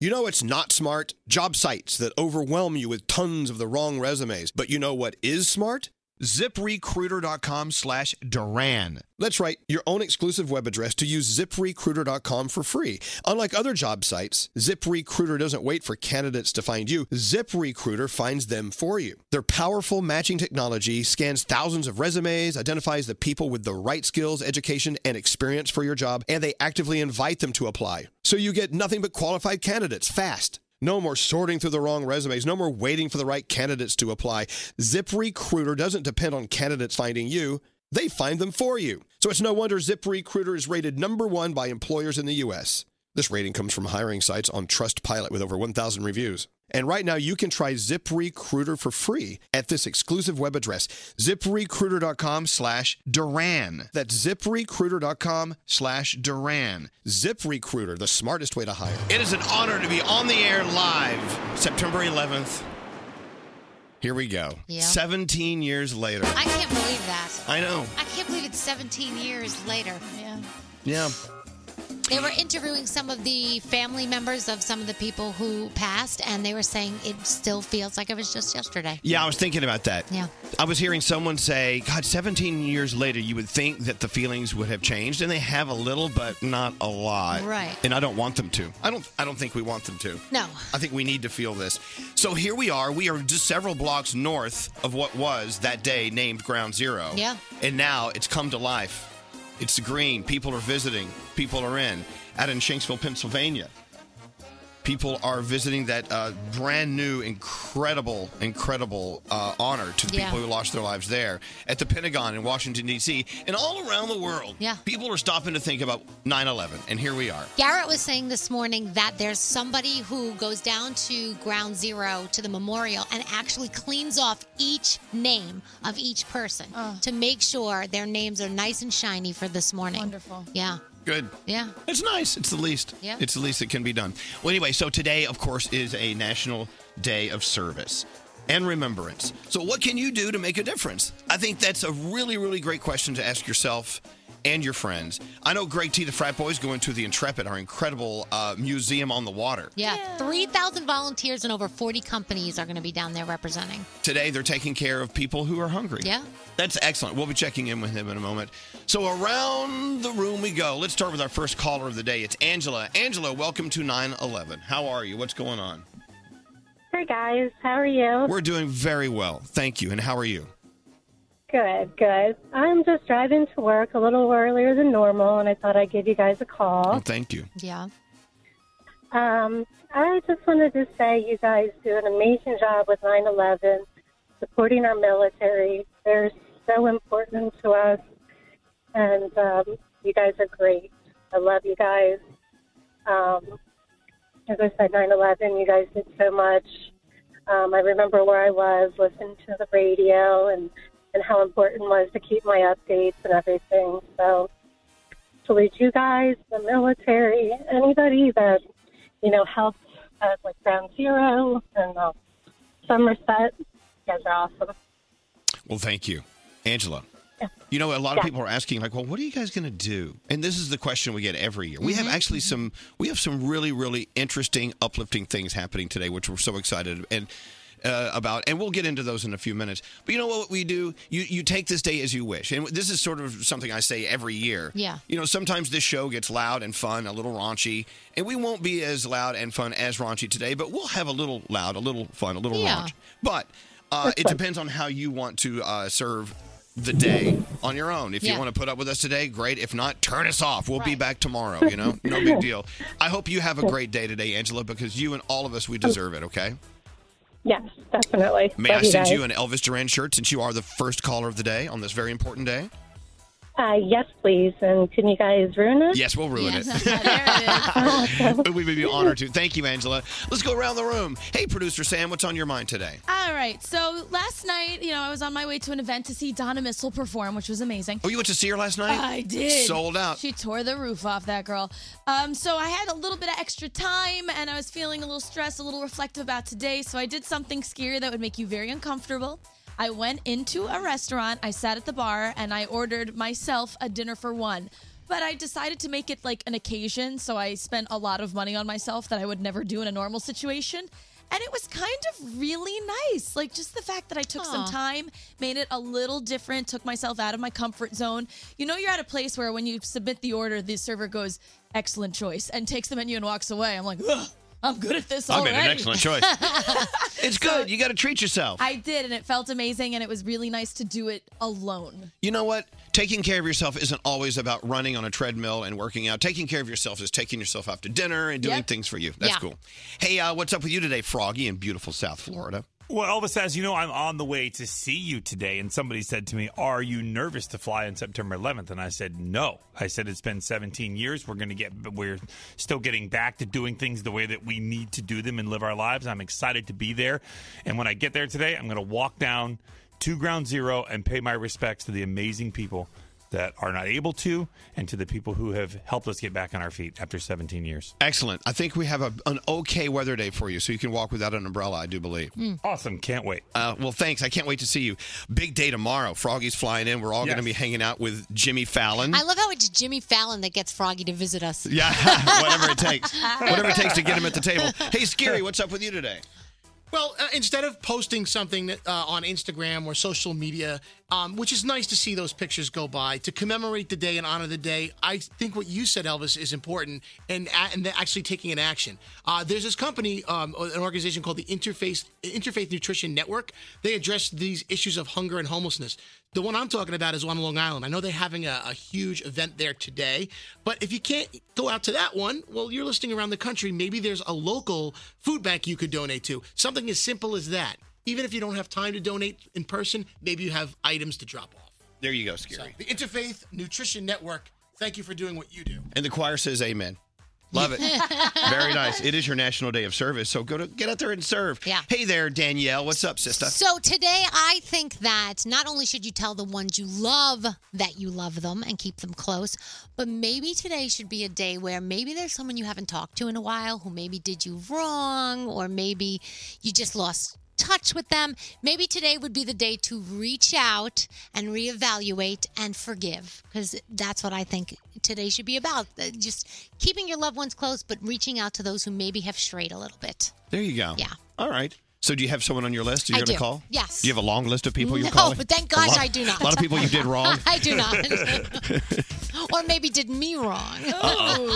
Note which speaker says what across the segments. Speaker 1: You know it's not smart? Job sites that overwhelm you with tons of the wrong resumes. But you know what is smart? ZipRecruiter.com slash Duran. That's right, your own exclusive web address to use ziprecruiter.com for free. Unlike other job sites, ZipRecruiter doesn't wait for candidates to find you. ZipRecruiter finds them for you. Their powerful matching technology scans thousands of resumes, identifies the people with the right skills, education, and experience for your job, and they actively invite them to apply. So you get nothing but qualified candidates fast. No more sorting through the wrong resumes. No more waiting for the right candidates to apply. ZipRecruiter doesn't depend on candidates finding you. They find them for you. So it's no wonder ZipRecruiter is rated number one by employers in the U.S. This rating comes from hiring sites on Trustpilot with over 1,000 reviews. And right now, you can try ZipRecruiter for free at this exclusive web address, ziprecruiter.com slash Duran. That's ziprecruiter.com slash Duran. ZipRecruiter, the smartest way to hire.
Speaker 2: It is an honor to be on the air live September 11th.
Speaker 1: Here we go.
Speaker 3: Yeah.
Speaker 2: 17 years later.
Speaker 3: I can't believe that.
Speaker 2: I know.
Speaker 3: I can't believe it's 17 years later. Yeah.
Speaker 2: Yeah.
Speaker 3: They were interviewing some of the family members of some of the people who passed, and they were saying it still feels like it was just yesterday.
Speaker 2: Yeah, I was thinking about that.
Speaker 3: Yeah.
Speaker 2: I was hearing someone say, God, 17 years later, you would think that the feelings would have changed, and they have a little, but not a lot.
Speaker 3: Right.
Speaker 2: And I don't want them to. I don't. I don't think we want them to.
Speaker 3: No.
Speaker 2: I think we need to feel this. So here we are. We are just several blocks north of what was that day named Ground Zero.
Speaker 3: Yeah.
Speaker 2: And now it's come to life. It's green. People are visiting. People are in. Out in Shanksville, Pennsylvania. People are visiting that uh, brand new, incredible, incredible uh, honor to the
Speaker 3: Yeah.
Speaker 2: people who lost their lives there at the Pentagon in Washington, D.C., and all around the world.
Speaker 3: Yeah.
Speaker 2: People are stopping to think about 9 11, and here we are.
Speaker 3: Garrett was saying this morning that there's somebody who goes down to ground zero to the memorial and actually cleans off each name of each person to make sure their names are nice and shiny for this morning. Wonderful. Yeah.
Speaker 2: Good.
Speaker 3: Yeah.
Speaker 2: It's nice. It's the least.
Speaker 3: Yeah.
Speaker 2: It's the least that can be done. Well, anyway, so today, of course, is a National Day of Service and Remembrance. So, what can you do to make a difference? I think that's a really, really great question to ask yourself and your friends. I know Greg T, the frat boy, is going to the Intrepid, our incredible uh, museum on the water.
Speaker 3: Yeah. 3,000 volunteers and over 40 companies are going to be down there representing.
Speaker 2: Today, they're taking care of people who are hungry.
Speaker 3: Yeah.
Speaker 2: That's excellent. We'll be checking in with him in a moment. So, around the room we go. Let's start with our first caller of the day. It's Angela. Angela, welcome to 9 11. How are you? What's going on?
Speaker 4: Hey guys, how are you?
Speaker 2: We're doing very well. Thank you. And how are you?
Speaker 4: Good, good. I'm just driving to work a little earlier than normal, and I thought I'd give you guys a
Speaker 2: Well,
Speaker 4: call.
Speaker 2: thank you.
Speaker 3: Yeah.
Speaker 4: Um, I just wanted to say you guys do an amazing job with 9 11, supporting our military. They're so important to us, and um, you guys are great. I love you guys. Um, as I said, 9 11, you guys did so much. Um, I remember where I was, listening to the radio, and, and how important it was to keep my updates and everything. So, salute you guys, the military, anybody that you know, helped at like Ground Zero and uh, Somerset. You guys are awesome.
Speaker 2: Well, thank you. Angela. You know, a lot of people are asking, like, well, what are you guys going to do? And this is the question we get every year. We have
Speaker 5: Mm-hmm.
Speaker 2: actually some, we have some really, really interesting, uplifting things happening today, which we're so excited and uh, about. And we'll get into those in a few minutes. But you know what we do? You you take this day as you wish, and this is sort of something I say every year.
Speaker 5: Yeah.
Speaker 2: You know, sometimes this show gets loud and fun, a little raunchy, and we won't be as loud and fun as raunchy today, but we'll have a little loud, a little fun, a little
Speaker 5: Yeah.
Speaker 2: raunch. But uh, it depends on how you want to uh, serve the day on your own. If
Speaker 5: Yeah.
Speaker 2: you want to put up with us today, great. If not, turn us off. We'll be back tomorrow, you know? No big deal. I hope you have a great day today, Angela, because you and all of us, we deserve it, okay?
Speaker 4: Yes, definitely.
Speaker 2: May
Speaker 4: Love
Speaker 2: I send
Speaker 4: guys.
Speaker 2: you an Elvis Duran shirt since you are the first caller of the day on this very important day?
Speaker 4: Uh, yes, please. And can you guys ruin it?
Speaker 2: Yes, we'll ruin it. we would be honored to. Thank you, Angela. Let's go around the room. Hey, producer Sam, what's on your mind today?
Speaker 6: All right. So last night, you know, I was on my way to an event to see Donna Missile perform, which was amazing.
Speaker 2: Oh, you went to see her last night?
Speaker 6: I did.
Speaker 2: Sold out.
Speaker 6: She tore the roof off that girl. Um, so I had a little bit of extra time, and I was feeling a little stressed, a little reflective about today. So I did something scary that would make you very uncomfortable. I went into a restaurant. I sat at the bar, and I ordered myself a dinner for one. But I decided to make it like an occasion, so I spent a lot of money on myself that I would never do in a normal situation. And it was kind of really nice. Like just the fact that I took some
Speaker 7: Aw.
Speaker 6: time, made it a little different, took myself out of my comfort zone. You know, you're at a place where when you submit the order, the server goes, excellent choice, and takes the menu and walks away. I'm like, ugh, I'm good at this
Speaker 2: I made
Speaker 6: already.
Speaker 2: an excellent choice. Oh. It's good. You got to treat yourself.
Speaker 6: I did, and it felt amazing, and it was really nice to do it alone.
Speaker 2: You know what? Taking care of yourself isn't always about running on a treadmill and working out. Taking care of yourself is taking yourself out to dinner and doing
Speaker 8: Yep.
Speaker 2: things for you. That's
Speaker 8: Yeah.
Speaker 2: cool. Hey, uh, what's up with you today, Froggy, in beautiful South Florida?
Speaker 8: Well, Elvis, as you know, I'm on the way to see you today, and somebody said to me, Are you nervous to fly on September 11th? And I said, No. I said, It's been 17 years. We're going to get, we're still getting back to doing things the way that we need to do them and live our lives. I'm excited to be there. And when I get there today, I'm going to walk down to ground zero and pay my respects to the amazing people that are not able to and to the people who have helped us get back on our feet after 17 years.
Speaker 2: Excellent. I think we have a, an okay weather day for you, so you can walk without an umbrella, I do believe.
Speaker 3: Hmm.
Speaker 8: Awesome. Can't wait.
Speaker 2: Uh, well, thanks. I can't wait to see you. Big day tomorrow. Froggy's flying in. We're all going to be hanging out with Jimmy Fallon.
Speaker 3: I love how it's Jimmy Fallon that gets Froggy to visit us.
Speaker 2: yeah, whatever it takes. Whatever it takes to get him at the table. Hey, Scary, what's up with you today?
Speaker 9: Well, uh, instead of posting something that, uh, on Instagram or social media, um, which is nice to see those pictures go by to commemorate the day and honor the day, I think what you said, Elvis, is important and and that actually taking an action. Uh, there's this company, um, an organization called the Interface Interfaith Nutrition Network. They address these issues of hunger and homelessness. The one I'm talking about is on Long Island. I know they're having a, a huge event there today, but if you can't go out to that one, well, you're listening around the country. Maybe there's a local food bank you could donate to. Something as simple as that. Even if you don't have time to donate in person, maybe you have items to drop off.
Speaker 2: There you go, Scary.
Speaker 9: The Interfaith Nutrition Network, thank you for doing what you do.
Speaker 2: And the choir says amen. Love it. Very nice. It is your National Day of Service, so go to get out there and serve. Yeah. Hey there, Danielle. What's up, sister?
Speaker 3: So today, I think that not only should you tell the ones you love that you love them and keep them close, but maybe today should be a day where maybe there's someone you haven't talked to in a while who maybe did you wrong, or maybe you just lost touch with them. Maybe today would be the day to reach out and reevaluate and forgive, because that's what I think today should be about. Uh, Just keeping your loved ones close, but reaching out to those who maybe have strayed a little bit.
Speaker 2: There you go.
Speaker 3: Yeah.
Speaker 2: All right. So do you have someone on your list you're
Speaker 3: I
Speaker 2: going
Speaker 3: do.
Speaker 2: to call?
Speaker 3: Yes.
Speaker 2: Do you have a long list of people you're
Speaker 3: no,
Speaker 2: calling?
Speaker 3: but thank
Speaker 2: A
Speaker 3: gosh
Speaker 2: lot-
Speaker 3: I do not.
Speaker 2: A lot of people you did wrong.
Speaker 3: I do not. or maybe did me wrong.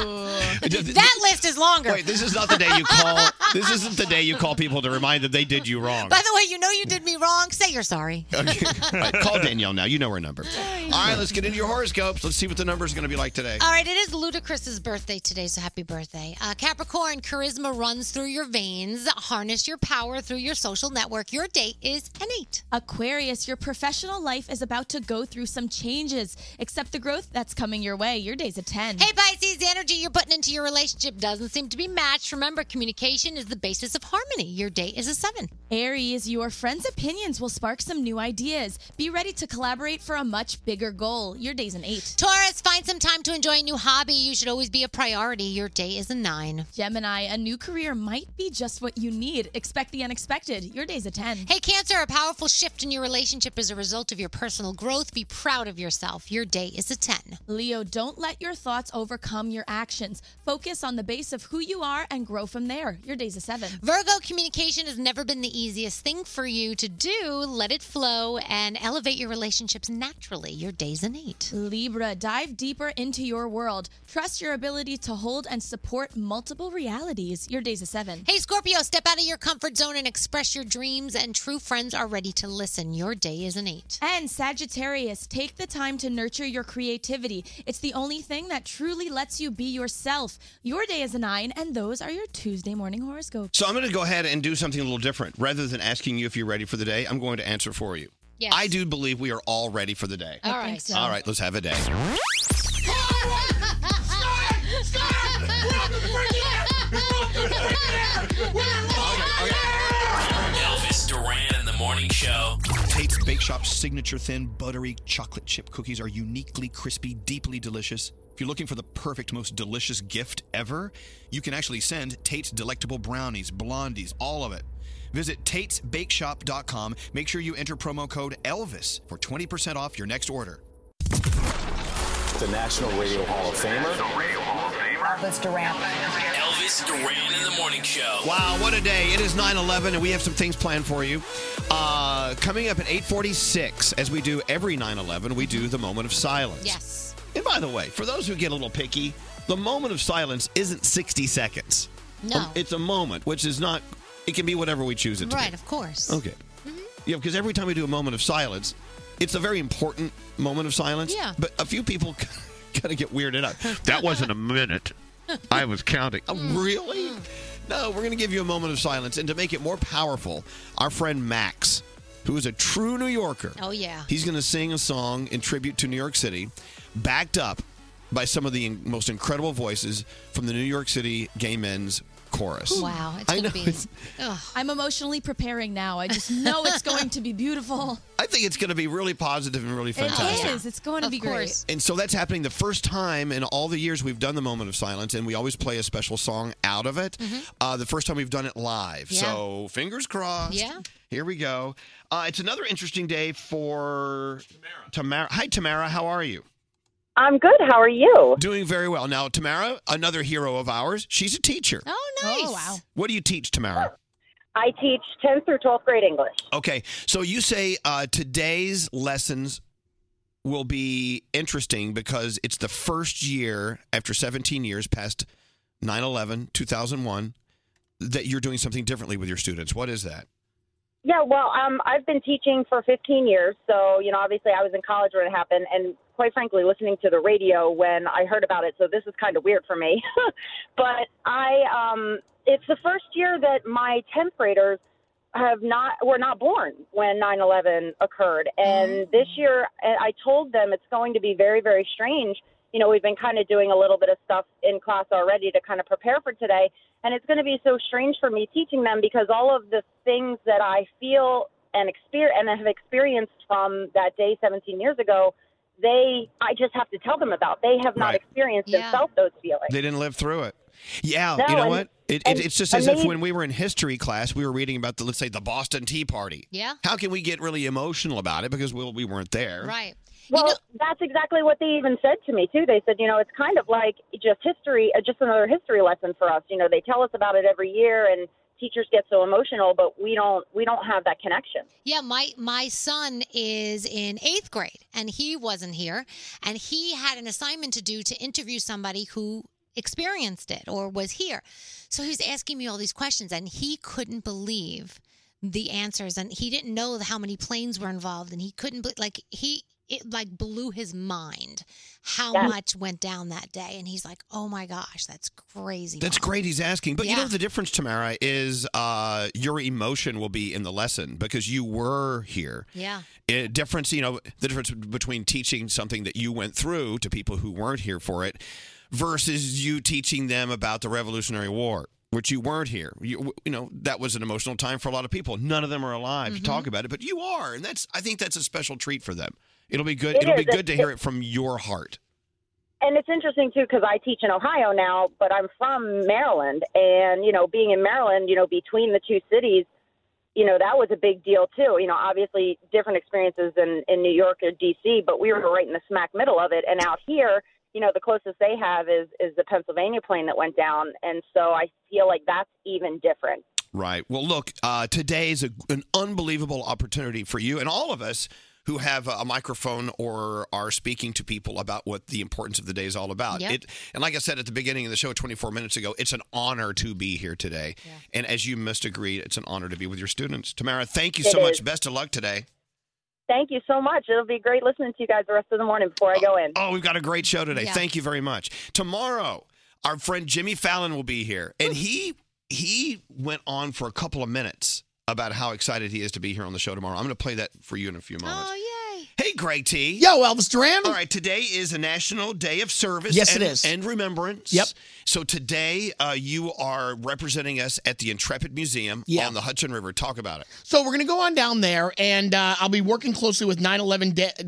Speaker 3: that list is longer.
Speaker 2: Wait, this is not the day you call. This isn't the day you call people to remind them they did you wrong.
Speaker 3: By the way, you know you did me wrong. Say you're sorry.
Speaker 2: Okay. All right, call Danielle now. You know her number. All right, let's get into your horoscopes. Let's see what the number's going to be like today.
Speaker 3: All right, it is Ludacris's birthday today, so happy birthday. Uh, Capricorn, charisma runs through your veins. Harness your power through your social network. Your date is an eight.
Speaker 6: Aquarius, your professional life is about to go through some changes. Accept the growth that's coming your way. Your day's a 10.
Speaker 3: Hey, Pisces, the energy you're putting into your relationship doesn't seem to be matched. Remember, communication is the basis of harmony. Your date is a seven.
Speaker 6: Aries, your friends' opinions will spark some new ideas. Be ready to collaborate for a much bigger goal. Your day's an 8.
Speaker 3: Taurus, find some time to enjoy a new hobby. You should always be a priority. Your day is a nine.
Speaker 6: Gemini, a new career might be just what you need. Expect the unexpected. Your day's a 10.
Speaker 3: Hey, Cancer, a powerful shift in your relationship is a result of your personal growth. Be proud of yourself. Your day is a 10.
Speaker 6: Leo, don't let your thoughts overcome your actions. Focus on the base of who you are and grow from there. Your day's a 7.
Speaker 3: Virgo, communication has never been the easiest thing for you to do. Let it flow and elevate your relationships naturally. Your day's an 8.
Speaker 6: Libra, dive deeper into your world. Trust your ability to hold and support multiple realities. Your day's a seven.
Speaker 3: Hey, Scorpio, step out of your comfort zone and express your dreams, and true friends are ready to listen. Your day is an 8.
Speaker 6: And Sagittarius, take the time to nurture your creativity. It's the only thing that truly lets you be yourself. Your day is a nine, and those are your Tuesday morning horoscopes.
Speaker 2: So I'm going to go ahead and do something a little different. Rather than asking you if you're ready for the day, I'm going to answer for you.
Speaker 3: Yes.
Speaker 2: I do believe we are all ready for the day.
Speaker 3: I All think right. so.
Speaker 2: All right, let's have a day.
Speaker 10: Elvis Duran and the Morning Show.
Speaker 2: Tate's Bake Shop's signature thin, buttery chocolate chip cookies are uniquely crispy, deeply delicious. If you're looking for the perfect, most delicious gift ever, you can actually send Tate's Delectable Brownies, Blondies, all of it. Visit Tate'sBakeShop.com. Make sure you enter promo code ELVIS for 20% off your next order.
Speaker 7: the National Radio Hall of Famer.
Speaker 11: Elvis Duran.
Speaker 10: Elvis Duran in the Morning Show.
Speaker 2: Wow, what a day. It is 9-11, and we have some things planned for you. Uh, coming up at 846, as we do every 9-11, we do the moment of silence.
Speaker 3: Yes.
Speaker 2: And by the way, for those who get a little picky, the moment of silence isn't 60 seconds.
Speaker 3: No.
Speaker 2: It's a moment, which is not, it can be whatever we choose it to be.
Speaker 3: Right, of course.
Speaker 2: Okay.
Speaker 3: Mm-hmm.
Speaker 2: Yeah, because every time we do a moment of silence, it's a very important moment of silence.
Speaker 3: Yeah.
Speaker 2: But a few people kind of get weirded out. That wasn't a minute. I was counting. Oh,
Speaker 3: Mm.
Speaker 2: really? No, we're going to give you a moment of silence. And to make it more powerful, our friend Max, who is a true New Yorker,
Speaker 3: Oh, yeah.
Speaker 2: he's going to sing a song in tribute to New York City, backed up by some of the in- most incredible voices from the New York City Gay Men's Chorus.
Speaker 6: Wow,
Speaker 3: it's
Speaker 2: I
Speaker 3: gonna
Speaker 2: know,
Speaker 3: be-
Speaker 2: it's-
Speaker 6: I'm emotionally preparing now. I just know it's going to be beautiful.
Speaker 2: I think it's going to be really positive and really fantastic.
Speaker 6: It is. It's going to be great.
Speaker 2: And so that's happening the first time in all the years we've done the moment of silence, and we always play a special song out of it. Uh, the first time we've done it live.
Speaker 3: Mm-hmm. Yeah.
Speaker 2: So fingers crossed.
Speaker 3: Yeah.
Speaker 2: Here we go. Uh, it's another interesting day for Tamara. Hi, Tamara. How are you?
Speaker 12: I'm good. How are you?
Speaker 2: Doing very well. Now, Tamara, another hero of ours, she's a teacher.
Speaker 3: Oh, nice. Oh, wow.
Speaker 2: What do you teach, Tamara?
Speaker 12: I teach 10th through 12th grade English.
Speaker 2: Okay. So you say uh, today's lessons will be interesting because it's the first year after 17 years past 9 11, 2001, that you're doing something differently with your students. What is that?
Speaker 12: Yeah, well, um, I've been teaching for 15 years. So, you know, obviously I was in college when it happened. And quite frankly, listening to the radio when I heard about it. So this is kind of weird for me. but I, um, it's the first year that my 10th graders have not were not born when 9/11 occurred and this year eh, I I told them it's going to be very very strange you know we've been kind of doing a little bit of stuff in class already to kind of prepare for today and it's going to be so strange for me teaching them because all of the things that I feel and experience and have experienced from that day 17 years ago they I just have to tell them about they have not
Speaker 2: Right.
Speaker 12: experienced
Speaker 2: Yeah.
Speaker 12: and felt those feelings
Speaker 2: They didn't live through it. Yeah,
Speaker 12: No,
Speaker 2: you know
Speaker 12: and-
Speaker 2: what? It,
Speaker 12: and-
Speaker 2: it, it's just
Speaker 12: and
Speaker 2: as if
Speaker 12: they-
Speaker 2: when we were in history class, we were reading about the let's say the Boston Tea Party.
Speaker 12: Yeah.
Speaker 2: How can we get really emotional about it because well we weren't there?
Speaker 3: Right.
Speaker 12: Well, that's exactly what they even said to me too. They said, you know, it's kind of like just history, uh, just another history lesson for us. You know, they tell us about it every year, and teachers get so emotional, but we don't, we don't have that connection.
Speaker 3: Yeah, my my son is in eighth grade, and he wasn't here, and he had an assignment to do to interview somebody who experienced it or was here. So he was asking me all these questions, and he couldn't believe the answers, and he didn't know how many planes were involved, and he couldn't bel- like he it like blew his mind how
Speaker 2: Yeah.
Speaker 3: much went down that day, and he's like, oh my gosh, that's crazy.
Speaker 2: That's
Speaker 3: Mom."
Speaker 2: great. He's asking, but you know
Speaker 3: Yeah.
Speaker 2: the difference, Tamara, is uh, your emotion will be in the lesson because you were here.
Speaker 3: Yeah.
Speaker 2: It, difference, you know, the difference between teaching something that you went through to people who weren't here for it, versus you teaching them about the Revolutionary War, which you weren't here. You, you know, that was an emotional time for a lot of people. None of them are alive to
Speaker 3: Mm-hmm.
Speaker 2: talk about it, but you are, and that's. I think that's a special treat for them. It'll be good.
Speaker 12: It
Speaker 2: will
Speaker 12: is.
Speaker 2: be good to
Speaker 12: It-
Speaker 2: hear it from your heart.
Speaker 12: And it's interesting too because I teach in Ohio now, but I'm from Maryland, and you know, being in Maryland, you know, between the two cities, you know, that was a big deal too. You know, obviously different experiences in in New York or D.C., but we were right in the smack middle of it, and out here. You know, the closest they have is is the Pennsylvania plane that went down, and so I feel like that's even different.
Speaker 2: Right. Well, look, uh, today's a, an unbelievable opportunity for you and all of us who have a microphone or are speaking to people about what the importance of the day is all about.
Speaker 13: Yep.
Speaker 2: It and like I said at the beginning of the show 24 minutes ago, it's an honor to be here today. And as you must agree, it's an honor to be with your students. Tamara, thank you
Speaker 12: It
Speaker 2: so much.
Speaker 12: is.
Speaker 2: Best of luck today.
Speaker 12: Thank you so much. It'll be great listening to you guys the rest of the morning before I go in.
Speaker 2: Oh, we've got a great show today.
Speaker 12: Yeah.
Speaker 2: Thank you very much. Tomorrow, our friend Jimmy Fallon will be here, and he he went on for a couple of minutes about how excited he is to be here on the show tomorrow. I'm going to play that for you in a few moments.
Speaker 3: Oh,
Speaker 2: yay! Hey, Greg T.
Speaker 13: Yo, Elvis Duran.
Speaker 2: All right, today is a National Day of Service.
Speaker 13: Yes,
Speaker 2: and,
Speaker 13: it is.
Speaker 2: and remembrance. Yep. So today, uh, you are representing us at the Intrepid Museum on the Hudson River. Talk about it.
Speaker 13: So we're going to go on down there, and uh, I'll be working closely with 911day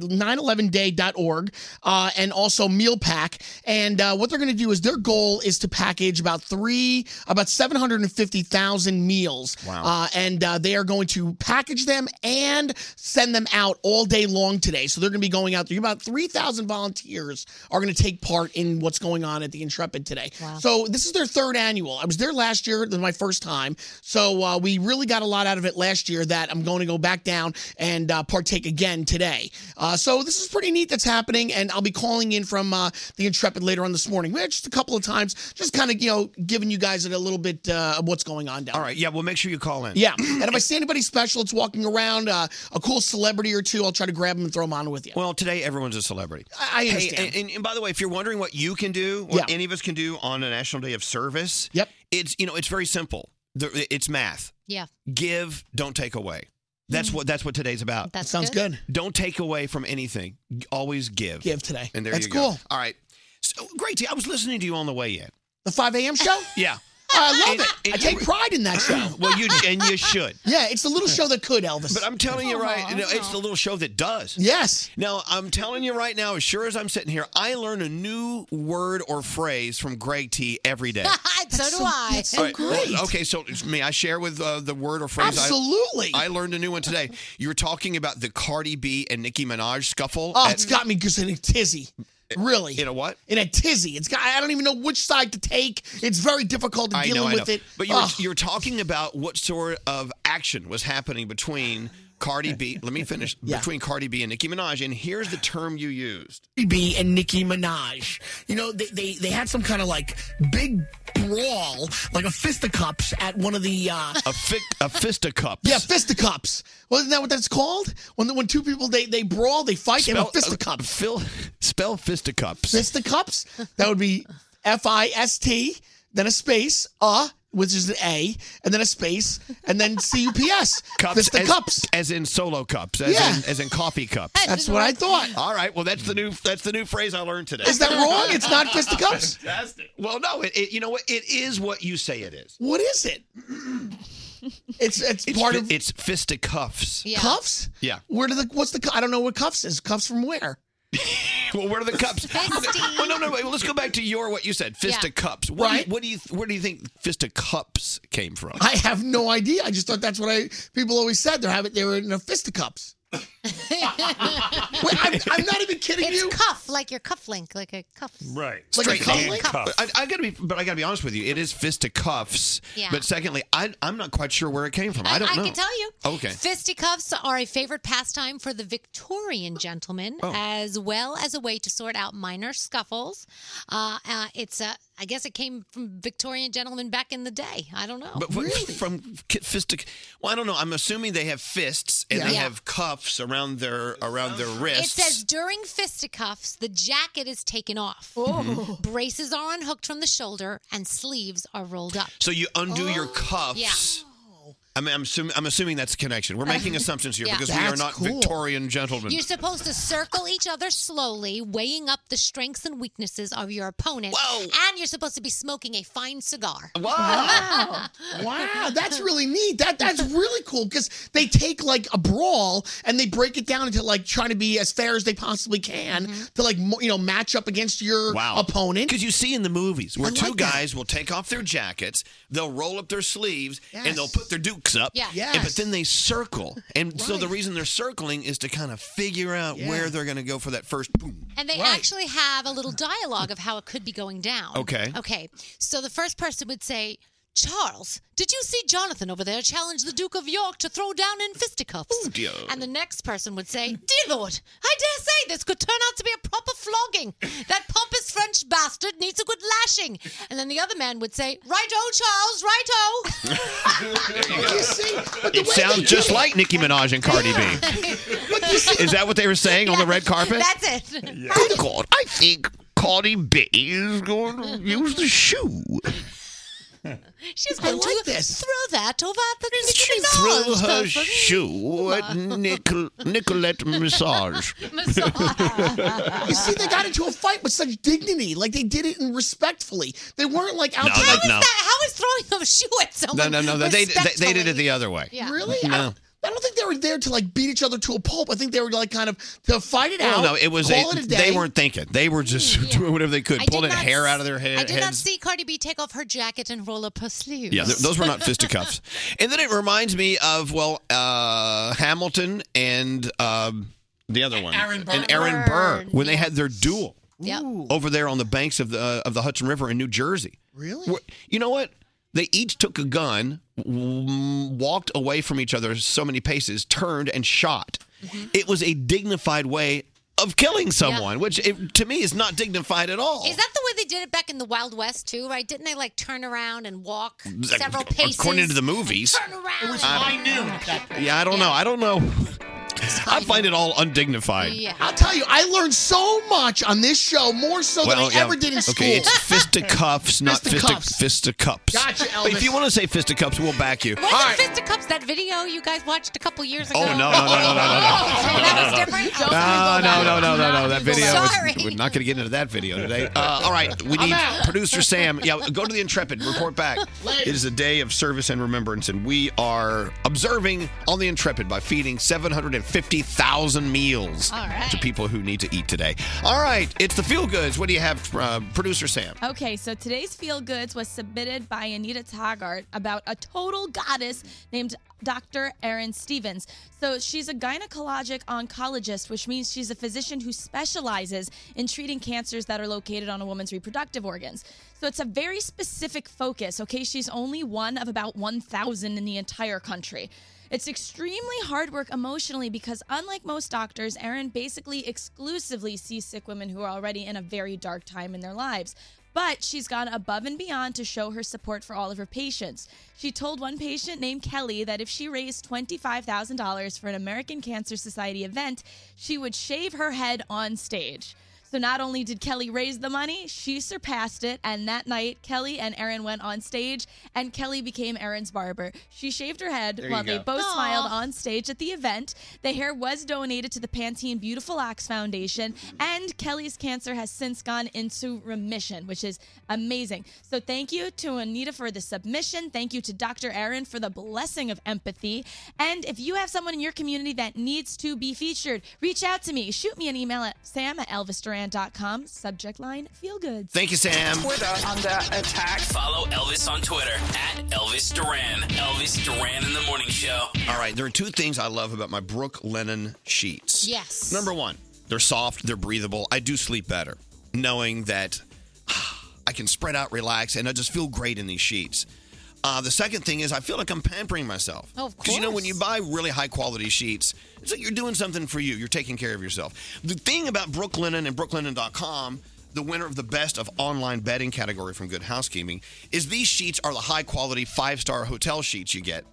Speaker 13: 911day.org uh, and also Meal Pack. And uh, what they're going to do is their goal is to package about three, about 750,000 meals. Wow. Uh, and uh, they are going to package them and send them out all day long to today, so they're going to be going out there. About 3,000 volunteers are going to take part in what's going on at the Intrepid today. So this is their third annual. I was there last year, it was my first time. So uh, we really got a lot out of it last year that I'm going to go back down and uh, partake again today. Uh, so this is pretty neat that's happening, and I'll be calling in from uh, the Intrepid later on this morning. We had just a couple of times, just kind of, you know, giving you guys a little bit uh, of what's going on down
Speaker 2: All right. Yeah. Well, make sure you call in.
Speaker 13: yeah, and if I see anybody special that's walking around, uh, a cool celebrity or two, I'll try to grab them and throw them on with you.
Speaker 2: Well, today everyone's a celebrity.
Speaker 13: I understand.
Speaker 2: Hey, and, and by the way, if you're wondering what you can do, what any of us can do on a National Day of Service, yep. It's you know it's very simple. There- It's math.
Speaker 3: Yeah.
Speaker 2: Give, don't take away. That's what that's what today's about.
Speaker 3: That sounds good.
Speaker 2: Don't take away from anything. Always give.
Speaker 13: Give today.
Speaker 2: And there
Speaker 13: That's
Speaker 2: you go.
Speaker 13: cool.
Speaker 2: All right. So, great. T, I was listening to you on the way in.
Speaker 13: The 5 a.m. show?
Speaker 2: Yeah.
Speaker 13: I love it. I take pride in that show.
Speaker 2: well, you and you should.
Speaker 13: Yeah, it's the little show that could, Elvis.
Speaker 2: But I'm telling you right, no, it's the little show that does.
Speaker 13: Yes.
Speaker 2: Now I'm telling you right now, as sure as I'm sitting here, I learn a new word or phrase from Greg T every day.
Speaker 3: so do I. That's
Speaker 2: All right, well, okay, so it's may I share with uh, the word or phrase? I-
Speaker 13: Absolutely.
Speaker 2: I, learned a new one today. You were talking about the Cardi B and Nicki Minaj scuffle.
Speaker 13: Oh,
Speaker 2: at-
Speaker 13: it's got me just in a tizzy. Really?
Speaker 2: In a what?
Speaker 13: In a tizzy. It's got. I don't even know which side to take. It's very difficult in
Speaker 2: I
Speaker 13: dealing
Speaker 2: know, I
Speaker 13: with
Speaker 2: know.
Speaker 13: it.
Speaker 2: But you were,
Speaker 13: Ugh.
Speaker 2: you were talking about what sort of action was happening between Cardi B. let me finish. Between Cardi B and Nicki Minaj, and here's the term you used.
Speaker 11: Cardi B and Nicki Minaj. You know, they, they, they had some kind of like big brawl, like a fisticuffs at one of the. Uh,
Speaker 2: A, fi- a fisticups.
Speaker 13: yeah, fisticuffs. Well, isn't that what that's called? When the, when two people they they brawl, they fight, they have a fisticuff.
Speaker 2: Phil, uh, spell fisticuffs.
Speaker 13: Fisticuffs. That would be F I S T, then a space, uh, which is an A, and then a space, and then C U P S.
Speaker 2: Cups as,
Speaker 13: Fisticups.
Speaker 2: as in solo cups, as,
Speaker 13: Yeah.
Speaker 2: in, as in coffee cups.
Speaker 13: That's what I thought.
Speaker 2: All right, well that's the new that's the new phrase I learned today.
Speaker 13: Is that wrong? It's not fisticuffs?
Speaker 2: Fantastic. Well, no, it, it you know what it is what you say it is.
Speaker 13: What is it? It's it's, part
Speaker 2: fi-
Speaker 13: of
Speaker 2: it's fisticuffs.
Speaker 13: cuffs.
Speaker 2: Yeah.
Speaker 13: Where do the what's the cu- I don't know what cuffs is. Cuffs from where?
Speaker 2: Well, where are the cups? well, no, no, wait. Well, let's go back to your what you said.
Speaker 13: Yeah.
Speaker 2: Fisticups. What Do
Speaker 13: Right.
Speaker 2: you, what do you where do you think fisticuffs came from?
Speaker 13: I have no idea. I just thought that's what I people always said. They're having they were in a fisticuffs. Wait, I'm, I'm not even kidding
Speaker 3: it's
Speaker 13: you.
Speaker 3: cuff, like your cufflink, like a cuff.
Speaker 2: Right.
Speaker 3: Like a
Speaker 2: Straight
Speaker 3: cuff
Speaker 2: hand
Speaker 3: link?
Speaker 2: But I, I gotta be, but I gotta be honest with you. It is fisticuffs.
Speaker 3: Yeah.
Speaker 2: But secondly, I, I'm not quite sure where it came from. I, don't
Speaker 3: I
Speaker 2: know.
Speaker 3: can tell you.
Speaker 2: Okay.
Speaker 3: Fisticuffs are a favorite pastime for the Victorian gentleman,
Speaker 2: Oh.
Speaker 3: as well as a way to sort out minor scuffles. Uh, uh, it's a, I guess it came from Victorian gentlemen back in the day. I don't know.
Speaker 2: But what- from ki- fistic, well, I don't know. I'm assuming they have fists and
Speaker 3: Yeah.
Speaker 2: they
Speaker 3: Yeah.
Speaker 2: have cuffs around their around their
Speaker 3: It
Speaker 2: wrists.
Speaker 3: says during fisticuffs, the jacket is taken off.
Speaker 2: Mhm.
Speaker 3: Braces are unhooked from the shoulder, and sleeves are rolled up. Oh,
Speaker 2: so you undo your cuffs.
Speaker 3: Yeah. Uh,
Speaker 2: I mean, I'm assuming, I'm assuming that's a connection. We're making assumptions here
Speaker 3: Yeah.
Speaker 2: because we are
Speaker 3: That's
Speaker 2: not
Speaker 3: cool.
Speaker 2: Victorian gentlemen.
Speaker 3: You're supposed to circle each other slowly, weighing up the strengths and weaknesses of your opponent. And you're supposed to be smoking a fine cigar.
Speaker 13: Wow. Wow, that's really neat. That that's really cool because they take like a brawl and they break it down into like trying to be as fair as they possibly can to like mo- you know match up against your
Speaker 2: wow.
Speaker 13: opponent.
Speaker 2: Because you see in the movies where
Speaker 13: I
Speaker 2: two
Speaker 13: like that.
Speaker 2: guys will take off their jackets, they'll roll up their sleeves,
Speaker 13: Yes.
Speaker 2: and they'll put their dukes up.
Speaker 13: Yeah.
Speaker 2: and-
Speaker 13: Yes.
Speaker 2: but then they circle. And so the reason they're circling is to kind of figure out
Speaker 3: Yeah.
Speaker 2: where they're going to go for that first boom.
Speaker 3: And they actually have a little dialogue of how it could be going down.
Speaker 2: Okay.
Speaker 3: Okay. So the first person would say, Charles, did you see Jonathan over there challenge the Duke of York to throw down in fisticuffs?
Speaker 2: dear.
Speaker 3: And the next person would say, Dear Lord, I dare say this could turn out to be a proper flogging. That pompous French bastard needs a good lashing. And then the other man would say, Righto, Charles, righto.
Speaker 13: Oh, You see? But the
Speaker 2: It
Speaker 13: way they
Speaker 2: sounds just
Speaker 13: do it-
Speaker 2: like Nicki Minaj and Cardi B.
Speaker 13: But you see,
Speaker 2: Is that what they were saying on the red carpet?
Speaker 3: That's it.
Speaker 13: Oh,
Speaker 2: Good God, I think Cardi B is going to use the shoe.
Speaker 3: She's going to throw that over at the Nicki Minaj.
Speaker 2: Throw her shoe at Nicol- Nicolette Massage.
Speaker 13: you see, they got into a fight with such dignity. Like they did it in respectfully. They weren't like out
Speaker 2: No,
Speaker 13: to
Speaker 2: no,
Speaker 13: like
Speaker 2: no. How is that-
Speaker 3: how is throwing a shoe at
Speaker 2: No, no, no. They, they, they did it the other way.
Speaker 13: Really? I,
Speaker 2: No.
Speaker 13: don't, I don't think they were there to like beat each other to a pulp. I think they were like kind of to fight it
Speaker 2: No,
Speaker 13: out.
Speaker 2: Oh, no, it was a,
Speaker 13: call it a day.
Speaker 2: they weren't thinking. They were just doing whatever they could,
Speaker 3: Hmm. I did
Speaker 2: pulling
Speaker 3: not
Speaker 2: hair
Speaker 3: s-
Speaker 2: out of their head,
Speaker 3: I did not
Speaker 2: heads.
Speaker 3: see Cardi B take off her jacket and roll up her sleeves.
Speaker 2: Yeah, th- those were not fisticuffs. and then it reminds me of well, uh, Hamilton and um, The other one,
Speaker 13: Aaron Burr.
Speaker 2: and Aaron Burr, when they had their duel
Speaker 13: Yep.
Speaker 2: over there on the banks of the uh, of the Hudson River in New Jersey.
Speaker 13: Really?
Speaker 2: Wh- You know what? They each took a gun, w- walked away from each other so many paces, turned and shot. It was a dignified way of killing someone, which it, to me is not dignified at all.
Speaker 3: Is that the way they did it back in the Wild West too? Right? Didn't they like turn around and walk
Speaker 2: Like,
Speaker 3: several paces?
Speaker 2: According to the movies,
Speaker 3: It was
Speaker 2: I-
Speaker 3: noon.
Speaker 2: yeah, I don't know. I don't know. I find it all undignified.
Speaker 13: I'll tell you, I learned so much on this show, more so than I
Speaker 2: yeah.
Speaker 13: ever did in school.
Speaker 2: Okay, it's fisticuffs, not fisticuffs.
Speaker 13: Fisticuffs.
Speaker 2: fisticuffs.
Speaker 13: Gotcha,
Speaker 2: But if
Speaker 13: Elvis.
Speaker 2: you want to say fisticuffs, we'll back you.
Speaker 3: Wasn't Fisticuffs that video you guys watched a couple years ago?
Speaker 2: Oh no no no no no no! no.
Speaker 3: that was
Speaker 2: no,
Speaker 3: different.
Speaker 2: no, no, no, no, no, no, no, That
Speaker 3: Sorry.
Speaker 2: video. Was, we're not going to get into that video today. Uh, all right, we
Speaker 3: I'm
Speaker 2: need
Speaker 3: out.
Speaker 2: producer Sam. Yeah, go to the Intrepid. Report back.
Speaker 13: Later.
Speaker 2: It is a day of service and remembrance, and we are observing on the Intrepid by feeding 750,000 meals
Speaker 6: All right.
Speaker 2: to people who need to eat today. All right, it's the feel goods. What do you have, uh, producer Sam?
Speaker 6: Okay, so today's Feel Goods was submitted by Anita Taggart about a total goddess named Dr. Erin Stevens. So she's a gynecologic oncologist, which means she's a physician who specializes in treating cancers that are located on a woman's reproductive organs. So it's a very specific focus, okay? She's only one of about 1,000 in the entire country. It's extremely hard work emotionally because, unlike most doctors, Erin basically exclusively sees sick women who are already in a very dark time in their lives. But she's gone above and beyond to show her support for all of her patients. She told one patient named Kelly that if she raised $25,000 for an American Cancer Society event, she would shave her head on stage. So not only did Kelly raise the money, she surpassed it. And that night, Kelly and Erin went on stage, and Kelly became Erin's barber. She shaved her head
Speaker 14: There you
Speaker 6: while they
Speaker 14: go.
Speaker 6: both
Speaker 14: Aw.
Speaker 6: smiled on stage at the event. The hair was donated to the Pantene Beautiful Axe Foundation, and Kelly's cancer has since gone into remission, which is amazing. So thank you to Anita for the submission. Thank you to Dr. Erin for the blessing of empathy. And if you have someone in your community that needs to be featured, reach out to me. Shoot me an email at sam at elvisduran.com. Subject line, feel goods.
Speaker 2: Thank you, Sam.
Speaker 10: under attack. Follow Elvis on Twitter at Elvis Duran. Elvis Duran in the morning show.
Speaker 2: All right, there are two things I love about my Brook Linen sheets.
Speaker 10: Yes.
Speaker 2: Number one, they're soft, they're breathable. I do sleep better knowing that ah, I can spread out, relax, and I just feel great in these sheets. Uh, the second thing is I feel like I'm pampering myself.
Speaker 5: Oh, of
Speaker 2: Because you know, when
Speaker 5: course.
Speaker 2: you buy really high quality sheets, it's like you're doing something for you. You're taking care of yourself. The thing about Brook Linen and brooklinen.com, the winner of the best of online bedding category from Good Housekeeping, is these sheets are the high quality five star hotel sheets you get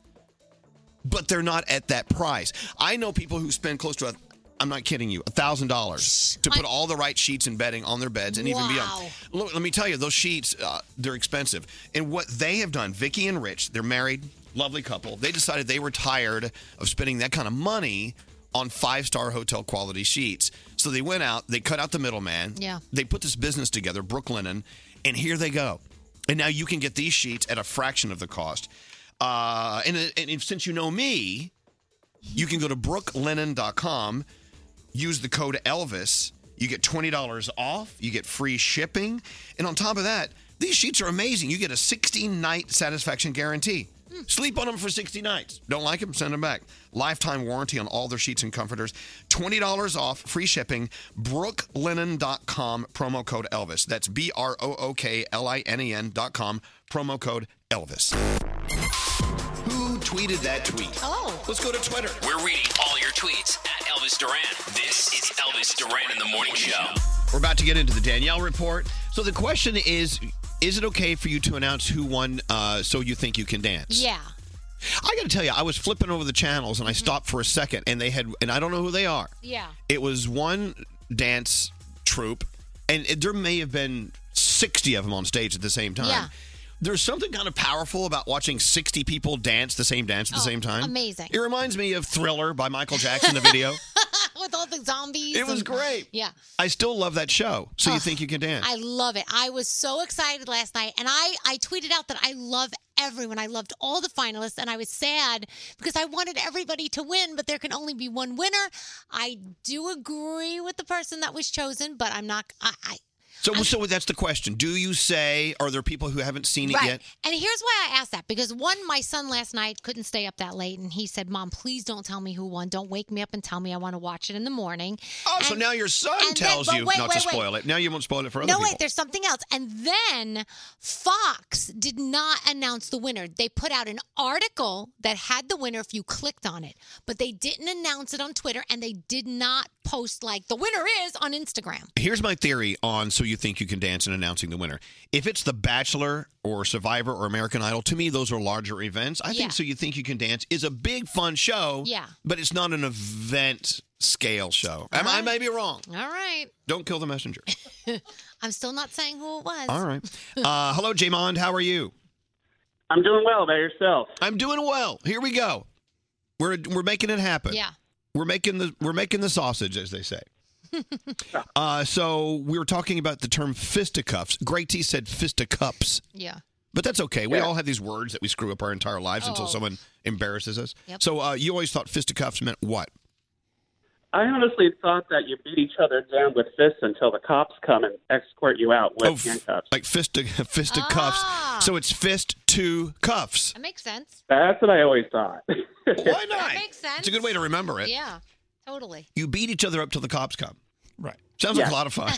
Speaker 2: but they're not at that price. I know people who spend close to a I'm not kidding you, thousand dollars to put all the right sheets and bedding on their beds and even
Speaker 5: Wow.
Speaker 2: beyond. Look, let me tell you, those sheets uh, they're expensive. And what they have done, Vicky and Rich, they're married, lovely couple. They decided they were tired of spending that kind of money on five-star hotel quality sheets. So they went out, they cut out the middleman.
Speaker 3: Yeah.
Speaker 2: They put this business together, Brook Linen, and here they go. And now you can get these sheets at a fraction of the cost. Uh, and, and if- since you know me, you can go to brooklinen.com, use the code Elvis. You get $20 off, you get free shipping. And on top of that, these sheets are amazing. You get a 16 night satisfaction guarantee. Sleep on them for 60 nights. Don't like them? Send them back. Lifetime warranty on all their sheets and comforters. $20 off, free shipping. Brooklinen.com, promo code Elvis. That's B R O O K L I N E N.com, promo code Elvis. Who tweeted that tweet?
Speaker 3: Oh.
Speaker 2: Let's go to Twitter.
Speaker 10: We're reading all your tweets at Elvis Duran. This is Elvis Duran in the morning show.
Speaker 2: We're about to get into the Danielle report. So the question is Is it okay for you to announce who won uh, So You Think You Can Dance?
Speaker 3: Yeah. Mm-hmm.
Speaker 2: I got to tell you, I was flipping over the channels and I stopped for a second and they had, and I don't know who they are.
Speaker 3: Yeah.
Speaker 2: It was one dance troupe, and it- there may have been 60 of them on stage at the same time.
Speaker 3: Yeah.
Speaker 2: There's something kind of powerful about watching 60 people dance the same dance at the same time.
Speaker 3: Oh, amazing.
Speaker 2: It reminds me of Thriller by Michael Jackson, the video.
Speaker 3: With all the zombies.
Speaker 2: It was
Speaker 3: and-
Speaker 2: great.
Speaker 3: Yeah.
Speaker 2: I still love that show. So you think you can dance?
Speaker 3: I love it. I was so excited last night, and I I tweeted out that I love everyone. I loved all the finalists, and I was sad because I wanted everybody to win, but there can only be one winner. I do agree with the person that was chosen, but I'm not. I. I
Speaker 2: So, so that's the question. Do you say, are there people who haven't seen it
Speaker 3: right.
Speaker 2: yet?
Speaker 3: And here's why I asked that because one, my son last night couldn't stay up that late, and he said, "Mom, please don't tell me who won. Don't wake me up and tell me I want to watch it in the morning."
Speaker 2: Oh, so
Speaker 3: And-
Speaker 2: now your son
Speaker 3: and then-
Speaker 2: tells
Speaker 3: but
Speaker 2: you
Speaker 3: wait,
Speaker 2: not
Speaker 3: wait,
Speaker 2: to
Speaker 3: wait.
Speaker 2: spoil it. Now you won't spoil it for other
Speaker 3: No,
Speaker 2: people.
Speaker 3: wait, there's something else. And then Fox did not announce the winner. They put out an article that had the winner if you clicked on it, but they didn't announce it on Twitter and they did not post, like, the winner is on Instagram.
Speaker 2: Here's my theory on So You Think You Can Dance and announcing the winner. If it's The Bachelor or Survivor or American Idol, to me, those are larger events. I
Speaker 3: Yeah.
Speaker 2: think So You Think You Can Dance is a big, fun show,
Speaker 3: Yeah.
Speaker 2: but it's not an event scale show. Am
Speaker 3: Uh-huh.
Speaker 2: I, I may be wrong.
Speaker 3: All right.
Speaker 2: Don't kill the messenger.
Speaker 3: I'm still not saying who it was.
Speaker 2: All right. Uh, hello, Jamond. How are you?
Speaker 14: I'm doing well. By yourself?
Speaker 2: I'm doing well. Here we go. We're we're making it happen.
Speaker 3: Yeah.
Speaker 2: We're making the we're making the sausage, as they say. uh, so we were talking about the term fisticuffs. Great T said fisticuffs,
Speaker 3: Yeah.
Speaker 2: but that's okay. We
Speaker 3: Yeah.
Speaker 2: all have these words that we screw up our entire lives until
Speaker 3: Oh.
Speaker 2: someone embarrasses us.
Speaker 3: Yep.
Speaker 2: So uh, you always thought fisticuffs meant what?
Speaker 14: I honestly thought that you beat each other down with fists until the cops come and escort you out with handcuffs.
Speaker 2: Oh, Like fistic fisticuffs.
Speaker 3: Ah.
Speaker 2: So it's fist to cuffs.
Speaker 3: That makes sense.
Speaker 14: That's what I always thought.
Speaker 2: Why not?
Speaker 3: That makes sense.
Speaker 2: It's a good way to remember it.
Speaker 3: Yeah, totally.
Speaker 2: You beat each other up till the cops come.
Speaker 8: Right.
Speaker 2: Sounds like
Speaker 8: Yeah.
Speaker 2: a lot of fun.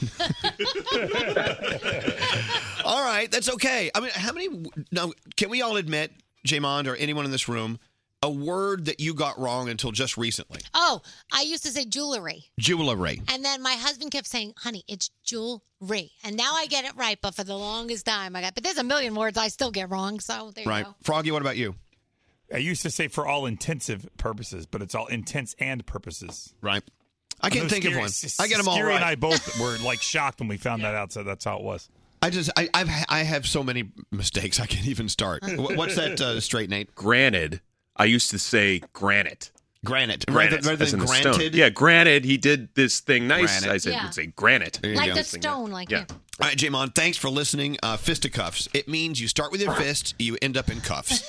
Speaker 2: all right, that's okay. I mean, how many? Now, can we all admit, Jamond, or anyone in this room, a word that you got wrong until just recently?
Speaker 3: Oh, I used to say jewelry.
Speaker 2: Jewelry.
Speaker 3: And then my husband kept saying, honey, it's jewelry. And now I get it right, but for the longest time I got but there's a million words I still get wrong, so there you
Speaker 8: Right.
Speaker 3: go.
Speaker 2: Froggy, what about you?
Speaker 8: I used to say for all intensive purposes, but it's all intents and purposes.
Speaker 2: Right. I can't think of one. I get 'em all
Speaker 8: Scary and
Speaker 2: right.
Speaker 8: I both were like shocked when we found that out, so that's how it was.
Speaker 2: I just, I, I've, I have so many mistakes. I can't even start. Wh- What's that uh, straight Nate?
Speaker 5: Granted, I used to say granite.
Speaker 2: Granite.
Speaker 5: Granite.
Speaker 2: Rather- rather
Speaker 5: as
Speaker 2: than
Speaker 5: in the stone.
Speaker 2: granted?
Speaker 5: Yeah, granted, he did this thing nice.
Speaker 2: Granite.
Speaker 5: I said,
Speaker 3: Yeah.
Speaker 5: would say granite.
Speaker 3: Like the stone, like
Speaker 5: Yeah.
Speaker 2: All right, Jamon, thanks for listening. Uh, fisticuffs. It means you start with your fist, you end up in cuffs.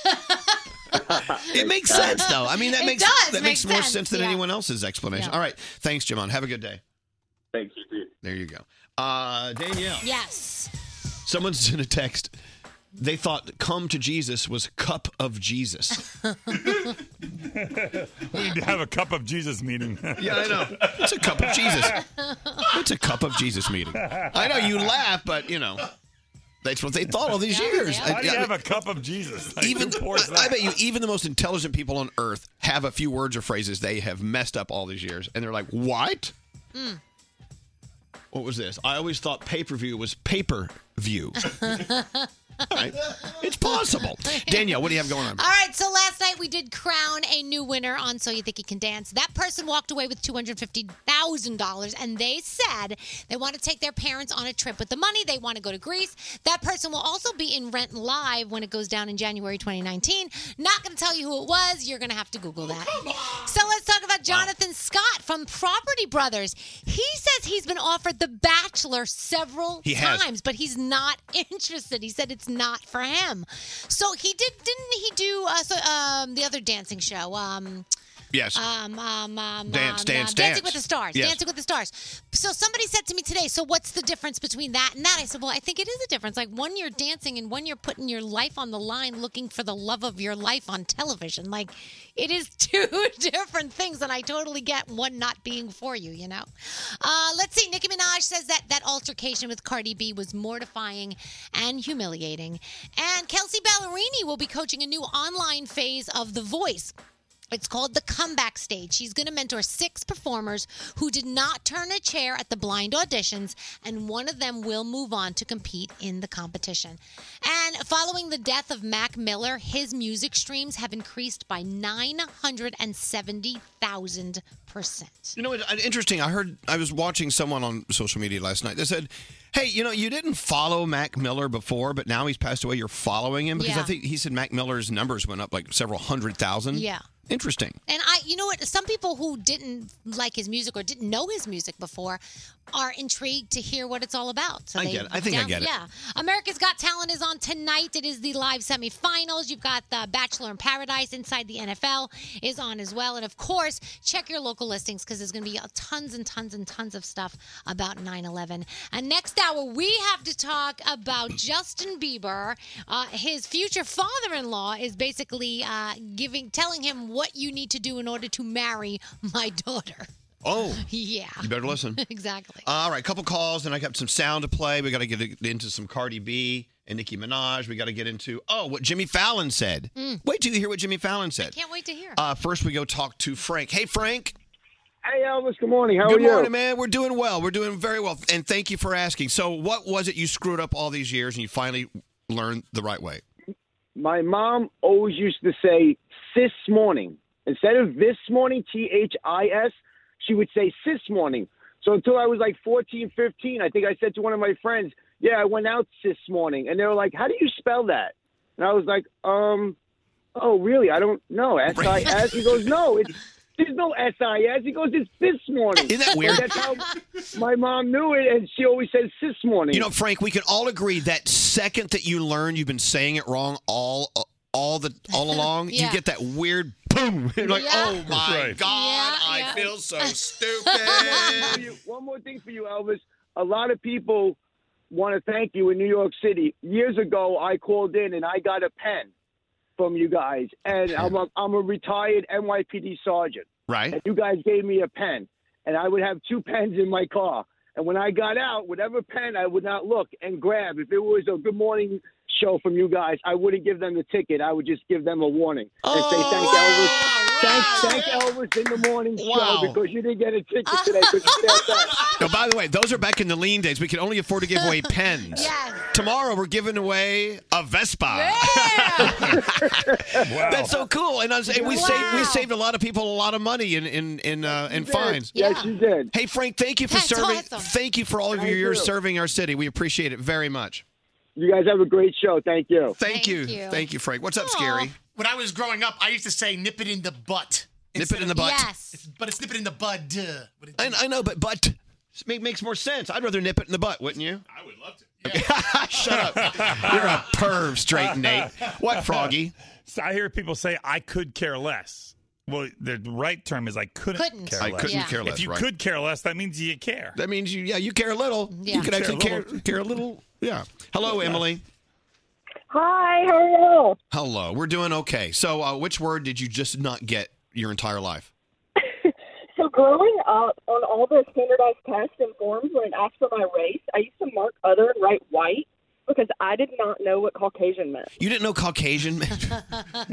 Speaker 2: it makes sense, though. I mean, that
Speaker 15: It
Speaker 2: makes
Speaker 15: does
Speaker 2: that
Speaker 15: make
Speaker 2: makes more
Speaker 15: sense,
Speaker 2: sense than
Speaker 15: yeah.
Speaker 2: anyone else's explanation.
Speaker 15: Yeah.
Speaker 2: All right, thanks, Jamon. Have a good day.
Speaker 14: Thanks, you too.
Speaker 2: There you go. Uh, Danielle,
Speaker 3: Yes.
Speaker 2: someone sent a text. They thought "Come to Jesus" was "Cup of Jesus."
Speaker 8: We need to have a cup of Jesus meeting.
Speaker 2: yeah, I know. It's a cup of Jesus. It's a cup of Jesus meeting. I know you laugh, but you know that's what they thought all these years.
Speaker 8: How do you
Speaker 2: I- I-
Speaker 8: have a cup of Jesus? Like,
Speaker 2: even
Speaker 8: who pours
Speaker 2: I, I
Speaker 8: that?
Speaker 2: bet you even the most intelligent people on earth have a few words or phrases they have messed up all these years and they're like what
Speaker 15: Mm.
Speaker 2: what was this i always thought pay-per-view was pay-per-view All right. it's possible danielle what do you have going on
Speaker 3: All right, so last night we did crown a new winner on So You Think You Can Dance. That person walked away with $250,000 and they said they want to take their parents on a trip with the money. They want to go to Greece. That person will also be in Rent Live when it goes down in January 2019. Not going to tell you who it was. You're going to have to Google that. So let's talk about Jonathan Scott from Property Brothers. He says he's been offered The Bachelor several
Speaker 15: He has.
Speaker 3: times times, but he's not interested. He said it's not for him. So he did, didn't he do uh, so, um, the other dancing show? Um,
Speaker 2: Yes.
Speaker 3: Um, um, um,
Speaker 2: Dance,
Speaker 3: um,
Speaker 2: dance,
Speaker 3: um,
Speaker 2: dance.
Speaker 3: Dancing with the Stars.
Speaker 2: Yes.
Speaker 3: Dancing with the Stars. So somebody said to me today, so what's the difference between that and that? I said, well, I think it is a difference. Like one you're dancing and one you're putting your life on the line looking for the love of your life on television. Like it is two different things, and I totally get one not being for you, you know? Uh, let's see. Nicki Minaj says that that altercation with Cardi B was mortifying and humiliating. And Kelsey Ballerini will be coaching a new online phase of The Voice. It's called the comeback stage. She's going to mentor six performers who did not turn a chair at the blind auditions, and one of them will move on to compete in the competition. And following the death of Mac Miller, his music streams have increased by 970,000%.
Speaker 2: You know, it's interesting. I heard I was watching someone on social media last night that said, "Hey, you know, you didn't follow Mac Miller before, but now he's passed away. You're following him because
Speaker 3: Yeah.
Speaker 2: I think he said Mac Miller's numbers went up like several hundred thousand.
Speaker 3: Yeah.
Speaker 2: Interesting.
Speaker 3: And I, you know what? Some people who didn't like his music or didn't know his music before are intrigued to hear what it's all about. So
Speaker 2: I
Speaker 3: they
Speaker 2: get it. I think I
Speaker 3: down-
Speaker 2: get it.
Speaker 3: Yeah. America's Got Talent is on tonight. It is the live semifinals. You've got the Bachelor in Paradise inside the NFL is on as well. And of course, check your local listings because there's going to be tons and tons and tons of stuff about 9 11. And next hour, we have to talk about Justin Bieber. Uh, his future father in law is basically uh, giving, telling him what you need to do in order to marry my daughter.
Speaker 2: Oh,
Speaker 3: Yeah.
Speaker 2: you better listen.
Speaker 3: exactly.
Speaker 2: All right, couple calls, and I got some sound to play. We got to get into some Cardi B and Nicki Minaj. We got to get into oh, what Jimmy Fallon said. Wait till you hear what Jimmy Fallon said.
Speaker 3: Mm. Can't wait to hear.
Speaker 2: Uh, first, we go talk to Frank. Hey, Frank.
Speaker 16: Hey, Elvis. Good morning. How
Speaker 2: good
Speaker 16: are you?
Speaker 2: morning, man. We're doing well. We're doing very well, and thank you for asking. So, what was it you screwed up all these years, and you finally learned the right way?
Speaker 16: My mom always used to say "sis morning instead of this morning. T H I S. She would say "sis morning. So until I was like 14, 15, I think I said to one of my friends, "Yeah, I went out sis morning," and they were like, "How do you spell that?" And I was like, "Um, oh really? I don't know." S I S. He goes, "No, it's." There's no S I S. He goes, it's this morning. Isn't
Speaker 2: that weird?
Speaker 16: That's how my mom knew it, and she always says sis morning.
Speaker 2: You know, Frank, we can all agree that second that you learn you've been saying it wrong all all the all along,
Speaker 16: Yeah.
Speaker 2: you get that weird boom. You're like,
Speaker 16: Yeah.
Speaker 2: oh my
Speaker 16: Right.
Speaker 2: god,
Speaker 16: Yeah,
Speaker 2: I
Speaker 16: yeah.
Speaker 2: feel so stupid.
Speaker 16: One more thing for you- One more thing for you, Elvis. A lot of people want to thank you in New York City. Years ago, I called in and I got a pen from you guys, and I'm a, I'm a retired NYPD sergeant.
Speaker 2: Right.
Speaker 16: And you guys gave me a pen, and I would have two pens in my car. And when I got out, whatever pen I would not look and grab. If it was a good morning show from you guys, I wouldn't give them the ticket. I would just give them a warning and say
Speaker 2: Oh,
Speaker 16: thank Elvis. Thank, thank Elvis in the morning
Speaker 2: Wow.
Speaker 16: show because you didn't get a ticket today. 'cause you said that.
Speaker 2: No, by the way, those are back in the lean days. We can only afford to give away pens.
Speaker 16: Yes.
Speaker 2: Tomorrow we're giving away a Vespa. That's so cool. And, I was, and we
Speaker 16: Wow.
Speaker 2: saved we saved a lot of people a lot of money in in in, uh, in
Speaker 16: did.
Speaker 2: fines.
Speaker 16: Yes, you did.
Speaker 2: Hey Frank, thank you for
Speaker 16: That's
Speaker 2: serving.
Speaker 16: awesome.
Speaker 2: Thank you for all of
Speaker 16: Thank
Speaker 2: your years
Speaker 16: you.
Speaker 2: serving our city. We appreciate it very much.
Speaker 16: You guys have a great show. Thank you.
Speaker 2: Thank, you. Thank you, Frank. What's up, Scary?
Speaker 9: When I was growing up, I used to say "nip it in the butt."
Speaker 2: Nip it in the butt. Yes.
Speaker 9: but it's nip it in the bud. Duh.
Speaker 2: I, I know, but but make, makes more sense. I'd rather nip it in the butt, wouldn't you? I would love to. Shut up. You're a perv, straight Nate. What, Froggy?
Speaker 8: So I hear people say, I could care less. Well, the right term is I couldn't,
Speaker 2: Couldn't.
Speaker 8: care
Speaker 2: I
Speaker 8: less.
Speaker 2: couldn't Yeah. care less,
Speaker 8: If you
Speaker 2: right.
Speaker 8: could care less, that means you care.
Speaker 2: That means you, yeah, you care a little.
Speaker 8: Yeah.
Speaker 2: You could
Speaker 8: Care a
Speaker 2: actually care,
Speaker 8: little.
Speaker 2: care a little. Yeah. Hello, Emily.
Speaker 17: Hi, how are you?
Speaker 2: Hello. We're doing okay. So, uh, which word did you just not get your entire life?
Speaker 17: So growing up on all the standardized tests and forms when it asked for my race, I used to mark other and write white because I did not know what Caucasian meant.
Speaker 2: You didn't know Caucasian?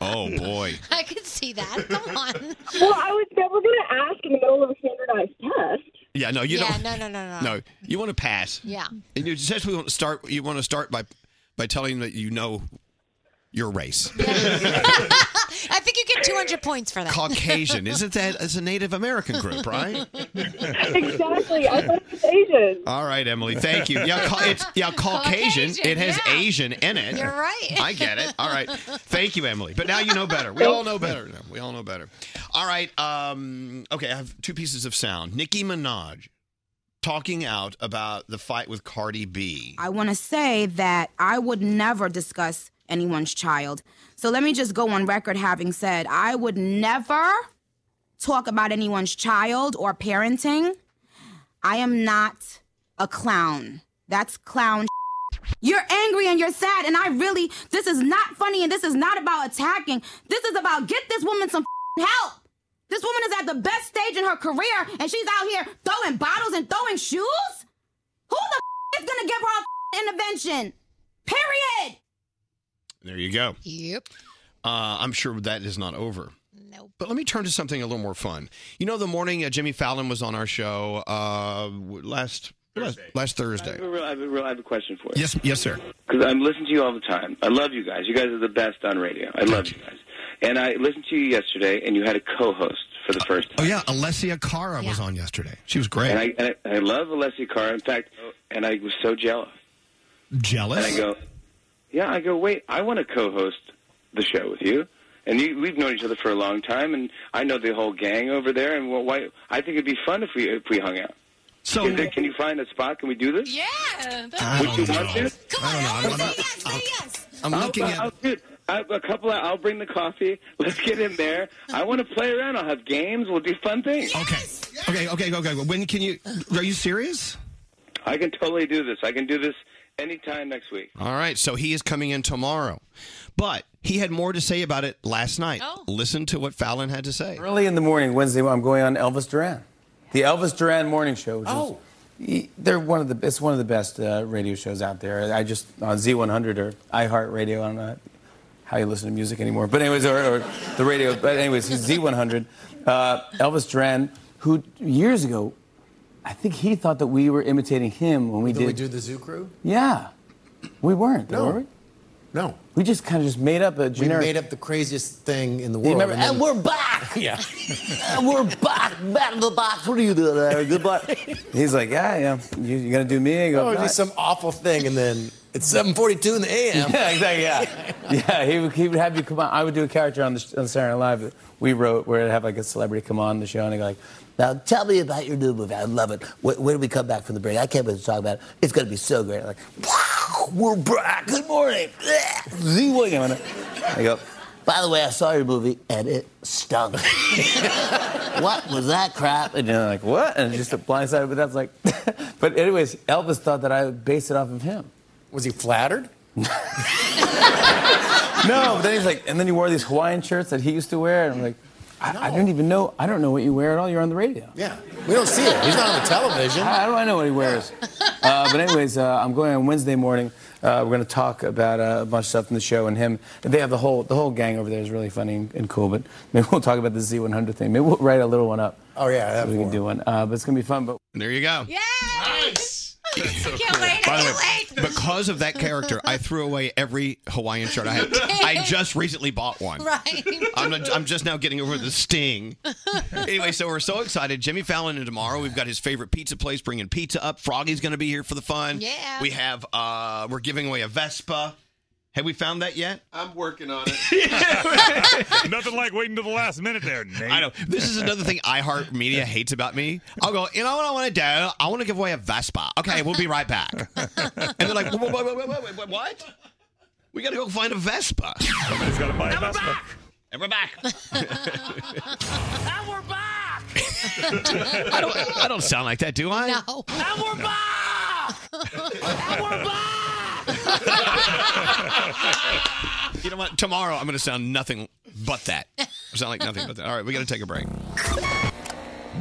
Speaker 2: oh, boy.
Speaker 3: I could see that. Come on.
Speaker 17: well, I was never going to ask in the middle of a standardized test.
Speaker 2: Yeah, no, you
Speaker 3: yeah,
Speaker 2: don't.
Speaker 3: no, no, no, no.
Speaker 2: No, you want to pass.
Speaker 3: Yeah.
Speaker 2: And you essentially want to start. You want to start by by telling them that you know your race.
Speaker 3: I think you get 200 points for that.
Speaker 2: Caucasian, isn't that? It's a Native American group, right?
Speaker 17: Exactly. I thought it was Asian.
Speaker 2: All right, Emily. Thank you. Yeah, ca- it's yeah Caucasian.
Speaker 17: Caucasian,
Speaker 2: it has
Speaker 17: yeah.
Speaker 2: Asian in it.
Speaker 17: You're right.
Speaker 2: I get it. All right. Thank you, Emily. But now you know better. We all know better. now. We all know better. All right. Um, okay. I have two pieces of sound. Nicki Minaj talking out about the fight with Cardi B.
Speaker 18: I want to say that I would never discuss anyone's child. So let me just go on record having said I would never talk about anyone's child or parenting. I am not a clown. That's clown. You're angry and you're sad, and I really, this is not funny and this is not about attacking. This is about get this woman some help. This woman is at the best stage in her career, and she's out here throwing bottles and throwing shoes? Who the f- is gonna give her a f- intervention? Period.
Speaker 2: There you go.
Speaker 3: Yep.
Speaker 2: Uh, I'm sure that is not over. No. But let me turn to something a little more fun. You know, the morning uh, Jimmy Fallon was on our show uh, w- last, last last Thursday.
Speaker 19: I have a real, I have a real, I have a question for you.
Speaker 2: Yes, yes, sir.
Speaker 19: Because I'm listening to you all the time. I love you guys. You guys are the best on radio. I love you guys. And I listened to you yesterday, and you had a co-host for the first time.
Speaker 2: Oh yeah, Alessia Cara was on yesterday. She was great.
Speaker 19: And I, and I, I love Alessia Cara. In fact, and I was so jealous.
Speaker 2: Jealous?
Speaker 19: And I go, yeah. I go, wait. I want to co-host the show with you.
Speaker 17: And you, we've known each other for a long time, and I know the whole gang over there. And well, why? I think it'd be fun if we if we hung out. So can, there- can you find a spot? Can we do this?
Speaker 20: Yeah.
Speaker 17: Would you want to?
Speaker 20: Come on,
Speaker 17: I don't know. I'm,
Speaker 20: I'm looking
Speaker 17: I'll,
Speaker 20: at-
Speaker 17: I'll, dude, I, a couple. Of, I'll bring the coffee. Let's get in there. I want to play around. I'll have games. We'll do fun things.
Speaker 2: Okay. Okay, okay, okay. When can you? Are you serious?
Speaker 17: I can totally do this. I can do this anytime next week.
Speaker 2: All right, so he is coming in tomorrow. But he had more to say about it last night. Listen to what Fallon had to say.
Speaker 21: Early in the morning, Wednesday, I'm going on Elvis Duran, the Elvis Duran Morning Show. Which
Speaker 22: Oh.
Speaker 21: is, they're one of the it's one of the best uh, radio shows out there. I just on Z100 or iHeartRadio. I don't know how you listen to music anymore, but anyways, or, or the radio. But anyways, he's Z100. Uh, Elvis Duran, who years ago, I think he thought that we were imitating him when we
Speaker 23: Did
Speaker 21: did.
Speaker 23: we do the zoo crew?
Speaker 21: yeah, we weren't,
Speaker 23: No.
Speaker 21: though, were we?
Speaker 23: No.
Speaker 21: We just kind of just made up a
Speaker 23: We
Speaker 21: generic.
Speaker 23: made up the craziest thing in the
Speaker 21: You
Speaker 23: world.
Speaker 21: remember?
Speaker 23: and then-
Speaker 21: And we're back.
Speaker 23: yeah.
Speaker 21: And we're back, back in the box. What are you doing there? Goodbye. He's like, yeah, yeah. You, you gonna do me? I go,
Speaker 23: Oh, it'd be
Speaker 21: "Nah."
Speaker 23: some awful thing, and then it's 7:42 in the a.m.
Speaker 21: Yeah, exactly. Yeah, yeah. He would, he would have you come on. I would do a character on the on Saturday Night Live that we wrote, where I'd have like a celebrity come on the show, and I go like,
Speaker 23: Now tell me about your new movie. I love it. When, when do we come back from the break? I can't wait to talk about it. It's going to be so great. I'm like, wow, we're back. Good morning.
Speaker 21: Z William. And I go.
Speaker 23: By the way, I saw your movie and it stunk. what was that crap?
Speaker 21: And you're like, what? And just a blindsided. But that's like, but anyways, Elvis thought that I would base it off of him.
Speaker 23: Was he flattered?
Speaker 21: no, but then he's like, and then he wore these Hawaiian shirts that he used to wear, and I'm like, I, I don't even know. I don't know what you wear at all. You're on the radio.
Speaker 23: Yeah, we don't see it. He's not on the television.
Speaker 21: How do I know what he wears? Uh, but anyways, uh, I'm going on Wednesday morning. Uh, we're going to talk about uh, a bunch of stuff in the show and him. They have the whole the whole gang over there is really funny and cool. But maybe we'll talk about the Z100 thing. Maybe we'll write a little one up.
Speaker 23: Oh yeah,
Speaker 21: so we can do one. Uh, but it's going to be fun. But
Speaker 2: there you go.
Speaker 23: Yeah.
Speaker 2: So cool. By the way, because of that character, I threw away every Hawaiian shirt I had. I just recently bought one.
Speaker 20: Right.
Speaker 2: I'm, not, I'm just now getting over the sting. Anyway, so we're so excited. Jimmy Fallon in tomorrow. We've got his favorite pizza place bringing pizza up. Froggy's going to be here for the fun.
Speaker 20: Yeah.
Speaker 2: We have. Uh, we're giving away a Vespa. Have we found that yet?
Speaker 5: I'm working on it.
Speaker 8: Nothing like waiting to the last minute there. Nate.
Speaker 2: I know. This is another thing iHeartMedia hates about me. I'll go, you know what I want to do? I want to give away a Vespa. Okay, we'll be right back. And they're like, "Wha- wha- wha- wha- wha- wha- what? We got to go find a Vespa. Somebody's got to buy a Vespa. And we're back.
Speaker 20: and we're back.
Speaker 2: I don't, I don't sound like that, do I?
Speaker 20: No. And we're back. and we're back.
Speaker 2: You know what? Tomorrow I'm going to sound nothing but that. I sound like nothing but that. All right, we got to take a break.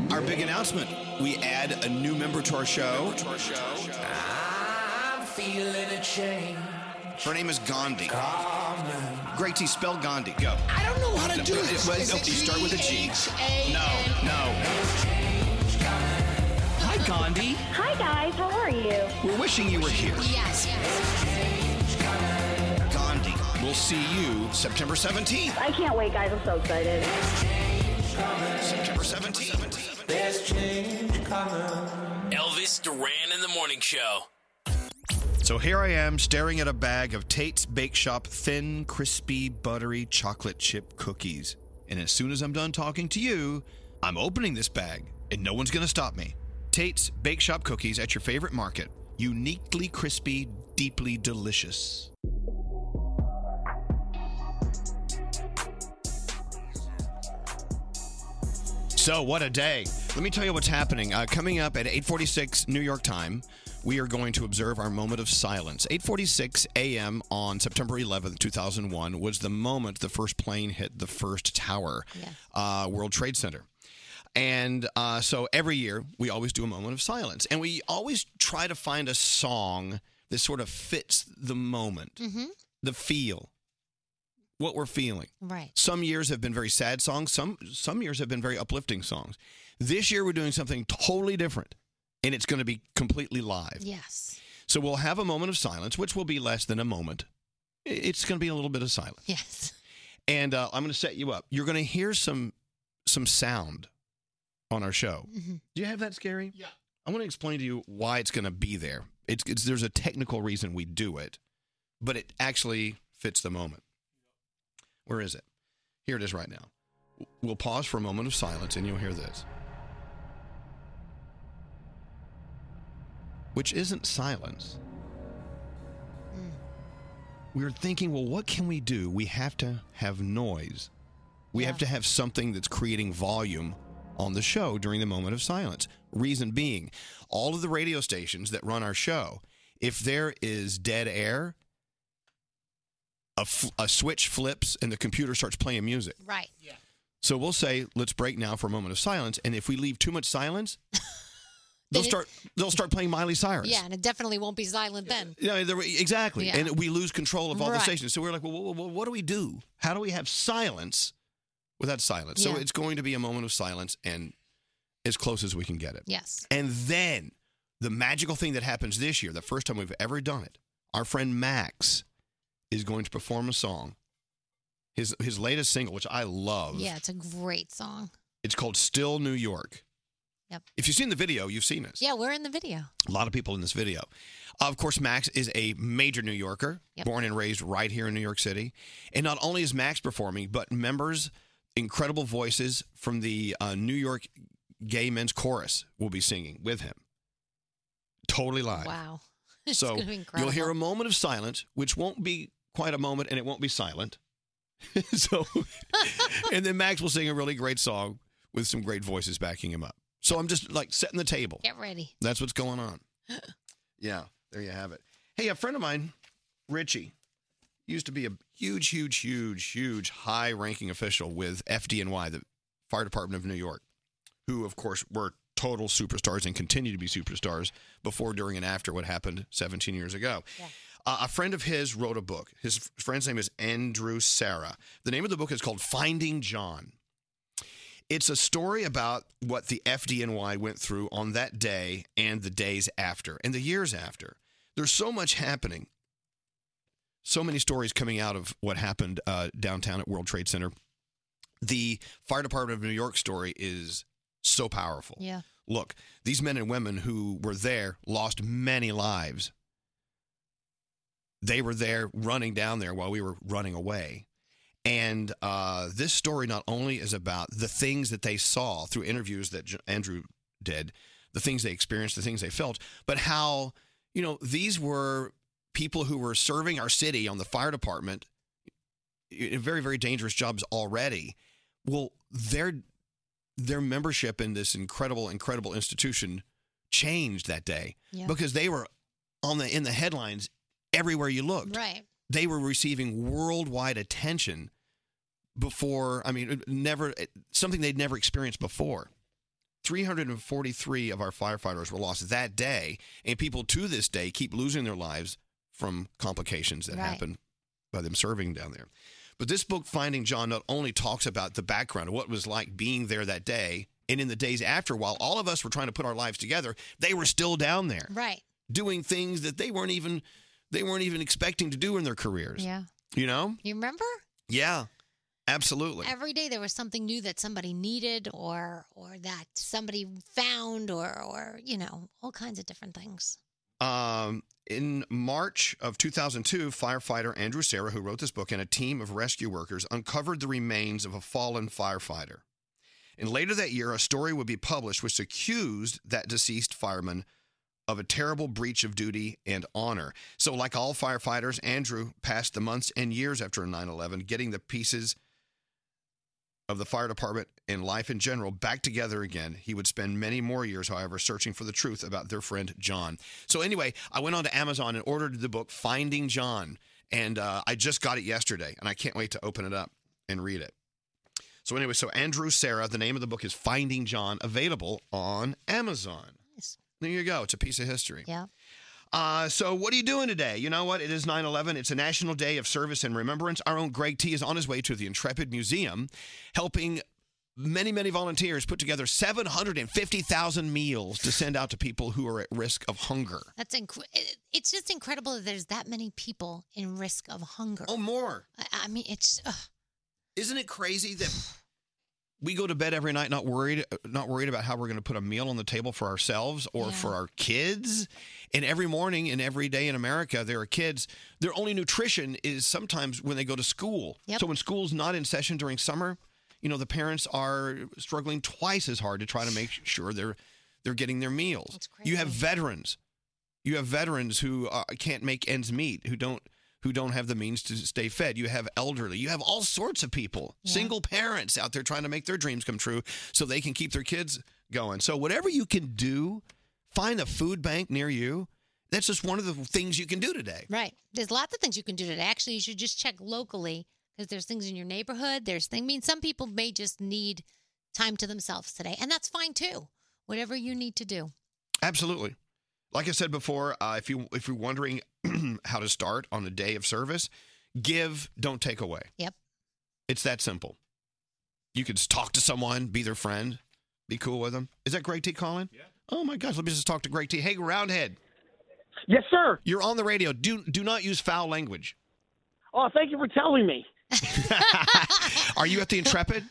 Speaker 2: Our big announcement we add a new member to our show.
Speaker 20: I'm feeling a change.
Speaker 2: Her name is Gandhi. Great T, spell Gandhi. Go.
Speaker 20: I don't know how to do this.
Speaker 2: Well,
Speaker 20: Is
Speaker 2: no,
Speaker 20: it
Speaker 2: you start with a G.
Speaker 20: G-H-A-N?
Speaker 2: No, no. Hi, Gandhi.
Speaker 20: Hi, guys. How are you?
Speaker 2: We're wishing you were here.
Speaker 20: Yes, yes.
Speaker 2: Gandhi. We'll see you September 17th.
Speaker 20: I can't wait, guys. I'm so excited.
Speaker 2: September 17th.
Speaker 20: There's change coming.
Speaker 10: Elvis Duran in the morning show.
Speaker 2: So here I am staring at a bag of Tate's Bake Shop thin, crispy, buttery chocolate chip cookies. And as soon as I'm done talking to you, I'm opening this bag and no one's going to stop me. Tate's Bake Shop cookies at your favorite market. Uniquely crispy, deeply delicious. So what a day! Let me tell you what's happening. Uh, coming up at 8:46 New York time, we are going to observe our moment of silence. 8:46 a.m. on September 11th, 2001, was the moment the first plane hit the first tower, uh, World Trade Center. And uh, so every year we always do a moment of silence, and we always try to find a song that sort of fits the moment,
Speaker 3: Mhm.
Speaker 2: the feel, what we're feeling.
Speaker 3: Right.
Speaker 2: Some years have been very sad songs. Some some years have been very uplifting songs. This year we're doing something totally different, and it's going to be completely live.
Speaker 3: Yes.
Speaker 2: So we'll have a moment of silence, which will be less than a moment. I- It's going to be a little bit of silence.
Speaker 3: Yes.
Speaker 2: And uh, I'm going to set you up. You're going to hear some some sound on our show.
Speaker 5: Mm.
Speaker 3: Mm-hmm.
Speaker 2: Do you have that, Scary? Yeah. I want to explain to you why it's going to be there. It's, it's there's a technical reason we do it, but it actually fits the moment. Where is it? Here it is right now. We'll pause for a moment of silence and you'll hear this. Which isn't silence. We are thinking, well, what can we do? We have to have noise. We have to have something that's creating volume on the show during the moment of silence. Reason being, all of the radio stations that run our show, if there is dead air, a, f- a switch flips and the computer starts playing music.
Speaker 3: Right. Yeah.
Speaker 2: So we'll say, let's break now for a moment of silence. And if we leave too much silence, they'll
Speaker 3: Then it-
Speaker 2: start they'll start playing Miley Cyrus.
Speaker 3: Yeah, and it definitely won't be silent then.
Speaker 2: Yeah, there- exactly.
Speaker 3: Yeah.
Speaker 2: And we lose control of all the
Speaker 3: Right.
Speaker 2: stations. So we're like, well, wha- wha- what do we do? How do we have silence without silence? So
Speaker 3: Yeah.
Speaker 2: it's going to be a moment of silence and as close as we can get it.
Speaker 3: Yes.
Speaker 2: And then the magical thing that happens this year, the first time we've ever done it, our friend Max is going to perform a song. His his latest single, which I love.
Speaker 3: Yeah, it's a great song.
Speaker 2: It's called Still New York.
Speaker 3: Yep.
Speaker 2: If you've seen the video, you've seen it.
Speaker 3: Yeah, we're in the video.
Speaker 2: A lot of people in this video. Of course, Max is a major New Yorker,
Speaker 3: Yep.
Speaker 2: born and raised right here in New York City. And not only is Max performing, but members, incredible voices from the uh, New York Gay Men's Chorus will be singing with him. Totally live.
Speaker 3: Wow. It's
Speaker 2: So
Speaker 3: gonna be
Speaker 2: you'll
Speaker 3: incredible.
Speaker 2: hear a moment of silence, which won't be quite a moment and it won't be silent. so, and then Max will sing a really great song with some great voices backing him up. So I'm just like setting the table.
Speaker 3: Get ready.
Speaker 2: That's what's going on. yeah, there you have it. Hey, a friend of mine, Richie, used to be a huge, huge, huge, huge high ranking official with FDNY, the Fire Department of New York, who, of course, were total superstars and continue to be superstars before, during, and after what happened 17 years ago. Uh, a friend of his wrote a book. His f- friend's name is Andrew Sarah. The name of the book is called Finding John. It's a story about what the FDNY went through on that day and the days after and the years after. There's so much happening. So many stories coming out of what happened uh, downtown at World Trade Center. The fire department of New York story is so powerful.
Speaker 20: Yeah.
Speaker 2: Look, these men and women who were there lost many lives. They were there running down there while we were running away. And uh, this story not only is about the things that they saw through interviews that J- Andrew did, the things they experienced, the things they felt, but how, you know, these were people who were serving our city on the fire department in very, very dangerous jobs already. Well, their their membership in this incredible, incredible institution changed that day
Speaker 20: Yeah.
Speaker 2: because they were on the in the headlines everywhere you looked
Speaker 3: Right.
Speaker 2: they were receiving worldwide attention before i mean never something they'd never experienced before 343 of our firefighters were lost that day and people to this day keep losing their lives from complications that
Speaker 20: Right.
Speaker 2: happen by them serving down there but this book finding john not only talks about the background of what it was like being there that day and in the days after while all of us were trying to put our lives together they were still down there
Speaker 3: Right.
Speaker 2: doing things that they weren't even they weren't even expecting to do in their careers.
Speaker 3: Yeah.
Speaker 2: You know?
Speaker 3: You remember?
Speaker 2: Yeah. Absolutely.
Speaker 3: Every day there was something new that somebody needed or or that somebody found or or you know, all kinds of different things.
Speaker 2: Um, in March of 2002, firefighter Andrew Sarah, who wrote this book, and a team of rescue workers uncovered the remains of a fallen firefighter. And later that year, a story would be published which accused that deceased fireman of a terrible breach of duty and honor. So, like all firefighters, Andrew passed the months and years after 9 11 getting the pieces of the fire department and life in general back together again. He would spend many more years, however, searching for the truth about their friend John. So, anyway, I went on to Amazon and ordered the book Finding John, and uh, I just got it yesterday, and I can't wait to open it up and read it. So, anyway, so Andrew Sarah, the name of the book is Finding John, available on Amazon. There you go. It's a piece of history.
Speaker 3: Yeah.
Speaker 2: Uh, so, what are you doing today? You know what? It is 9 11. It's a national day of service and remembrance. Our own Greg T is on his way to the Intrepid Museum, helping many, many volunteers put together 750,000 meals to send out to people who are at risk of hunger.
Speaker 3: That's inc- it- it's just incredible that there's that many people in risk of hunger. Oh,
Speaker 2: more.
Speaker 3: I, I mean, it's ugh.
Speaker 2: Isn't it crazy that we go to bed every night not worried not worried about how we're going to put a meal on the table for ourselves or for our kids and every morning and every day in america there are kids their only nutrition is sometimes when they go to school so when school's not in session during summer you know the parents are struggling twice as hard to try to make sure they're they're getting their meals you have veterans you have veterans who uh, can't make ends meet who don't who don't have the means to stay fed you have elderly you have all sorts of people single parents out there trying to make their dreams come true so they can keep their kids going so whatever you can do find a food bank near you that's just one of the things you can do today
Speaker 3: Right. There's lots of things you can do today. Actually, you should just check locally because there's things in your neighborhood. There's things. I mean, some people may just need time to themselves today, and that's fine too. Whatever you need to do.
Speaker 2: Absolutely. Like I said before, uh, if you if you're wondering how to start on a day of service, give, don't take away.
Speaker 3: Yep.
Speaker 2: It's that simple. You could just talk to someone, be their friend, be cool with them. Is that Greg T calling? Yeah. Oh my gosh, let me just talk to Greg T. Hey, Roundhead.
Speaker 24: Yes, sir.
Speaker 2: You're on the radio. Do do not use foul language.
Speaker 24: Oh, thank you for telling me.
Speaker 2: Are you at the Intrepid?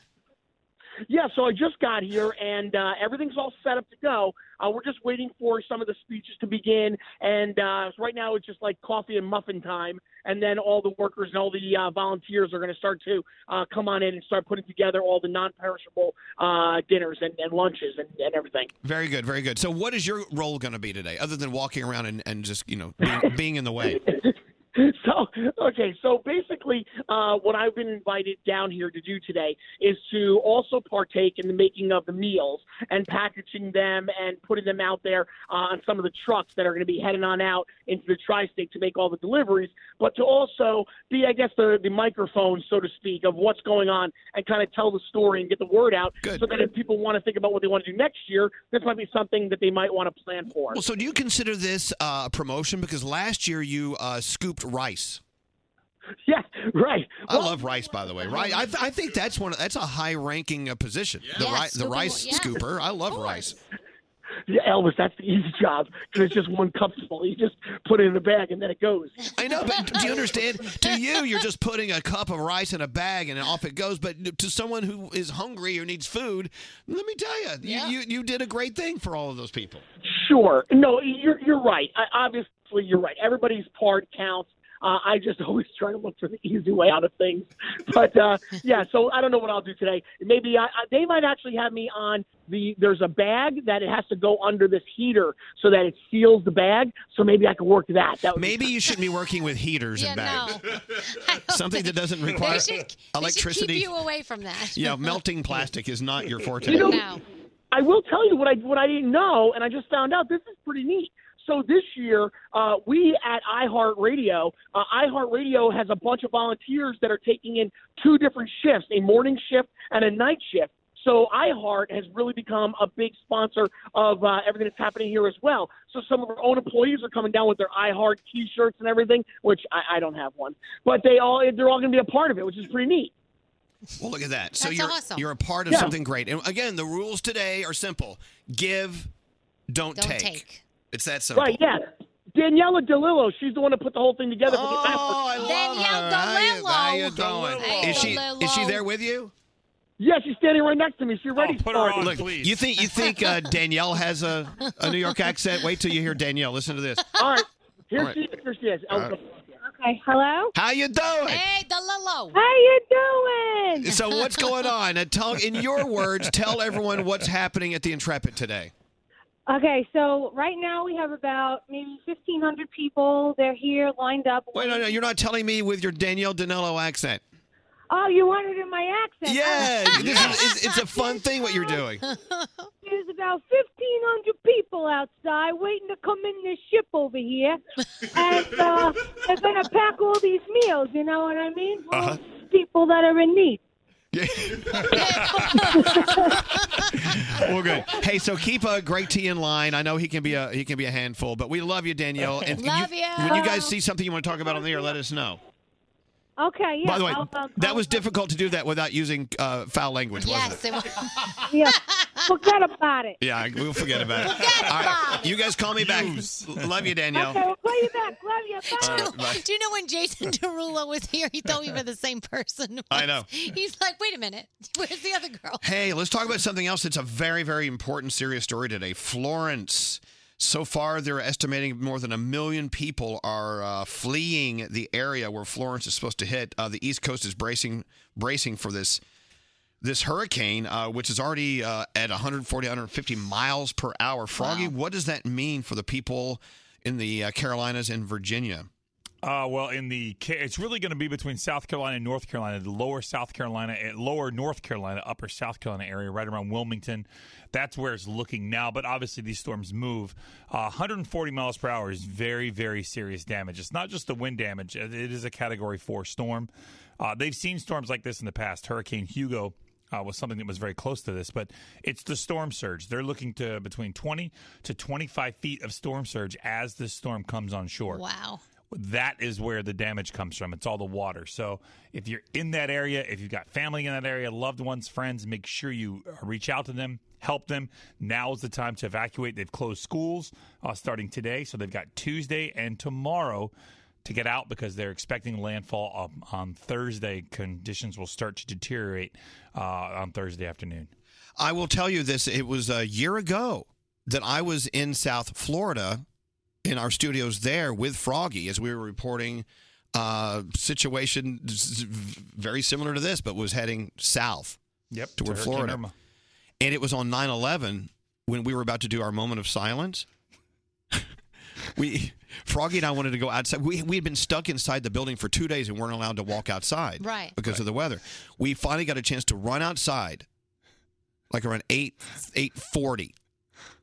Speaker 24: Yeah, so I just got here and uh, everything's all set up to go. Uh, we're just waiting for some of the speeches to begin, and uh, so right now it's just like coffee and muffin time. And then all the workers and all the uh, volunteers are going to start to uh, come on in and start putting together all the non-perishable uh, dinners and, and lunches and, and everything.
Speaker 2: Very good, very good. So, what is your role going to be today, other than walking around and, and just you know being, being in the way?
Speaker 24: so okay so basically uh, what i've been invited down here to do today is to also partake in the making of the meals and packaging them and putting them out there uh, on some of the trucks that are going to be heading on out into the tri-state to make all the deliveries but to also be i guess the, the microphone so to speak of what's going on and kind of tell the story and get the word out so that if people want to think about what they want to do next year this might be something that they might want to plan for
Speaker 2: Well, so do you consider this uh, a promotion? Because last year you uh, scooped rice.
Speaker 24: Yeah, right.
Speaker 2: I love rice, by the way. Right, I, I think that's one. Of, that's a high-ranking uh, position. The,
Speaker 24: Yeah,
Speaker 2: ri- the
Speaker 24: scooping-
Speaker 2: rice
Speaker 24: yeah.
Speaker 2: scooper. I love rice.
Speaker 24: Yeah, Elvis, that's the easy job 'cause it's just one cupful. You just put it in a bag and then it goes.
Speaker 2: I know, but do you understand? To you, you're just putting a cup of rice in a bag and off it goes. But to someone who is hungry or needs food, let me tell you, you, you, you did a great thing for all of those people.
Speaker 24: Sure. No, you're you're right. I, obviously, you're right. Everybody's part counts. Uh, I just always try to look for the easy way out of things. But uh, yeah, so I don't know what I'll do today. Maybe I, I, they might actually have me on the. There's a bag that it has to go under this heater so that it seals the bag. So maybe I can work that. that would be
Speaker 2: Maybe you should be working with heaters and bags. Something that doesn't require
Speaker 3: They should, they should
Speaker 2: electricity.
Speaker 3: keep you away from that.
Speaker 2: yeah, melting plastic is not your forte.
Speaker 24: You know, I will tell you what I what I didn't know, and I just found out. This is pretty neat. So this year, uh, we at iHeartRadio, uh, iHeartRadio has a bunch of volunteers that are taking in two different shifts, a morning shift and a night shift. So iHeart has really become a big sponsor of uh, everything that's happening here as well. So some of our own employees are coming down with their iHeart T-shirts and everything, which I, I don't have one, but they all they're all going to be a part of it, which is pretty neat.
Speaker 2: Well, look at that. So
Speaker 24: That's
Speaker 2: you're
Speaker 24: awesome.
Speaker 2: you're a part of
Speaker 24: Yeah.
Speaker 2: something great. And again, the rules today are simple: give, don't,
Speaker 24: Don't
Speaker 2: take.
Speaker 24: take.
Speaker 2: It's that simple.
Speaker 24: Right, yeah. Daniela DeLillo, she's the one that put the whole thing together. for the
Speaker 2: Oh, I love her. How you- How you doing?
Speaker 24: Hey,
Speaker 2: is she is she
Speaker 24: DeLillo.
Speaker 2: there with you? Oh,
Speaker 24: Yeah, she's standing right next to me. She's ready for it.
Speaker 2: Look, you think you think uh, Danielle has a, a New York accent? Wait till you hear Danielle. Listen to this.
Speaker 24: All right, here
Speaker 2: All right.
Speaker 24: she is. Here she is.
Speaker 2: All right.
Speaker 22: Okay, hello.
Speaker 2: How you doing?
Speaker 22: Hey, the Lolo. How you doing?
Speaker 2: So what's going on? Uh, tell, in your words, tell everyone what's happening at the Intrepid today.
Speaker 22: Okay, so right now we have about maybe fifteen hundred people. They're here lined up.
Speaker 2: Wait, no, no, you're not telling me with your Danielle Danilo accent.
Speaker 22: Oh, you wanted in my accent?
Speaker 2: Yeah, this is, it's, it's a fun thing what you're doing.
Speaker 22: There's about fifteen hundred people outside waiting to come in this ship over here, and uh, they're gonna pack all these meals. You know what I mean? For
Speaker 2: Uh-huh.
Speaker 22: People that are in need.
Speaker 2: Well, good. Hey, so keep uh, Greg T in line. I know he can be a he can be a handful, but we love you, Danielle. And
Speaker 22: Love
Speaker 2: you,
Speaker 22: ya.
Speaker 2: when you guys see something you want to talk about on the air, let us know.
Speaker 17: Okay, yeah.
Speaker 2: By the way,
Speaker 17: I'll, um,
Speaker 2: that was difficult to do that without using uh, foul language, wasn't it?
Speaker 17: yeah. Forget about it.
Speaker 2: Yeah, I- we'll forget about it. All right, you guys call me back. Love you, Danielle.
Speaker 17: Okay, we'll call you back. Love you.
Speaker 2: All
Speaker 20: Do,
Speaker 2: right, bye.
Speaker 20: do you know when Jason Derulo was here, he thought we were the same person?
Speaker 2: I know.
Speaker 20: He's like, wait a minute, where's the other girl?
Speaker 2: Hey, let's talk about something else that's a very, very important, serious story today. Florence. So far, they're estimating more than a million people are uh, fleeing the area where Florence is supposed to hit. Uh, the East Coast is bracing, bracing for this this hurricane, uh, which is already uh, at 140, 150 miles per hour. Froggy, what does that mean for the people in the uh, Carolinas and Virginia?
Speaker 8: Uh, well, in the Ca- it's really going to be between South Carolina and North Carolina, the lower South Carolina, eh, lower North Carolina, upper South Carolina area, right around Wilmington. That's where it's looking now. But obviously, these storms move. Uh, 140 miles per hour is very, very serious damage. It's not just the wind damage; it it is a Category Four storm. Uh, they've seen storms like this in the past. Hurricane Hugo uh, was something that was very close to this, but it's the storm surge. They're looking to between 20 to 25 feet of storm surge as this storm comes on shore.
Speaker 20: Wow.
Speaker 8: That is where the damage comes from. It's all the water. So if you're in that area, if you've got family in that area, loved ones, friends, make sure you uh, reach out to them, help them. Now is the time to evacuate. They've closed schools uh, starting today, so they've got Tuesday and tomorrow to get out because they're expecting landfall on, on Thursday. Conditions will start to deteriorate uh, on Thursday afternoon.
Speaker 2: I will tell you this. It was a year ago that I was in South Florida in our studios there with Froggy as we were reporting uh situation s- very similar to this, but was heading south
Speaker 8: Yep,
Speaker 2: toward
Speaker 8: to Hurricane
Speaker 2: Florida.
Speaker 8: Irma.
Speaker 2: And it was on 9 11 when we were about to do our moment of silence. we Froggy and I wanted to go outside. We we had been stuck inside the building for two days and weren't allowed to walk outside,
Speaker 13: Right.
Speaker 2: Because of the weather. We finally got a chance to run outside, like around eight eight forty.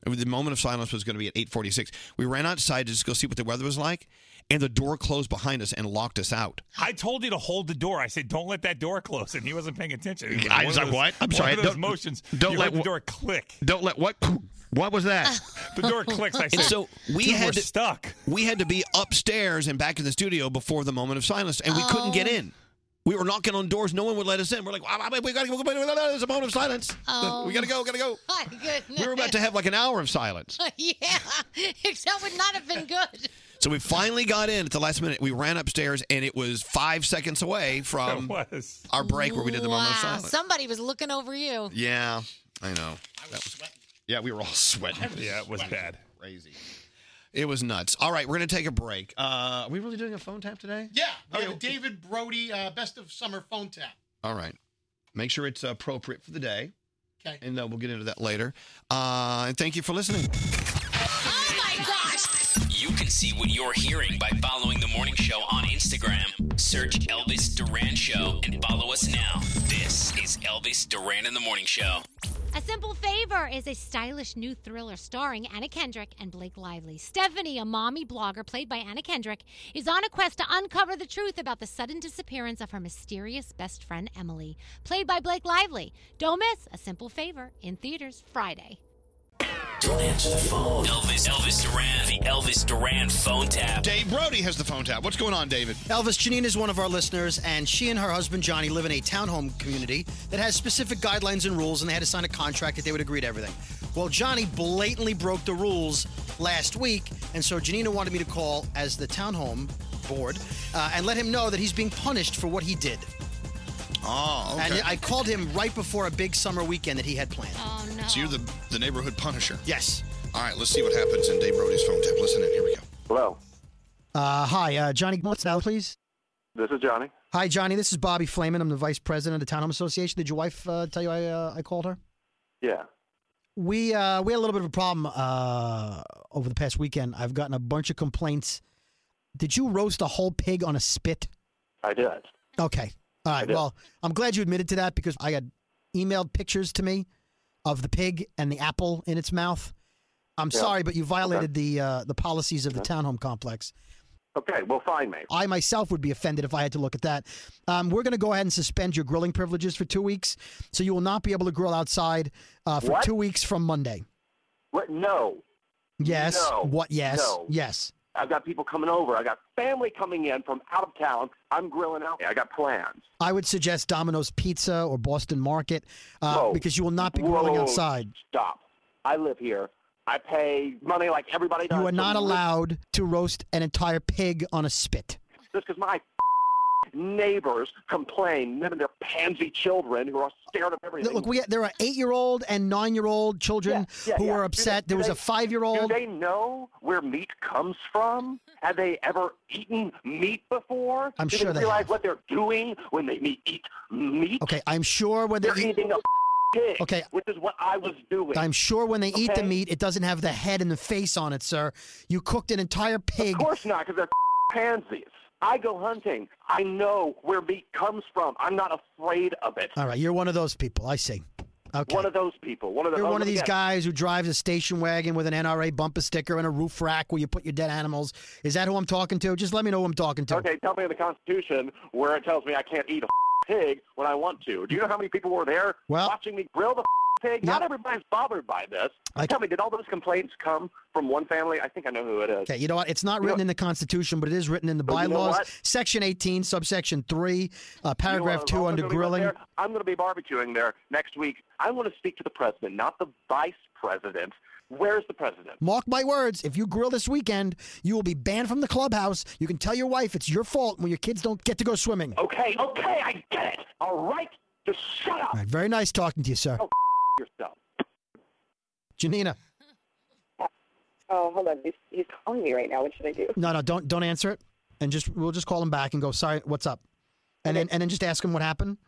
Speaker 2: The moment of silence was going to be at eight forty six. We ran outside to just go see what the weather was like, and the door closed behind us and locked us out.
Speaker 8: I told you to hold the door. I said, "Don't let that door close," and he wasn't paying attention. It
Speaker 2: I
Speaker 8: one
Speaker 2: was
Speaker 8: of
Speaker 2: like, "What?" I'm
Speaker 8: one
Speaker 2: sorry,
Speaker 8: Of those
Speaker 2: don't-
Speaker 8: motions.
Speaker 2: don't
Speaker 8: You
Speaker 2: let
Speaker 8: heard the
Speaker 2: wh-
Speaker 8: door click.
Speaker 2: Don't let what? What was that?
Speaker 8: The door clicks. I
Speaker 2: And
Speaker 8: said,
Speaker 2: so we
Speaker 8: "Dude, we're
Speaker 2: had to,
Speaker 8: stuck.
Speaker 2: We had to be upstairs and back in the studio before the moment of silence, and we couldn't get
Speaker 20: Oh.
Speaker 2: in. We were knocking on doors; no one would let us in. We're like, "Ah, we gotta go. There's a moment of silence.
Speaker 8: Oh.
Speaker 2: We gotta go. Gotta go."
Speaker 20: Um, My goodness.
Speaker 2: We were about to have like an hour of silence,
Speaker 20: yeah, that would not have been good.
Speaker 2: so we finally got in at the last minute. We ran upstairs, and it was five seconds away from our break where we did the moment of
Speaker 20: Wow,
Speaker 2: silence.
Speaker 20: somebody was looking over you.
Speaker 2: Yeah, I know. That was- yeah, we were all sweating.
Speaker 8: Yeah, it was bad.
Speaker 2: Crazy. It was nuts. All right, we're gonna take a break. Uh, are we really doing a phone tap today?
Speaker 9: Yeah, we have a David Brody uh, Best of Summer phone tap.
Speaker 2: All right. Make sure it's appropriate for the day.
Speaker 9: Okay.
Speaker 2: And uh, we'll get into that later. Uh, and thank you for listening.
Speaker 10: You can see what you're hearing by following the morning show on Instagram. Search Elvis Duran Show and follow us now. This is Elvis Duran in the Morning Show.
Speaker 3: A Simple Favor is a stylish new thriller starring Anna Kendrick and Blake Lively. Stephanie, a mommy blogger played by Anna Kendrick, is on a quest to uncover the truth about the sudden disappearance of her mysterious best friend Emily, played by Blake Lively. Don't miss A Simple Favor in theaters Friday.
Speaker 10: Don't answer the phone. Elvis, Elvis Duran, the Elvis Duran phone tap.
Speaker 2: Dave Brody has the phone tap. What's going on, David?
Speaker 25: Elvis Janine is one of our listeners, and she and her husband Johnny live in a townhome community that has specific guidelines and rules, and they had to sign a contract that they would agree to everything. Well, Johnny blatantly broke the rules last week, and so Janina wanted me to call as the townhome board uh, and let him know that he's being punished for what he did.
Speaker 2: Oh, okay.
Speaker 25: And I called him right before a big summer weekend that he had planned.
Speaker 2: Um,
Speaker 3: Oh, no.
Speaker 2: So you're the, the neighborhood punisher.
Speaker 25: Yes.
Speaker 2: All right, let's see what happens in Dave Brody's phone tap. Listen in. Here we go.
Speaker 22: Hello,
Speaker 25: Uh, hi, uh, Johnny, what's out, please?
Speaker 22: this is Johnny.
Speaker 25: Hi, Johnny. This is Bobby Flamin. I'm the vice president of the Townhome Association. Did your wife uh, tell you I, uh, I called her?
Speaker 22: Yeah.
Speaker 25: We uh, we had a little bit of a problem uh, over the past weekend. I've gotten a bunch of complaints. Did you roast a whole pig on a spit?
Speaker 22: I did.
Speaker 25: Okay. All right.
Speaker 22: did.
Speaker 25: Well, I'm glad you admitted to that because I got emailed pictures to me of the pig and the apple in its mouth. I'm
Speaker 22: Yeah.
Speaker 25: sorry, but you violated the uh, the policies of the
Speaker 22: Okay.
Speaker 25: townhome complex.
Speaker 22: Okay, well, find me.
Speaker 25: I myself would be offended if I had to look at that. Um, we're going to go ahead and suspend your grilling privileges for two weeks, so you will not be able to grill outside uh, for
Speaker 22: What?
Speaker 25: two weeks from Monday.
Speaker 22: What? No.
Speaker 25: Yes.
Speaker 22: No.
Speaker 25: What? Yes.
Speaker 22: No.
Speaker 25: Yes.
Speaker 22: I've got people coming over. I got family coming in from out of town. I'm grilling out. I got plans.
Speaker 25: I would suggest Domino's Pizza or Boston Market uh,
Speaker 22: Whoa.
Speaker 25: because you will not be
Speaker 22: Whoa,
Speaker 25: grilling outside.
Speaker 22: Stop. I live here. I pay money like everybody does.
Speaker 25: You are not
Speaker 22: to-
Speaker 25: allowed to roast an entire pig on a spit.
Speaker 22: Just because my neighbors complain, them and their pansy children who are scared of everything.
Speaker 25: Look, we there are eight-year-old and nine-year-old children
Speaker 22: Yeah,
Speaker 25: who
Speaker 22: yeah.
Speaker 25: are
Speaker 22: Do
Speaker 25: upset.
Speaker 22: they-
Speaker 25: there
Speaker 22: do
Speaker 25: was a
Speaker 22: they-
Speaker 25: five-year-old.
Speaker 22: Do they know where meat comes from? Have they ever eaten meat before?
Speaker 25: I'm
Speaker 22: do
Speaker 25: sure
Speaker 22: they
Speaker 25: they
Speaker 22: realize what they're doing when they me- eat meat.
Speaker 25: Okay, I'm sure when they
Speaker 22: They're
Speaker 25: eat,
Speaker 22: eating a pig,
Speaker 25: Okay.
Speaker 22: which is what I was doing.
Speaker 25: I'm sure when they eat the
Speaker 22: Okay?
Speaker 25: meat, it doesn't have the head and the face on it, sir. You cooked an entire pig.
Speaker 22: Of course not, because they're pansies. I go hunting. I know where meat comes from. I'm not afraid of it.
Speaker 25: All right, you're one of those people. I see. Okay.
Speaker 22: One of those people. One of those.
Speaker 25: You're one of these
Speaker 22: again,
Speaker 25: guys who drives a station wagon with an NRA bumper sticker and a roof rack where you put your dead animals. Is that who I'm talking to? Just let me know who I'm talking to.
Speaker 22: Okay, tell me in the Constitution where it tells me I can't eat a pig when I want to. Do you know how many people were there
Speaker 25: Well-
Speaker 22: watching me grill the pig? Not everybody's bothered by this. tell me, did all those complaints come from one family? I think I know who it is.
Speaker 25: Okay, you know what? It's not
Speaker 22: You know-
Speaker 25: written in the Constitution, but it is written in the
Speaker 22: But you know
Speaker 25: bylaws,
Speaker 22: what?
Speaker 25: section 18, subsection 3, uh,
Speaker 22: You know
Speaker 25: paragraph
Speaker 22: what?
Speaker 25: 2
Speaker 22: I'm
Speaker 25: under
Speaker 22: gonna be
Speaker 25: grilling.
Speaker 22: there. I'm going to be barbecuing there next week. I want to speak to the president, not the vice president. Where's the president?
Speaker 25: Mark my words, if you grill this weekend, you will be banned from the clubhouse. You can tell your wife it's your fault when your kids don't get to go swimming.
Speaker 22: Okay, okay, I get it. All right, just shut up.
Speaker 25: All right, very nice talking to you, sir.
Speaker 22: Oh, yourself.
Speaker 25: Janina.
Speaker 26: Oh, hold on. He's, he's calling me right now. What should I do?
Speaker 25: No, no, don't don't answer it, and just we'll just call him back and go. Sorry, what's up? And then and then just ask him what happened,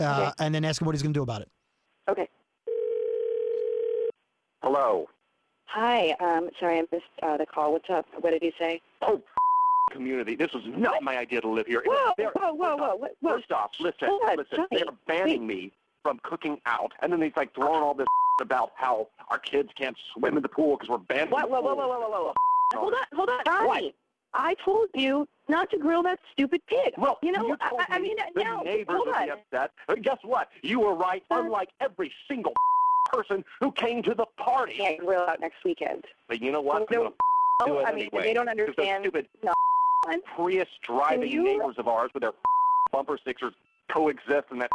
Speaker 25: uh, and then ask him what he's going to do about it.
Speaker 26: Okay.
Speaker 22: Hello.
Speaker 26: Hi. Um, sorry, I missed uh, the call. What's up? What did he say?
Speaker 22: Oh, community. This was not my idea to live here. It was
Speaker 26: Whoa,
Speaker 22: their-
Speaker 26: whoa, whoa, whoa, whoa, whoa.
Speaker 22: First off, listen,
Speaker 26: Hold on,
Speaker 22: listen.
Speaker 26: Johnny,
Speaker 22: They're banning me from cooking out, and then they've like thrown all this about how our kids can't swim in the pool because we're banned.
Speaker 26: Whoa, whoa, whoa, whoa, whoa, whoa, whoa. Hold on, hold on. Johnny, I told you not to grill that stupid pig. Well, you know, I, I- I mean, uh,
Speaker 22: The
Speaker 26: no,
Speaker 22: neighbors
Speaker 26: hold
Speaker 22: will
Speaker 26: on.
Speaker 22: be upset. And guess what? You were right. Unlike every single person who came to the party.
Speaker 26: Yeah, grill out next weekend.
Speaker 22: But you know what?
Speaker 26: No,
Speaker 22: I'm gonna do it
Speaker 26: I mean,
Speaker 22: anyway.
Speaker 26: they don't
Speaker 22: 'Cause those
Speaker 26: understand.
Speaker 22: Stupid
Speaker 26: No.
Speaker 22: Prius driving
Speaker 26: you-
Speaker 22: neighbors of ours with their bumper stickers coexist and that.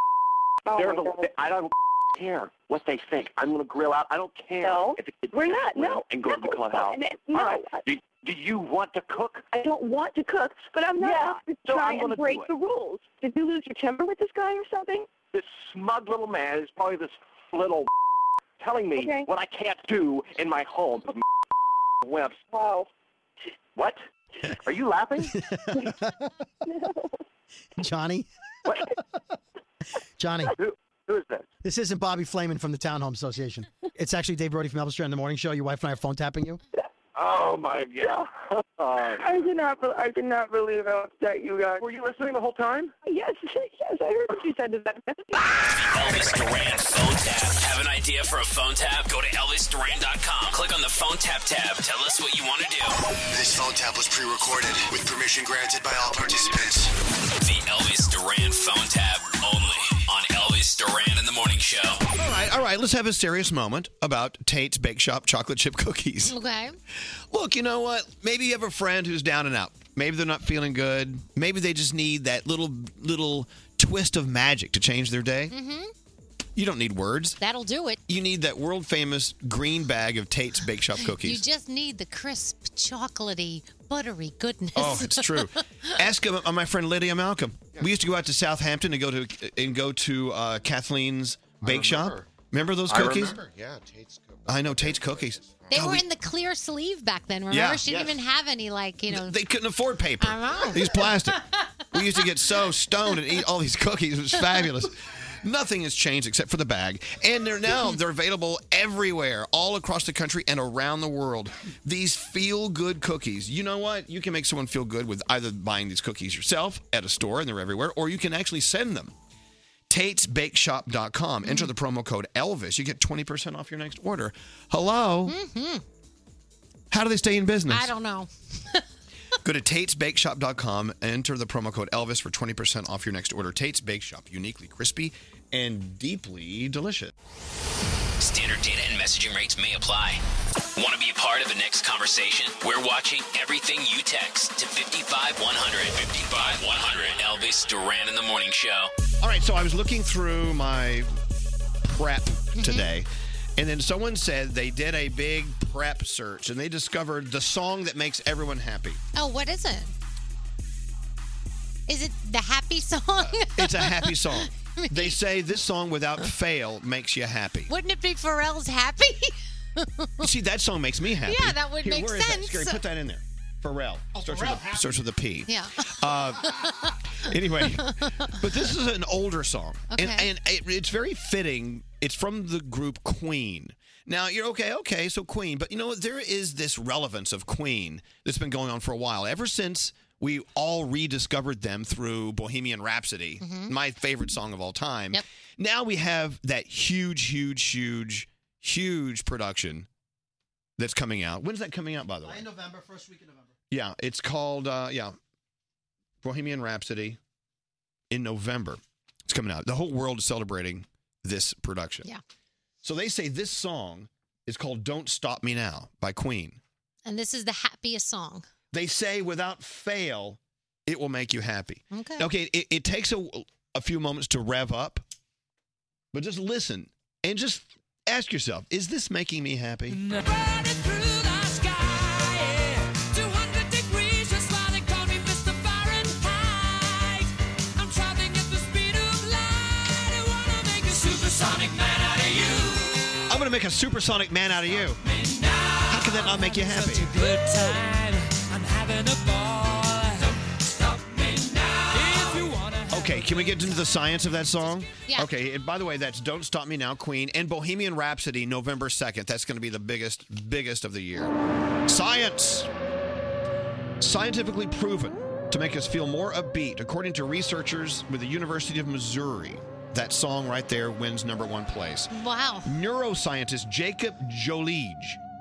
Speaker 26: Oh,
Speaker 22: they're
Speaker 26: my
Speaker 22: the,
Speaker 26: God.
Speaker 22: I don't care what they think. I'm gonna grill out. I don't care.
Speaker 26: No,
Speaker 22: if the kids
Speaker 26: we're
Speaker 22: can't
Speaker 26: not.
Speaker 22: swim
Speaker 26: No,
Speaker 22: and go to the clubhouse.
Speaker 26: And it- no.
Speaker 22: All right. Do, do you want to cook?
Speaker 26: I don't want to cook, but I'm not
Speaker 22: Yeah,
Speaker 26: up to
Speaker 22: so
Speaker 26: try
Speaker 22: I'm gonna
Speaker 26: and
Speaker 22: do
Speaker 26: break
Speaker 22: it.
Speaker 26: the rules. Did you lose your temper with this guy or something?
Speaker 22: This smug little man is probably this little telling me
Speaker 26: Okay.
Speaker 22: what I can't do in my home. Wimps.
Speaker 26: Wow.
Speaker 22: What? Are you laughing?
Speaker 25: Johnny. Johnny.
Speaker 22: Who, who is this?
Speaker 25: This isn't Bobby Flayman from the Townhome Association. It's actually Dave Brody from Elvis Duran in the Morning Show. Your wife and I are phone tapping you.
Speaker 22: Oh my god.
Speaker 26: I did not. be- I did not believe how upset you got. Were
Speaker 22: you listening the whole time?
Speaker 26: Yes, yes. I heard what you said to that.
Speaker 10: Elvis Duran phone tap. Have an idea for a phone tap? Go to ElvisDuran.com. Click on the phone tap tab. Tell us what you want to do.
Speaker 27: This phone tap was pre-recorded with permission granted by all participants.
Speaker 10: The Elvis Duran phone tap only on Elvis Duran in the Morning Show.
Speaker 2: All right, all right. Let's have a serious moment about Tate's Bake Shop chocolate chip cookies.
Speaker 3: Okay.
Speaker 2: Look, you know what? Maybe you have a friend who's down and out. Maybe they're not feeling good. Maybe they just need that little little twist of magic to change their day.
Speaker 3: Mm-hmm.
Speaker 2: You don't need words.
Speaker 3: That'll do it.
Speaker 2: You need that world famous green bag of Tate's Bake Shop
Speaker 3: You
Speaker 2: cookies.
Speaker 3: just need the crisp, chocolatey, buttery goodness.
Speaker 2: Oh, it's true. Ask him, uh, my friend Lydia Malcolm. We used to go out to Southampton and go to and go to uh, Kathleen's Bake Shop. Remember those
Speaker 28: I
Speaker 2: cookies?
Speaker 28: remember, Yeah, Tate's cookies.
Speaker 2: I know Tate's cookies.
Speaker 3: they
Speaker 2: God,
Speaker 3: were
Speaker 2: we-
Speaker 3: in the clear sleeve back then. Remember,
Speaker 2: Yeah.
Speaker 3: she didn't
Speaker 2: Yes.
Speaker 3: even have any like you know.
Speaker 2: They couldn't afford paper.
Speaker 3: I know.
Speaker 2: These plastic. we used to get so stoned and eat all these cookies. It was fabulous. Nothing has changed except for the bag. And they're now they're available everywhere, all across the country and around the world. These feel good cookies. You know what? You can make someone feel good with either buying these cookies yourself at a store and they're everywhere, or you can actually send them. TatesBakeShop.com. Enter the promo code Elvis. You get 20% off your next order. Hello.
Speaker 3: Mhm.
Speaker 2: How do they stay in business?
Speaker 3: I don't know.
Speaker 2: Go to TatesBakeShop.com, enter the promo code Elvis for 20% off your next order. Tate's Bake Shop, uniquely crispy and deeply delicious.
Speaker 10: Standard data and messaging rates may apply. Want to be a part of the next conversation? We're watching everything you text to 55100. 55100. Elvis Duran in the Morning Show.
Speaker 2: All right, so I was looking through my prep
Speaker 3: Mm-hmm.
Speaker 2: today, and then someone said they did a big prep search and they discovered the song that makes everyone happy.
Speaker 3: Oh, what is it? Is it the happy song?
Speaker 2: It's a happy song. They say this song without fail makes you happy.
Speaker 3: Wouldn't it be Pharrell's Happy?
Speaker 2: See, that song makes me happy.
Speaker 3: Yeah, that would
Speaker 2: Here,
Speaker 3: make
Speaker 2: where is that?
Speaker 3: sense.
Speaker 2: Scary, put that in there. Pharrell.
Speaker 3: Oh,
Speaker 2: starts,
Speaker 3: Pharrell,
Speaker 2: with a,
Speaker 3: happy.
Speaker 2: starts with a P.
Speaker 3: yeah.
Speaker 2: Uh, anyway, but this is an older song, and,
Speaker 3: Okay.
Speaker 2: and it, it's very fitting. It's from the group Queen. Now you're okay, okay, so Queen, but you know what? There is this relevance of Queen that's been going on for a while. Ever since we all rediscovered them through Bohemian Rhapsody,
Speaker 6: Mhm.
Speaker 2: my favorite song of all time. Now we have that huge, huge, huge, huge production that's coming out. When's that coming out, by the way?
Speaker 7: November, first week in November.
Speaker 2: Yeah, it's called uh, yeah, Bohemian Rhapsody in November. It's coming out. The whole world is celebrating this production.
Speaker 3: Yeah.
Speaker 2: So they say this song is called "Don't Stop Me Now" by Queen.
Speaker 3: And this is the happiest song.
Speaker 2: They say without fail, it will make you happy.
Speaker 3: Okay.
Speaker 2: Okay. It, it takes a a few moments to rev up, but just listen and just ask yourself: Is this making me happy? I'm gonna make a supersonic man out of you. How can that not make you happy?
Speaker 20: Good time. I'm having a ball. Don't stop me now. If you want to.
Speaker 2: Okay, can we get into the science of that song?
Speaker 20: Yeah.
Speaker 2: Okay, and by the way, that's Don't Stop Me Now, Queen, and Bohemian Rhapsody, November 2nd. That's going to be the biggest, biggest of the year. Science! Scientifically proven to make us feel more upbeat, according to researchers with the University of Missouri. That song right there wins number one place.
Speaker 3: Wow.
Speaker 2: Neuroscientist Jacob Jolige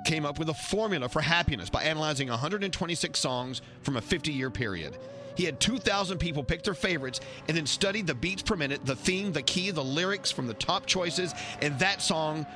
Speaker 2: came up with a formula for happiness by analyzing 126 songs from a 50 year period. He had 2,000 people pick their favorites and then studied the beats per minute, the theme, the key, the lyrics from the top choices, and that song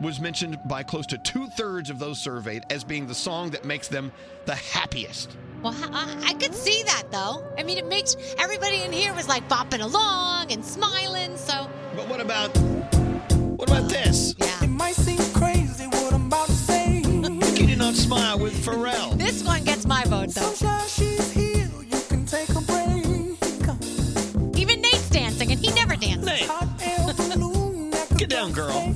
Speaker 2: was mentioned by close to two thirds of those surveyed as being the song that makes them the happiest.
Speaker 3: Well, I, I could see that though. I mean, it makes everybody in here was like bopping along and smiling. So
Speaker 2: But what about what about this?
Speaker 3: Yeah. It
Speaker 20: might seem crazy what I'm about to say.
Speaker 2: you do not smile with Pharrell.
Speaker 3: this one gets my vote though.
Speaker 20: she's here. You can take a break.
Speaker 3: Even Nate's dancing, and he never dances.
Speaker 2: Get down, girl.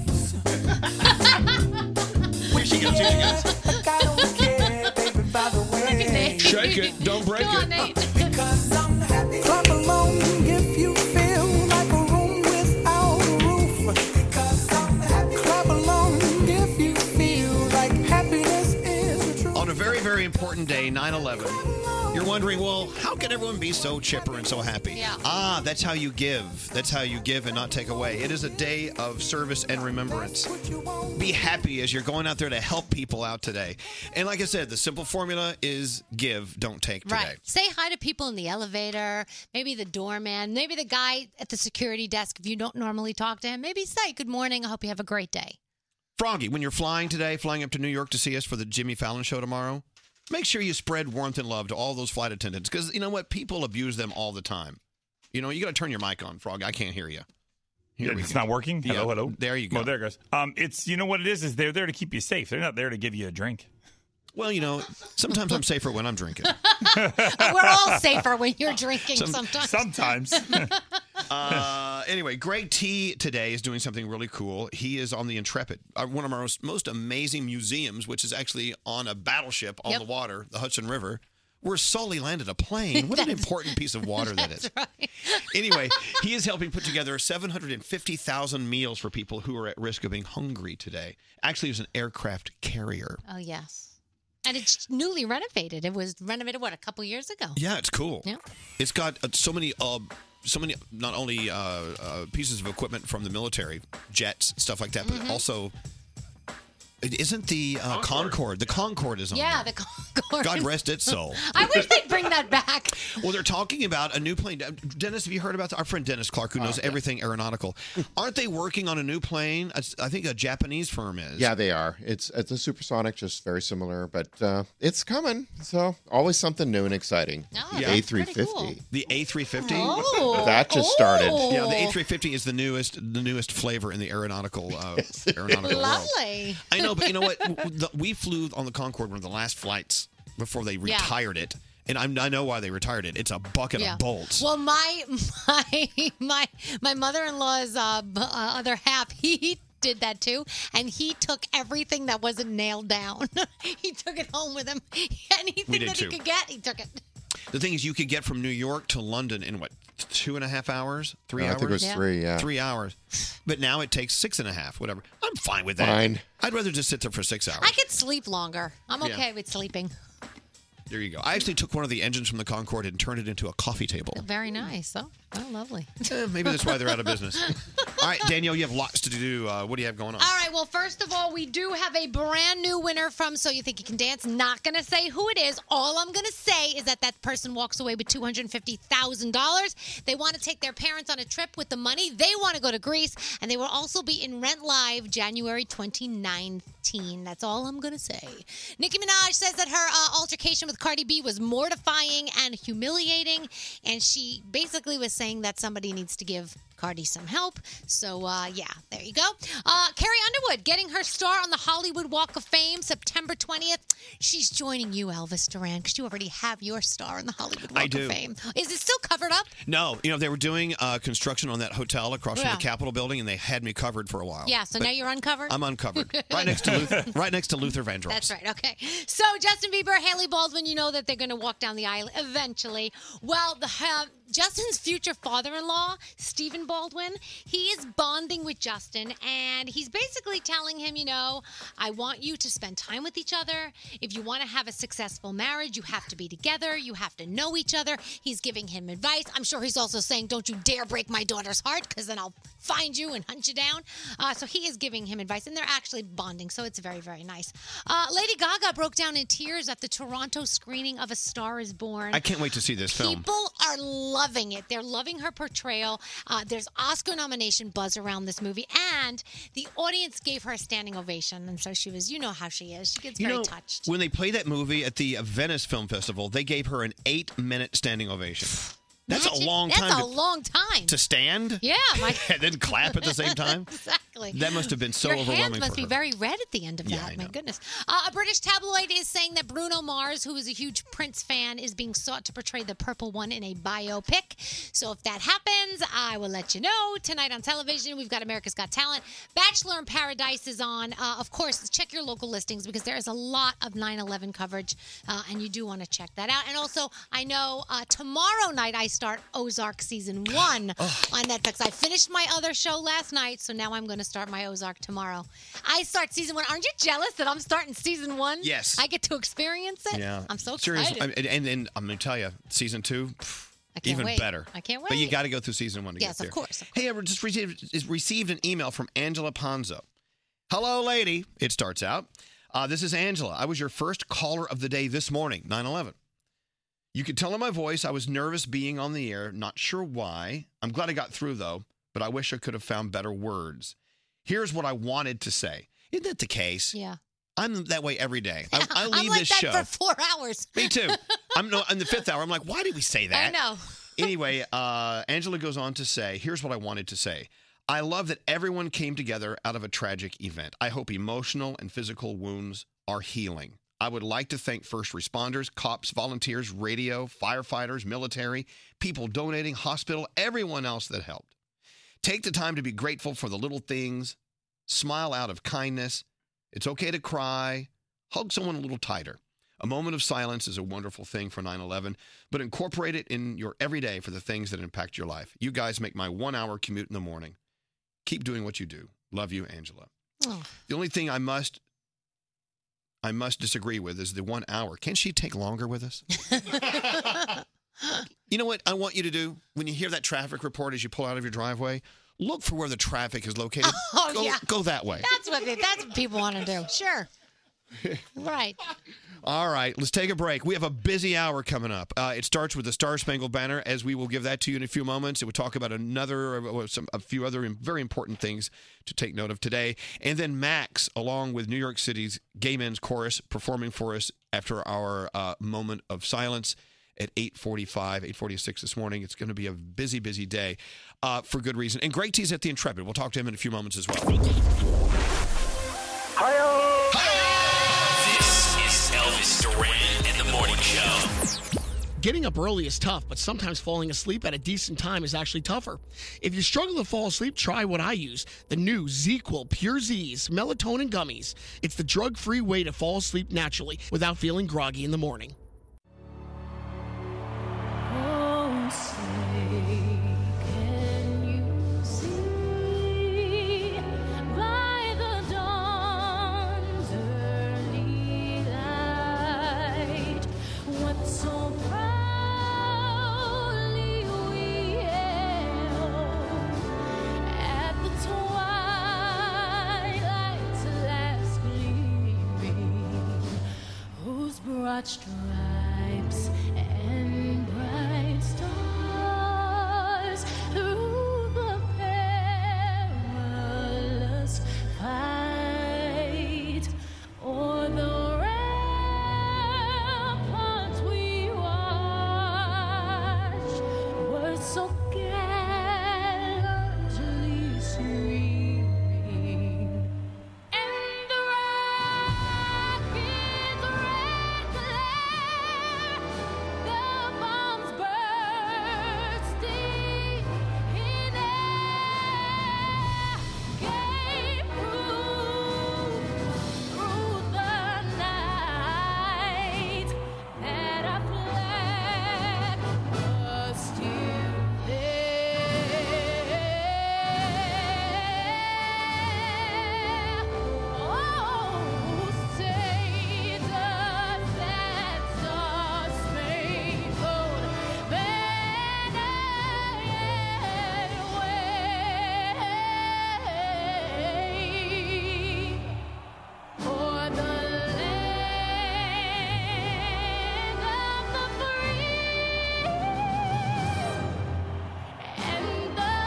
Speaker 2: Where's she going
Speaker 20: Shake
Speaker 2: it, don't break
Speaker 20: it. Clap along if you feel like a room without a roof. Clap along if you feel like happiness is the truth.
Speaker 2: On a very, very important day, 9 11, you're wondering, well, how can everyone be so chipper and so happy?
Speaker 20: Yeah.
Speaker 2: Ah, that's how you give. That's how you give and not take away. It is a day of service and remembrance. Be happy as you're going out there to help people out today. And like I said, the simple formula is give, don't take today.
Speaker 3: Right. Say hi to people in the elevator, maybe the doorman, maybe the guy at the security desk if you don't normally talk to him. Maybe say, Good morning. I hope you have a great day.
Speaker 2: Froggy, when you're flying today, flying up to New York to see us for the Jimmy Fallon show tomorrow, make sure you spread warmth and love to all those flight attendants because you know what? People abuse them all the time. You know, you got to turn your mic on, Frog. I can't hear you.
Speaker 8: Yeah, it's not working. Hello, hello.
Speaker 2: There you go.
Speaker 8: Well, there it goes. Um, it's you know what it is is they're there to keep you safe. They're not there to give you a drink.
Speaker 2: Well, you know, sometimes I'm safer when I'm drinking.
Speaker 3: We're all safer when you're drinking
Speaker 2: Some-
Speaker 3: sometimes.
Speaker 8: Sometimes.
Speaker 2: uh, anyway, Greg T today is doing something really cool. He is on the Intrepid, uh, one of our most, most amazing museums, which is actually on a battleship on
Speaker 3: Yep.
Speaker 2: the water, the Hudson River, where Sully landed a plane. What an important piece of water that is. anyway, he is helping put together 750,000 meals for people who are at risk of being hungry today. Actually, it was an aircraft carrier.
Speaker 3: oh, yes. And it's newly renovated. It was renovated, what, a couple years ago?
Speaker 2: Yeah, it's cool.
Speaker 3: Yeah.
Speaker 2: It's got uh, so many, uh, so many not only uh,
Speaker 3: Mm-hmm.
Speaker 2: uh, pieces of equipment from the military, jets, stuff like that, but
Speaker 3: Mhm.
Speaker 2: also Isn't the uh, Concord? The Concord is on.
Speaker 3: yeah, the Concorde.
Speaker 2: God rest its soul.
Speaker 3: I wish they'd bring that back.
Speaker 2: Well, they're talking about a new plane. Uh, Dennis, have you heard about th- our friend Dennis Clark,
Speaker 3: Oh,
Speaker 2: who knows everything aeronautical? Aren't they working on a new plane? I s- I think a Japanese firm is.
Speaker 6: Yeah, they are. It's it's a supersonic, just very similar, but uh, it's coming. So always something new and exciting.
Speaker 2: Yeah.
Speaker 6: A three fifty.
Speaker 2: The A350.
Speaker 6: Oh. That just started. Oh.
Speaker 2: Yeah, the A350 is the newest, the newest flavor in the aeronautical, uh, aeronautical world.
Speaker 3: Lovely.
Speaker 2: I know, but you know what? The, we flew on the Concorde one of the last flights before they
Speaker 3: Yeah.
Speaker 2: retired it. And I'm, I know why they retired it. It's a bucket
Speaker 3: Yeah.
Speaker 2: of bolts.
Speaker 3: Well, my my my my mother-in-law's uh, b- uh, other half, he did that too, and he took everything that wasn't nailed down. he took it home with him.
Speaker 2: We
Speaker 3: Anything
Speaker 2: did
Speaker 3: that
Speaker 2: too.
Speaker 3: he could get, he took it.
Speaker 2: the thing is, you could get from New York to London in what, two and a half hours? Three
Speaker 6: No, I
Speaker 2: hours?
Speaker 6: think it was Yeah. three, yeah.
Speaker 2: Three hours. But now it takes six and a half, whatever. I'm fine with that.
Speaker 6: Fine.
Speaker 2: I'd rather just sit there for six hours.
Speaker 3: I could sleep longer. I'm
Speaker 2: Yeah.
Speaker 3: okay with sleeping.
Speaker 2: There you go. I actually took one of the engines from the Concorde and turned it into a coffee table.
Speaker 3: Very nice. Oh, oh lovely.
Speaker 2: Eh, Maybe that's why they're out of business. All right, Danielle, you have lots to do. Uh, what do you have going on?
Speaker 3: All right. Well, first of all, we do have a brand new winner from So You Think You Can Dance. Not going to say who it is. All I'm going to say is that that person walks away with $250,000. They want to take their parents on a trip with the money. They want to go to Greece. And they will also be in Rent Live January 2019. That's all I'm going to say. Nicki Minaj says that her uh, altercation with Cardi B was mortifying and humiliating. And she basically was saying that somebody needs to give Cardi some help. So, uh, yeah, there you go. Uh, Carrie Underwood getting her star on the Hollywood Walk of Fame September 20th. She's joining you, Elvis Duran, because you already have your star on the Hollywood Walk
Speaker 2: I do.
Speaker 3: of Fame. Is it still covered up?
Speaker 2: No, you know they were doing uh, construction on that hotel across
Speaker 3: Yeah.
Speaker 2: from the Capitol building, and they had me covered for a while.
Speaker 3: yeah, so
Speaker 2: Oh, But
Speaker 3: now you're uncovered?
Speaker 2: I'm uncovered, right next to Luther, right next to Luther Vandross.
Speaker 3: That's right. Okay. So Justin Bieber, Haley Baldwin, you know that they're going to walk down the aisle eventually. Well, the uh, Justin's future father-in-law, Stephen Baldwin, he is bonding with Justin, and he's basically telling him, you know, I want you to spend time with each other. If you want to have a successful marriage, you have to be together. You have to know each other. He's giving him advice. I'm sure he's also saying, don't you dare break my daughter's heart, because then I'll find you and hunt you down. Uh, so he is giving him advice, and they're actually bonding. So it's very, very nice. Uh, Lady Gaga broke down in tears at the Toronto screening of A Star Is Born.
Speaker 2: I can't wait to see this film.
Speaker 3: People are loving it. They're loving her portrayal. Uh, there's Oscar nomination buzz around this movie, and the audience gave her a standing ovation. And so she was, you know how she is. She gets
Speaker 2: You
Speaker 3: very
Speaker 2: know,
Speaker 3: touched.
Speaker 2: when they play that movie at the Venice Film Festival, they gave her an eight-minute standing ovation. That's a
Speaker 3: Imagine-
Speaker 2: long
Speaker 3: That's
Speaker 2: time
Speaker 3: a
Speaker 2: to,
Speaker 3: long time.
Speaker 2: to stand.
Speaker 3: Yeah, my-
Speaker 2: and then clap at the same time.
Speaker 3: exactly.
Speaker 2: That must have been so
Speaker 3: Your hands
Speaker 2: overwhelming
Speaker 3: must
Speaker 2: for
Speaker 3: be
Speaker 2: her.
Speaker 3: very red at the end of
Speaker 2: Yeah, I
Speaker 3: that. My goodness. Uh, a British tabloid is saying that Bruno Mars, who is a huge Prince fan, is being sought to portray the Purple One in a biopic. So if that happens, I will let you know tonight on television. We've got America's Got Talent, Bachelor in Paradise is on. Uh, of course, check your local listings because there is a lot of 9/11 coverage, uh, and you do want to check that out. And also, I know uh, tomorrow night I start Ozark season one on Netflix. I finished my other show last night, so now I'm going to start my Ozark tomorrow. I start season one. Aren't you jealous that I'm starting season one?
Speaker 2: Yes.
Speaker 3: I get to experience it.
Speaker 2: Yeah,
Speaker 3: I'm so excited.
Speaker 2: Seriously, I- and, and and I'm gonna tell you, season two, pff,
Speaker 3: can't
Speaker 2: even
Speaker 3: wait.
Speaker 2: better.
Speaker 3: I can't
Speaker 2: But you
Speaker 3: wait.
Speaker 2: got to go through season one to
Speaker 3: Yes,
Speaker 2: get there.
Speaker 3: of course,
Speaker 2: Hey, I re- just received is- received an email from Angela Ponzo. Hello, lady. It starts out. Uh, this is Angela. I was your first caller of the day this morning, 9/11. You could tell in my voice I was nervous being on the air, not sure why. I'm glad I got through though, but I wish I could have found better words. Here's what I wanted to say. Isn't that the case?
Speaker 3: Yeah.
Speaker 2: I'm that way every day. I, I
Speaker 3: I'm
Speaker 2: leave
Speaker 3: like
Speaker 2: this
Speaker 3: that
Speaker 2: show.
Speaker 3: for four hours.
Speaker 2: Me too. I'm no, in the fifth hour. I'm like, why did we say that?
Speaker 3: I know.
Speaker 2: anyway, uh, Angela goes on to say, here's what I wanted to say. I love that everyone came together out of a tragic event. I hope emotional and physical wounds are healing. I would like to thank first responders, cops, volunteers, radio, firefighters, military, people donating, hospital, everyone else that helped. Take the time to be grateful for the little things. Smile out of kindness. It's okay to cry. Hug someone a little tighter. A moment of silence is a wonderful thing for 9 11, but incorporate it in your everyday for the things that impact your life. You guys make my one hour commute in the morning. Keep doing what you do. Love you, Angela.
Speaker 3: Oh.
Speaker 2: The only thing I must. I must disagree with is the one hour. Can she take longer with us? you know what I want you to do when you hear that traffic report as you pull out of your driveway? Look for where the traffic is located.
Speaker 3: Oh,
Speaker 2: go,
Speaker 3: yeah.
Speaker 2: go that way.
Speaker 3: That's what they, that's what people want to do. Sure. Right.
Speaker 2: All right, let's take a break. We have a busy hour coming up. Uh, it starts with the Star Spangled Banner, as we will give that to you in a few moments. And we'll talk about another, or some, a few other im- very important things to take note of today. And then Max, along with New York City's Gay Men's Chorus, performing for us after our uh, moment of silence at 8.45 8.46 this morning it's going to be a busy busy day uh, for good reason and greg t's at the intrepid we'll talk to him in a few moments as well
Speaker 10: This is Elvis Duran and the Morning Show.
Speaker 12: Getting up early is tough, but sometimes falling asleep at a decent time is actually tougher. If you struggle to fall asleep, try what I use the new ZQL Pure Z's melatonin gummies. It's the drug free way to fall asleep naturally without feeling groggy in the morning.
Speaker 20: Oh, say, can you see by the dawn's early light what so proudly we hailed at the twilight's last gleaming? whose broad stripes and bright stars through the perilous fight o'er the ramparts we watched were so gallantly streaming. And the rocket's red glare, the bombs bursting in air, gave proof through the night that our flag was still there. Oh, say does that star-spangled banner yet wave o'er the land of the free and the home of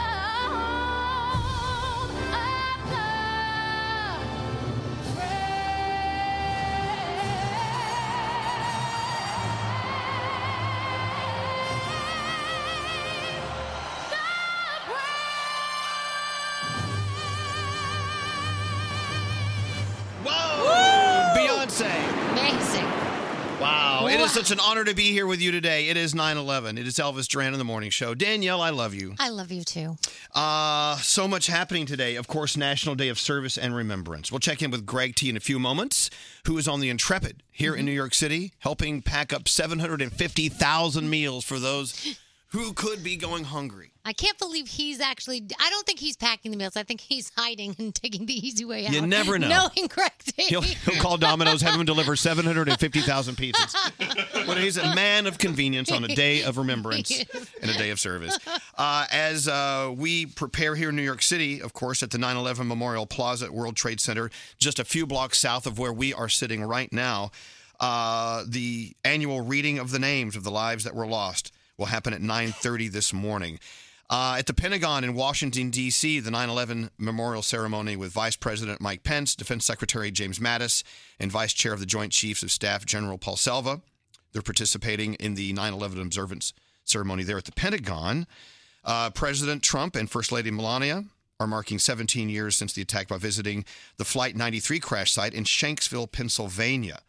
Speaker 20: the
Speaker 2: Whoa! Beyonce.
Speaker 3: Amazing.
Speaker 2: Wow. It is such an honor to be here with you today. It is 9 11. It is Elvis Duran in the Morning Show. Danielle, I love you.
Speaker 3: I love you too.
Speaker 2: Uh, so much happening today. Of course, National Day of Service and Remembrance. We'll check in with Greg T in a few moments, who is on the Intrepid here in New York City, helping pack up 750,000 meals for those who could be going hungry.
Speaker 3: I can't believe he's actually. I don't think he's packing the meals. I think he's hiding and taking the easy way out.
Speaker 2: You never know.
Speaker 3: Knowing Greg T.
Speaker 2: He'll, he'll call Domino's, have him deliver 750,000 pizzas. Well, he's a man of convenience on a day of remembrance
Speaker 20: He is.
Speaker 2: and a day of service. Uh, as uh, we prepare here in New York City, of course, at the 9 11 Memorial Plaza at World Trade Center, just a few blocks south of where we are sitting right now, uh, the annual reading of the names of the lives that were lost will happen at 9.30 this morning. Uh, at the Pentagon in Washington, D.C., the 9 11 memorial ceremony with Vice President Mike Pence, Defense Secretary James Mattis, and Vice Chair of the Joint Chiefs of Staff General Paul Selva. They're participating in the 9 11 observance ceremony there at the Pentagon. Uh, President Trump and First Lady Melania are marking 17 years since the attack by visiting the Flight 93 crash site in Shanksville, Pennsylvania,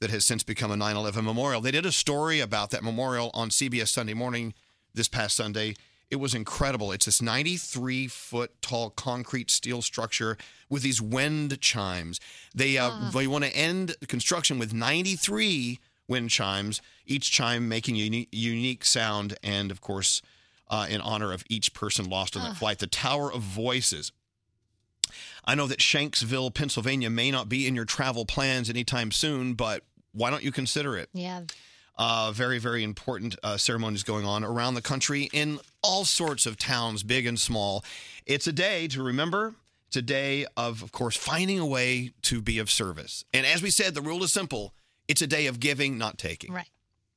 Speaker 2: that has since become a 9 11 memorial. They did a story about that memorial on CBS Sunday morning this past Sunday. It was incredible. It's this 93 foot tall concrete steel structure with these wind chimes. They uh, they want to end construction with 93 wind chimes, each chime making a unique, unique sound, and of course, uh, in honor of each person lost on that
Speaker 13: Ah.
Speaker 2: flight. The Tower of Voices. I know that Shanksville, Pennsylvania, may not be in your travel plans anytime soon, but why don't you consider it?
Speaker 3: Yeah.
Speaker 2: Uh, Uh, very, very important uh, ceremonies going on around the country in all sorts of towns, big and small. It's a day to remember. It's a day of, of course, finding a way to be of service. And as we said, the rule is simple it's a day of giving, not taking.
Speaker 3: Right.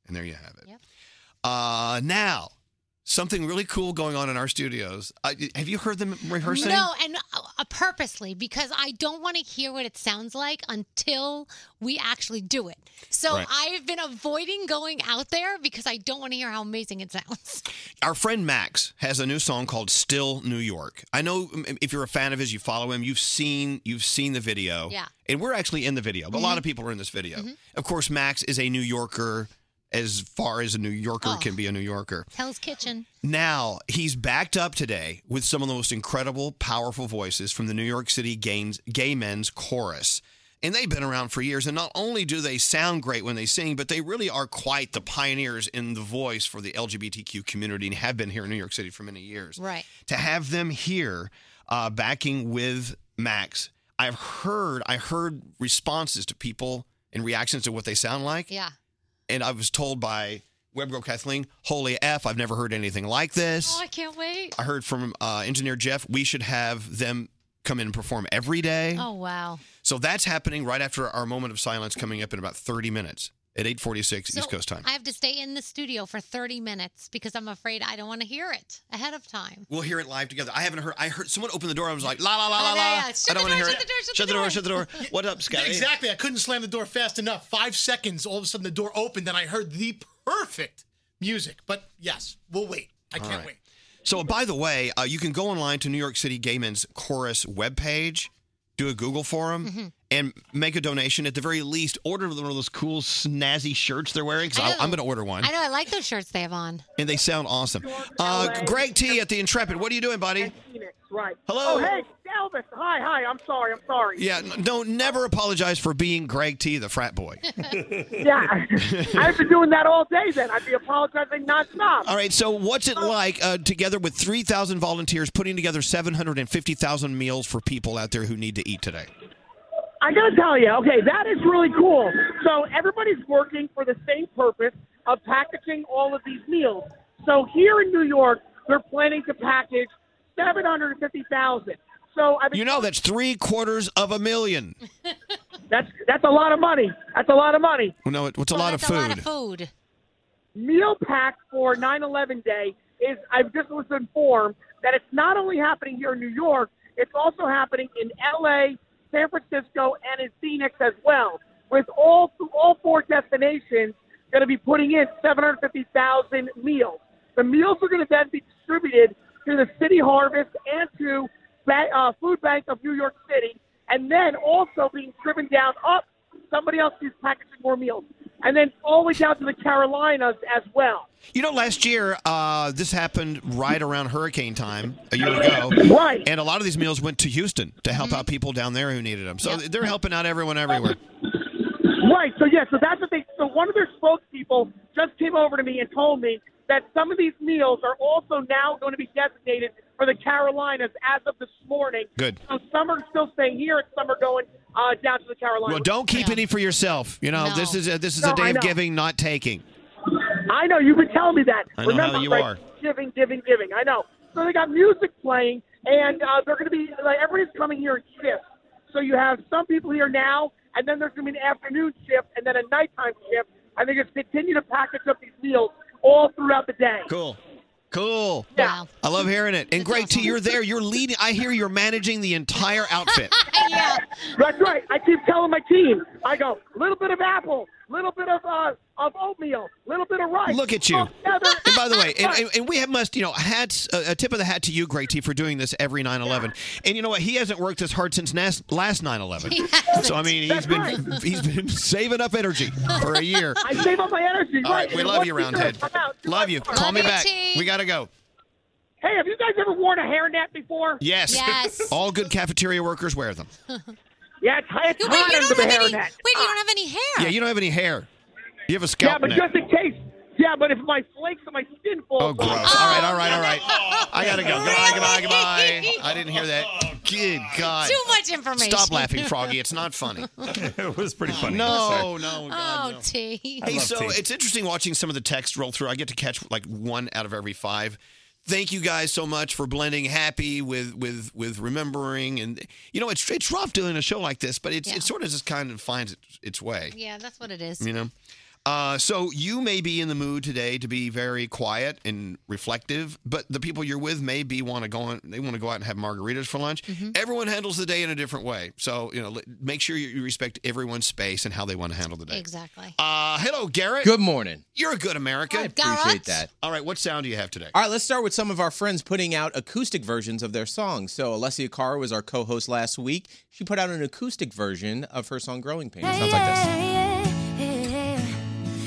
Speaker 2: And there you have it. Uh, now, something really cool going on in our studios. Uh, have you heard them rehearsing?
Speaker 3: No, and uh, purposely because I don't want to hear what it sounds like until we actually do it. So
Speaker 2: Right.
Speaker 3: I've been avoiding going out there because I don't want to hear how amazing it sounds.
Speaker 2: Our friend Max has a new song called "Still New York." I know um, if you're a fan of his, you follow him. You've seen you've seen the video,
Speaker 13: Yeah.
Speaker 2: And we're actually in the video. But A lot of people are in this video. Of course, Max is a New Yorker as far as a New Yorker
Speaker 3: Oh.
Speaker 2: can be a New Yorker.
Speaker 3: Hell's Kitchen.
Speaker 2: Now he's backed up today with some of the most incredible, powerful voices from the New York City Games, Gay Men's Chorus. And they've been around for years. And not only do they sound great when they sing, but they really are quite the pioneers in the voice for the LGBTQ community and have been here in New York City for many years
Speaker 3: Right.
Speaker 2: to have them here uh, backing with Max. I've heard I heard responses to people and reactions to what they sound like.
Speaker 3: Yeah.
Speaker 2: And I was told by web girl Kathleen, "Holy f! I've never heard anything like this."
Speaker 3: Oh, I can't wait.
Speaker 2: I heard from uh, engineer Jeff, "We should have them come in and perform every day."
Speaker 3: Oh wow.
Speaker 2: So that's happening right after our moment of silence coming up in about 30 minutes at 8:46
Speaker 3: So
Speaker 2: East Coast time.
Speaker 3: I have to stay in the studio for 30 minutes because I'm afraid I don't want to hear it ahead of time.
Speaker 2: We'll hear it live together. I haven't heard. I heard someone open the door. I was like, la la la la la.
Speaker 3: Oh, yeah, yeah. Shut
Speaker 2: I don't
Speaker 3: the
Speaker 2: want to
Speaker 3: door,
Speaker 2: hear
Speaker 3: shut
Speaker 2: it.
Speaker 3: the door, shut
Speaker 2: shut
Speaker 3: the
Speaker 2: the door.
Speaker 3: door.
Speaker 2: Shut the door. What up, Scotty?
Speaker 9: Exactly. I couldn't slam the door fast enough. Five seconds, all of a sudden the door opened, and I heard the perfect music. But yes, we'll wait. I
Speaker 2: All
Speaker 9: can't
Speaker 2: right.
Speaker 9: wait.
Speaker 2: So, by the way, uh, you can go online to New York City Gay Men's Chorus webpage, do a Google for them, and make a donation. At the very least, order one of those cool, snazzy shirts they're wearing
Speaker 3: I
Speaker 2: because
Speaker 3: know.
Speaker 2: I'm going to order one.
Speaker 3: I know I like those shirts they have on.
Speaker 2: And they sound awesome. Uh, Greg T at the Intrepid, what are you doing, buddy?
Speaker 24: Phoenix, right.
Speaker 2: Hello.
Speaker 24: Oh, hey, Elvis. Hi, hi. I'm sorry. I'm sorry.
Speaker 2: Yeah, n- don't never apologize for being Greg T, the frat boy.
Speaker 24: yeah. I've been doing that all day then. I'd be apologizing nonstop.
Speaker 2: All right, so what's it like uh, together with 3,000 volunteers putting together 750,000 meals for people out there who need to eat today?
Speaker 24: I gotta tell you, okay, that is really cool. So everybody's working for the same purpose of packaging all of these meals. So here in New York, they're planning to package seven hundred fifty thousand. So I mean,
Speaker 2: You know, that's three quarters of a million.
Speaker 24: that's that's a lot of money. That's a lot of money.
Speaker 2: Well, no, it, it's a lot of food.
Speaker 3: food.
Speaker 24: Meal pack for 9/11 day is I've just was informed that it's not only happening here in New York, it's also happening in LA, San Francisco, and in Phoenix as well. With all all four destinations going to be putting in 750,000 meals. The meals are going to then be distributed to the City Harvest and to ba- uh, Food Bank of New York City, and then also being driven down up somebody else is packaging more meals. And then all the way down to the Carolinas as well.
Speaker 2: You know, last year uh, this happened right around hurricane time a year ago, right? And a lot of these meals went to Houston to help out people down there who needed them. So they're helping out everyone everywhere.
Speaker 24: Right. So yeah. So that's the thing. So one of their spokespeople just came over to me and told me that some of these meals are also now going to be designated for the Carolinas as of this morning.
Speaker 2: Good.
Speaker 24: So some are still staying here, and some are going uh, down to the Carolinas.
Speaker 2: Well, don't keep any for yourself. You know, this is a, this is
Speaker 24: No,
Speaker 2: a day
Speaker 24: I
Speaker 2: of
Speaker 24: know.
Speaker 2: giving, not taking.
Speaker 24: I know you've been telling me that.
Speaker 2: I know
Speaker 24: Remember,
Speaker 2: how you
Speaker 24: like,
Speaker 2: are.
Speaker 24: Giving, giving, giving. I know. So they got music playing, and uh, they're going to be like everybody's coming here in shifts. So you have some people here now, and then there's going to be an afternoon shift, and then a nighttime shift, and they just continue to package up these meals all throughout the day.
Speaker 2: Cool, cool.
Speaker 24: Yeah.
Speaker 2: I love hearing it. And Greg T, you're there. You're leading. I hear you're managing the entire outfit.
Speaker 24: yeah. That's right. I keep telling my team. I go a little bit of apple, little bit of uh, of oatmeal, little bit of rice.
Speaker 2: Look at you.
Speaker 24: all together.
Speaker 2: And by the way, and, and, and we have must, you know, hats, a, a tip of the hat to you, Greg T, for doing this every 9 11. And you know what? He hasn't worked this hard since nas- last 9 11.
Speaker 24: He hasn't.
Speaker 2: So, I mean, he's
Speaker 24: That's
Speaker 2: been
Speaker 24: right.
Speaker 2: he's been saving up energy for a year.
Speaker 24: I save up my energy.
Speaker 2: All right,
Speaker 24: right.
Speaker 2: we
Speaker 24: And
Speaker 2: love
Speaker 24: once
Speaker 2: you,
Speaker 24: we do it,
Speaker 2: Roundhead.
Speaker 24: I'm out.
Speaker 2: Love you. Call
Speaker 24: Love
Speaker 2: me
Speaker 24: you,
Speaker 2: back.
Speaker 24: T.
Speaker 2: We got to go.
Speaker 24: Hey, have you guys ever worn a hairnet before?
Speaker 2: Yes. All good cafeteria workers wear them.
Speaker 24: yeah, it's, it's
Speaker 3: You- wait,
Speaker 24: hot
Speaker 3: you
Speaker 24: under
Speaker 3: don't
Speaker 24: the
Speaker 3: have any-
Speaker 24: hairnet.
Speaker 3: Wait, you don't have any hair.
Speaker 2: Yeah, you don't have any hair. You have a scalp
Speaker 24: yeah, but
Speaker 2: neck.
Speaker 24: just in case, Yeah, but if my flakes on my skin fall.
Speaker 2: Oh, gross. All right, all right, all right.
Speaker 3: Oh.
Speaker 2: I gotta go. Goodbye, goodbye, goodbye. I didn't hear that. Good God.
Speaker 3: Too much information.
Speaker 2: Stop laughing, Froggy. It's not funny.
Speaker 8: it was pretty funny.
Speaker 2: No, no.
Speaker 3: oh, T.
Speaker 2: Hey, so it's interesting watching some of the text roll through. I get to catch like one out of every five. Thank you guys so much for blending happy with with with remembering, and you know it's it's rough doing a show like this, but it's
Speaker 3: Yeah.
Speaker 2: it sort of just kind of finds it, its way.
Speaker 3: Yeah, that's what it is.
Speaker 2: You know. Uh, so you may be in the mood today to be very quiet and reflective, but the people you're with may be want to go on. They want to go out and have margaritas for lunch.
Speaker 29: Mm-hmm.
Speaker 2: Everyone handles the day in a different way, so you know li- make sure you, you respect everyone's space and how they want to handle the day.
Speaker 3: Exactly.
Speaker 2: Uh, hello, Garrett.
Speaker 30: Good morning.
Speaker 2: You're a good American. I
Speaker 30: appreciate that.
Speaker 2: All right, what sound do you have today?
Speaker 30: All right, let's start with some of our friends putting out acoustic versions of their songs. So Alessia Cara was our co-host last week. She put out an acoustic version of her song "Growing Pains." It sounds like this.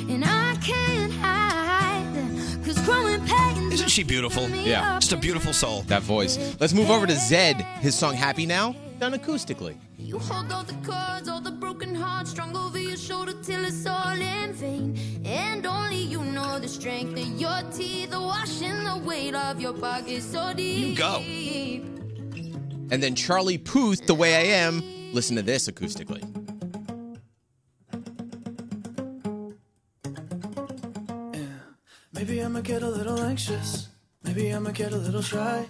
Speaker 14: And I can't hide that, Cause growing pains
Speaker 2: Isn't she beautiful?
Speaker 30: Yeah,
Speaker 2: just a beautiful soul.
Speaker 30: That voice. Let's move over to Zed. His song "Happy Now" done acoustically.
Speaker 14: You hold all the cards, all the broken hearts strung over your shoulder till it's all in vain. And only you know the strength of your teeth are washing the weight of your pockets so deep.
Speaker 30: go. And then Charlie Puth, "The Way I Am." Listen to this acoustically.
Speaker 31: Maybe I'ma get a little anxious. Maybe I'ma get a little shy.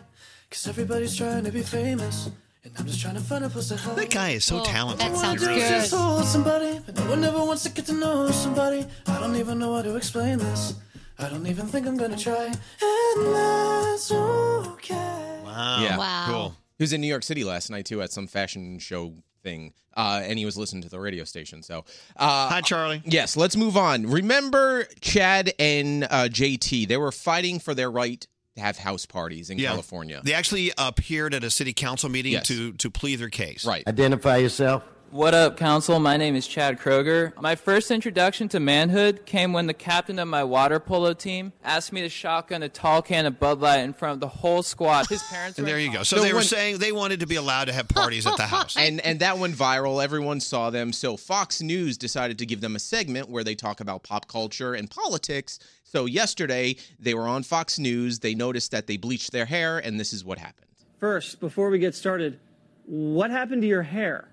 Speaker 31: Cause everybody's trying to be famous. And I'm just trying to find a place to hide.
Speaker 2: That guy is so talented.
Speaker 31: I wanna do is just hold somebody, but no one ever wants to get to know somebody. I don't even know how to explain this. I don't even think I'm gonna try. And that's okay.
Speaker 2: Wow.
Speaker 30: Yeah.
Speaker 31: Wow. Cool.
Speaker 30: He was in New York City last night too at some fashion show thing, uh, and he was listening to the radio station. So, uh, hi
Speaker 2: Charlie.
Speaker 30: Yes, let's move on. Remember Chad and uh, JT? They were fighting for their right to have house parties in
Speaker 2: Yeah.
Speaker 30: California.
Speaker 2: They actually appeared at a city council meeting
Speaker 30: Yes.
Speaker 2: to to plead their case.
Speaker 30: Right.
Speaker 29: Identify yourself. What up, Council? My name is Chad Kroger. My first introduction to manhood came when the captain of my water polo team asked me to shotgun a tall can of Bud Light in front of the whole squad. His parents
Speaker 2: And
Speaker 29: were
Speaker 2: there you go. So,
Speaker 30: So
Speaker 2: they were
Speaker 30: when-
Speaker 2: saying they wanted to be allowed to have parties at the house.
Speaker 30: And and that went viral. Everyone saw them. So Fox News decided to give them a segment where they talk about pop culture and politics. So yesterday they were on Fox News. They noticed that they bleached their hair, and this is what happened.
Speaker 32: First, before we get started, what happened to your hair?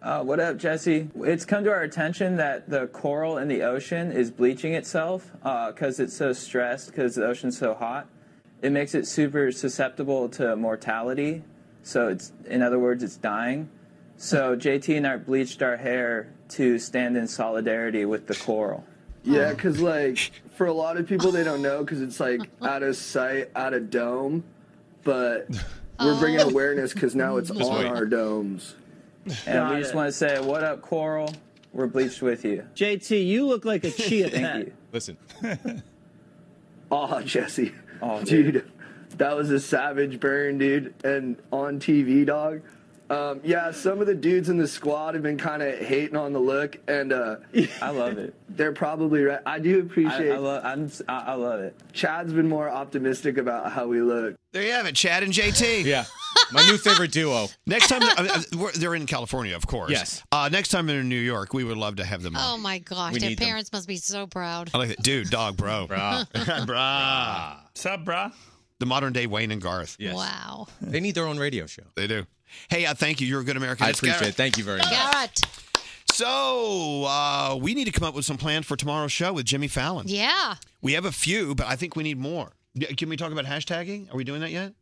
Speaker 29: Uh, what up, Jesse? It's come to our attention that the coral in the ocean is bleaching itself because it's so stressed because the ocean's so hot. It makes it super susceptible to mortality. So it's, in other words, it's dying. So JT and I bleached our hair to stand in solidarity with the coral.
Speaker 32: Yeah, because, like, for a lot of people, they don't know because it's, like, out of sight, out of dome. But we're bringing
Speaker 29: Oh.
Speaker 32: awareness because now it's
Speaker 29: Just
Speaker 32: on
Speaker 29: wait.
Speaker 32: our domes.
Speaker 29: And we just want to say, what up, coral? We're bleached with you.
Speaker 32: JT, you look like a chia
Speaker 29: Thank
Speaker 32: pet.
Speaker 29: you.
Speaker 30: Listen.
Speaker 32: Aw, Jesse.
Speaker 29: Aw,
Speaker 32: dude. that was a savage burn, dude. And on TV, dog. Um, yeah, some of the dudes in the squad have been kind of hating on the look, and uh,
Speaker 29: I love it.
Speaker 32: They're probably right. I do appreciate.
Speaker 29: I love. I'm, s- I, I love it.
Speaker 32: Chad's been more optimistic about how we look.
Speaker 2: There you have it, Chad and JT.
Speaker 30: yeah. My new favorite duo.
Speaker 2: Next time I mean, uh, we're- they're in California, of course.
Speaker 30: Yes.
Speaker 2: Uh, next time they're in New York, we would love to have them. on.
Speaker 3: Oh my gosh,
Speaker 2: We
Speaker 3: their
Speaker 2: need them.
Speaker 3: parents must be so proud.
Speaker 2: I like that. Dude, dog, bro.
Speaker 30: Brah.
Speaker 2: brah.
Speaker 8: What's up, brah?
Speaker 2: The modern day Wayne and Garth.
Speaker 3: Wow.
Speaker 30: They need their own radio show.
Speaker 2: They do. Hey, uh, thank you. You're a good American.
Speaker 30: I
Speaker 2: It's
Speaker 30: appreciate
Speaker 2: Garrett.
Speaker 30: it. Thank you very much.
Speaker 3: Garrett.
Speaker 2: So, uh, we need to come up with some plans for tomorrow's show with Jimmy Fallon.
Speaker 3: Yeah.
Speaker 2: We have a few, but I think we need more. Yeah, Can we talk about hashtagging? Are we doing that yet?